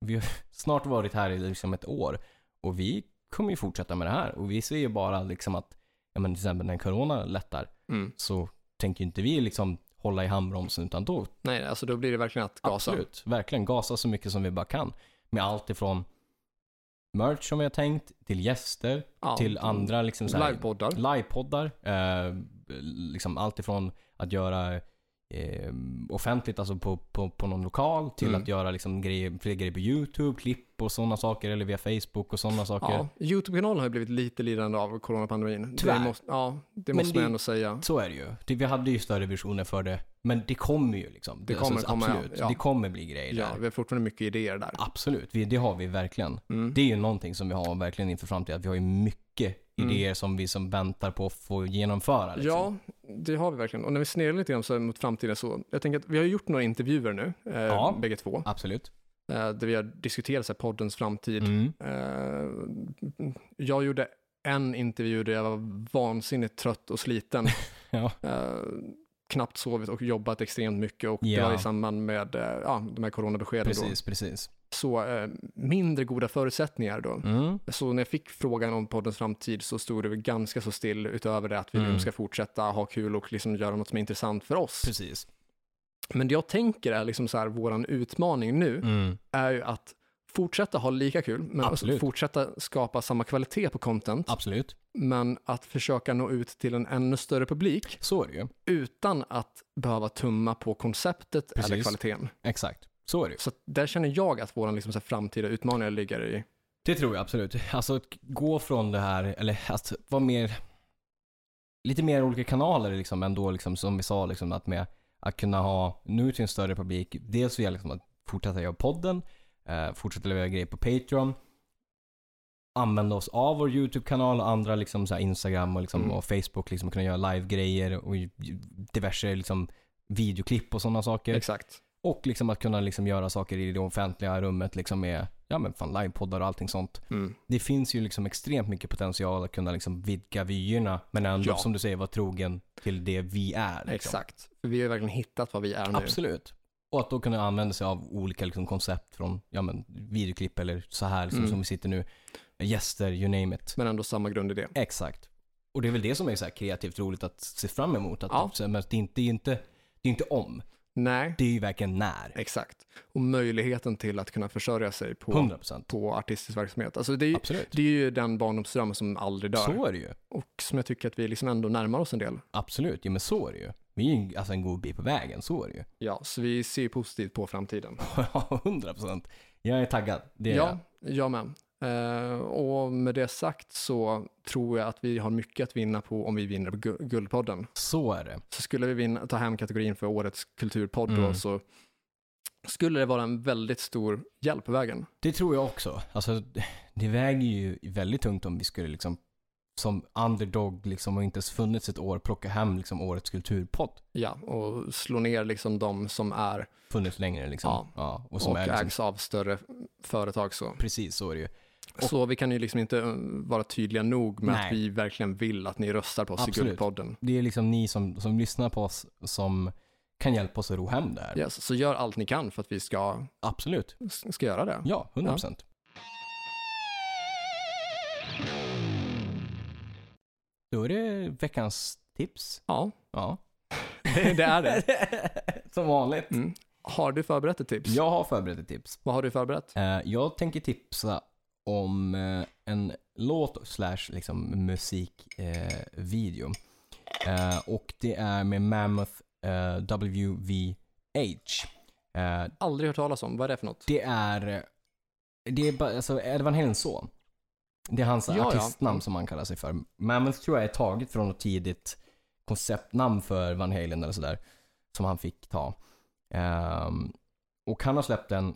A: vi har snart varit här i liksom ett år och vi kommer ju fortsätta med det här och vi ser ju bara liksom att ja men till exempel när corona lättar
B: Mm.
A: så tänker ju inte vi liksom hålla i handbromsen utan då
B: Nej, alltså då blir det verkligen att gasa.
A: absolut, verkligen gasa så mycket som vi bara kan med allt ifrån merch som vi har tänkt till gäster
B: Ja. Mm.
A: till andra liksom så här,
B: Livepoddar.
A: livepoddar. Eh, liksom allt ifrån att göra eh, offentligt, alltså på, på, på någon lokal, till
B: Mm.
A: att göra liksom grejer, fler grejer på YouTube, klipp och sådana saker, eller via Facebook och sådana saker.
B: Ja, Youtube-kanalen har ju blivit lite lidande av coronapandemin.
A: Tyvärr.
B: Det måste, ja, det
A: Men
B: måste man
A: det-
B: ändå säga.
A: Så är det ju. Det, vi hade ju större visioner för det, men det kommer ju liksom.
B: Det kommer komma, ja.
A: absolut.
B: Ja.
A: Det kommer bli grejer
B: Ja,
A: där.
B: vi har fortfarande mycket idéer där.
A: Absolut, vi, det har vi verkligen.
B: Mm.
A: Det är ju någonting som vi har verkligen inför framtiden, att vi har ju mycket
B: Mm.
A: idéer som vi som väntar på att få genomföra. Liksom.
B: Ja, det har vi verkligen. Och när vi sneglar lite grann så här mot framtiden så, jag tänker att vi har ju gjort några intervjuer nu, eh,
A: Ja.
B: bägge två,
A: Absolut.
B: eh, där vi har diskuterat så här, poddens framtid.
A: Mm.
B: Eh, jag gjorde en intervju där jag var vansinnigt trött och sliten.
A: Ja.
B: Eh, knappt sovit och jobbat extremt mycket och det
A: Ja.
B: var i samband med eh, ja, de här coronabeskeden. Då.
A: Precis, precis.
B: Så eh, mindre goda förutsättningar då.
A: Mm.
B: Så när jag fick frågan om poddens framtid så stod det väl ganska så still utöver det att vi
A: Mm.
B: nu ska fortsätta ha kul och liksom göra något som är intressant för oss.
A: Precis.
B: Men det jag tänker är liksom så här, våran utmaning nu
A: Mm.
B: är ju att fortsätta ha lika kul, men alltså
A: Absolut.
B: fortsätta skapa samma kvalitet på content,
A: Absolut.
B: men att försöka nå ut till en ännu större publik
A: Så är det ju.
B: utan att behöva tumma på konceptet eller
A: Precis.
B: kvaliteten.
A: Exakt. Så är det ju.
B: Så att där känner jag att våran liksom så här framtida utmaningar ligger i.
A: Det tror jag absolut. Alltså att gå från det här, eller att vara mer, lite mer olika kanaler liksom ändå liksom som vi sa liksom att med att kunna ha nu till en större publik. Dels så gäller det liksom att fortsätta göra podden, eh, fortsätta leverera grejer på Patreon, använda oss av vår YouTube-kanal och andra liksom så här Instagram och, liksom,
B: Mm.
A: och Facebook liksom kunna göra live-grejer och ju- ju- diverse liksom videoklipp och sådana saker.
B: Exakt.
A: Och liksom att kunna liksom göra saker i det offentliga rummet liksom med ja, men fan, livepoddar och allting sånt.
B: Mm.
A: Det finns ju liksom extremt mycket potential att kunna liksom vidga vyerna men ändå
B: Ja.
A: som du säger vara trogen till det vi är. Liksom.
B: Exakt. För vi har ju verkligen hittat vad vi är nu.
A: Absolut. Och att då kunna använda sig av olika liksom, koncept från ja, men, videoklipp eller så här liksom,
B: Mm.
A: som vi sitter nu. Gäster, you name it.
B: Men ändå samma grundidé.
A: Exakt. Och det är väl det som är så här kreativt roligt att se fram emot. Att typ
B: Ja.
A: så här, men det, är inte, det, är inte, det är inte om,
B: Nej,
A: det är ju verkligen när.
B: exakt. Och möjligheten till att kunna försörja sig på,
A: 100%.
B: på artistisk verksamhet. Alltså det, är, ju-
A: Absolut.
B: det är ju den barndomsdröm som aldrig dör.
A: Så är det ju.
B: Och som jag tycker att vi liksom ändå närmar oss en del.
A: Absolut, ja men så är det ju. Vi är ju alltså en god bit på vägen, så är det ju.
B: Ja, så vi ser ju positivt på framtiden.
A: Ja, 100 procent. Jag är taggad. Det är jag.
B: Ja, jag med. Eh, och med det sagt så tror jag att vi har mycket att vinna på om vi vinner gu- Guldpodden.
A: Så är det.
B: Så skulle vi vinna, ta hem kategorin för årets kulturpodd då
A: Mm.
B: så skulle det vara en väldigt stor hjälp på vägen.
A: Det tror jag också. Alltså, det väger ju väldigt tungt om vi skulle liksom som underdog liksom och inte ens funnits ett år plocka hem liksom årets kulturpodd.
B: Ja, och slå ner liksom de som är
A: Funnits längre liksom.
B: Ja.
A: Ja. och som
B: och
A: är liksom,
B: ägs av större företag så.
A: Precis så är det ju.
B: Så vi kan ju liksom inte eh, vara tydliga nog med att
A: Nej.
B: vi verkligen vill att ni röstar på oss i
A: Absolut.
B: Guldpodden.
A: Det är liksom ni som, som lyssnar på oss som kan hjälpa oss att ro hem det här.
B: Yes, så gör allt ni kan för att vi ska,
A: Absolut.
B: ska göra det.
A: Ja, 100 procent. Då är det veckans tips.
B: Ja,
A: Ja.
B: det är det.
A: Som vanligt.
B: Mm. Har du förberett ett tips?
A: Jag har förberett ett tips.
B: Vad har du förberett?
A: Eh, Jag tänker tipsa om eh, en låt slash liksom musikvideo. Eh, Och det är med Mammoth eh, WVH. Eh,
B: Aldrig hört talas om. Vad är det för något?
A: Det är... Det är bara, alltså Edvin Hellens son. Det är hans
B: Ja, ja.
A: artistnamn som han kallar sig för. Mammoth tror jag är taget från något tidigt konceptnamn för Van Halen eller sådär. Som han fick ta. Ehm, och han har släppt en,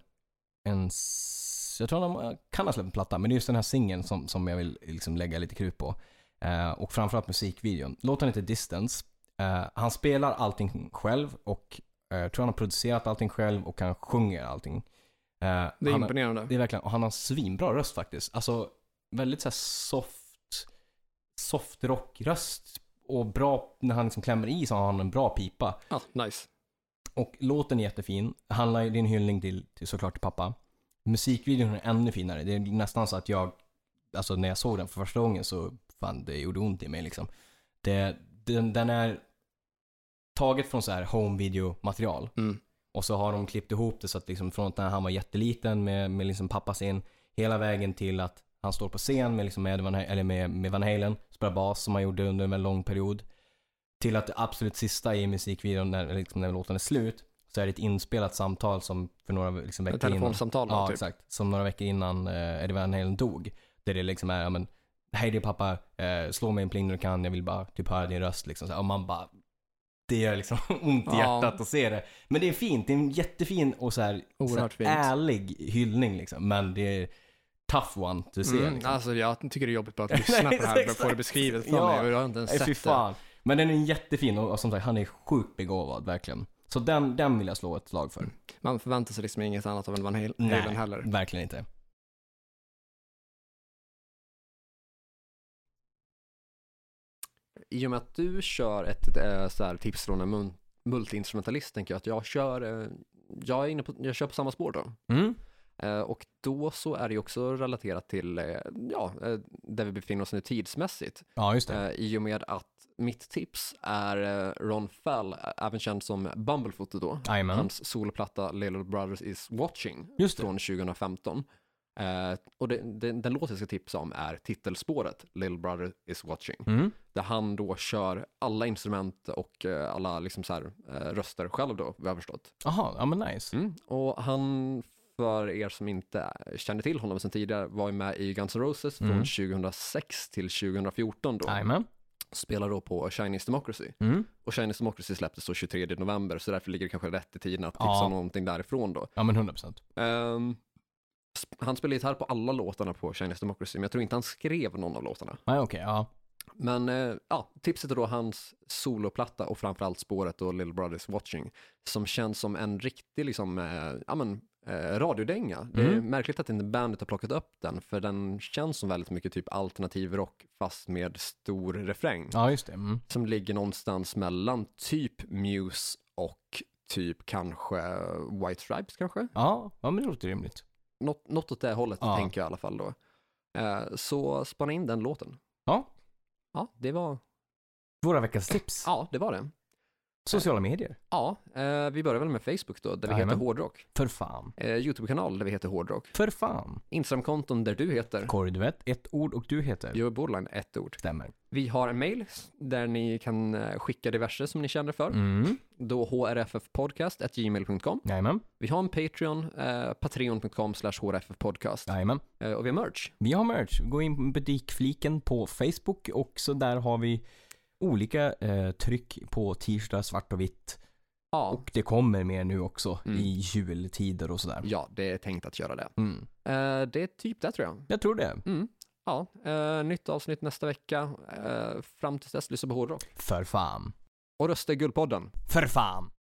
A: en... s- Jag tror han har- kan ha släppt en platta, men det är just den här singeln som, som jag vill liksom lägga lite krut på. Eh, och framförallt musikvideon. Låten heter Distance. Eh, han spelar allting själv och eh, jag tror han har producerat allting själv och han sjunger allting. Eh,
B: Det är
A: han,
B: imponerande.
A: det är verkligen, och han har en svinbra röst faktiskt. Alltså väldigt så här soft, soft rockröst och bra, när han liksom klämmer i så har han en bra pipa.
B: Ja, Ah, nice.
A: Och låten är jättefin. Handlar, det är en hyllning till, till såklart till pappa. Musikvideon är ännu finare. Det är nästan så att jag, alltså när jag såg den för första gången så fan det gjorde ont i mig liksom. Det, den, den är taget från så här home video material.
B: Mm.
A: Och så har de klippt ihop det så att liksom från när han var jätteliten med, med liksom pappa sin hela vägen till att han står på scen med, liksom med, Van, eller med, med Van Halen, spelar bas som han gjorde under en väldigt lång period. Till att det absolut sista i musikvideon, när, liksom, när låten är slut, så är det ett inspelat samtal som för några liksom,
B: Ett
A: veckor innan.
B: telefonsamtal
A: Ja,
B: typ.
A: exakt. Som några veckor innan eh, Eddie Van Halen dog. Där det liksom är, ja men, hej det är pappa, eh, slå mig en pling när du kan, jag vill bara typ höra din röst liksom. Så här, och man bara, det gör liksom ont i
B: Ja.
A: hjärtat att se det. Men det är fint, det är en jättefin och så här, så här
B: Oerhört fint.
A: ärlig hyllning liksom. Men det är tough one to see.
B: Mm,
A: liksom.
B: Alltså jag tycker det är jobbigt bara att lyssna på det här och
A: exakt.
B: få det beskrivet för
A: Ja.
B: mig och jag har inte ens
A: Nej, fy
B: sett det.
A: fan. Men den är jättefin och, och som sagt, han är sjukt begåvad verkligen. Så den, den vill jag slå ett slag för.
B: Man förväntar sig liksom inget annat av en Van Hal-
A: Nej.
B: Halen heller.
A: Verkligen inte.
C: I och med att du kör ett eh, så här, tips från en mun-
B: multiinstrumentalist tänker jag att jag kör, eh, jag är inne på, jag kör på samma spår då.
A: Mm.
B: Eh, Och då så är det ju också relaterat till, eh, ja, eh, där vi befinner oss nu tidsmässigt.
A: Ja, just det.
B: Eh, I och med att mitt tips är eh, Ron Fell, även känd som Bumblefoot då.
A: Jajamän.
B: Hans solplatta Little Brothers Is Watching
A: Just det.
B: från 2015. Eh, och det, det, den låt jag ska tipsa om är titelspåret Little Brother Is Watching.
A: Mm.
B: Där han då kör alla instrument och eh, alla liksom så här, eh, röster själv då, vad jag har förstått.
A: Aha, ja men nice.
B: Mm. Och han, för er som inte känner till honom sedan tidigare, var ju med i Guns N' Roses från
A: Mm.
B: 2006 till 2014 då.
A: Jajamän.
B: Spelar då på Chinese Democracy.
A: Mm.
B: Och Chinese Democracy släpptes då 23 november, så därför ligger det kanske rätt i tiden att tipsa
A: Ja.
B: om någonting därifrån då.
A: Ja men 100%.
B: Ehm, sp- han spelar gitarr på alla låtarna på Chinese Democracy, men jag tror inte han skrev någon av låtarna.
A: Nej okej, ja.
B: Men eh, ja, tipset är då hans soloplatta och framförallt spåret och Little Brothers Watching som känns som en riktig liksom, eh, ja, men, eh, radiodänga. Det är
A: Mm.
B: märkligt att inte bandet har plockat upp den för den känns som väldigt mycket typ alternativ rock fast med stor refräng
A: Ja just det. Mm.
B: som ligger någonstans mellan typ Muse och typ kanske White Stripes kanske?
A: Ja, ja men det låter rimligt.
B: Något, något åt det hållet
A: Ja.
B: tänker jag i alla fall då. Eh, så spana in den låten.
A: Ja.
B: Ja, det var,
A: Våra veckans tips.
B: ja, det, var det.
A: Sociala medier.
B: Ja, eh, vi börjar väl med Facebook då, där vi
A: Jajamän.
B: heter Hårdrock.
A: För fan.
B: Eh, Youtube-kanal där vi heter Hårdrock.
A: För fan.
B: Instagram-konton där du heter.
A: Kåre du vet, ett ord och du heter.
B: Joey Borderline, ett ord.
A: Stämmer.
B: Vi har en mail där ni kan eh, skicka diverse som ni känner för.
A: Mm.
B: Då hrffpodcast.gmail.com.
A: Jajamän.
B: Vi har en Patreon, eh, patreon.com slash hrffpodcast.
A: Jajamän.
B: Eh, och vi har merch.
A: Vi har merch. Gå in på butikfliken på Facebook och så där har vi olika eh, tryck på t-shirtar, svart och vitt.
B: Ja,
A: Och det kommer mer nu också
B: Mm.
A: i jultider och sådär.
B: ja, det är tänkt att göra det.
A: Mm.
B: Eh, det är typ det tror jag.
A: Jag tror det.
B: Mm. Ja, eh, nytt avsnitt nästa vecka. Eh, fram tills dess, lyssna på hårdrock.
A: För fan.
B: Och rösta i Guldpodden.
A: För fan.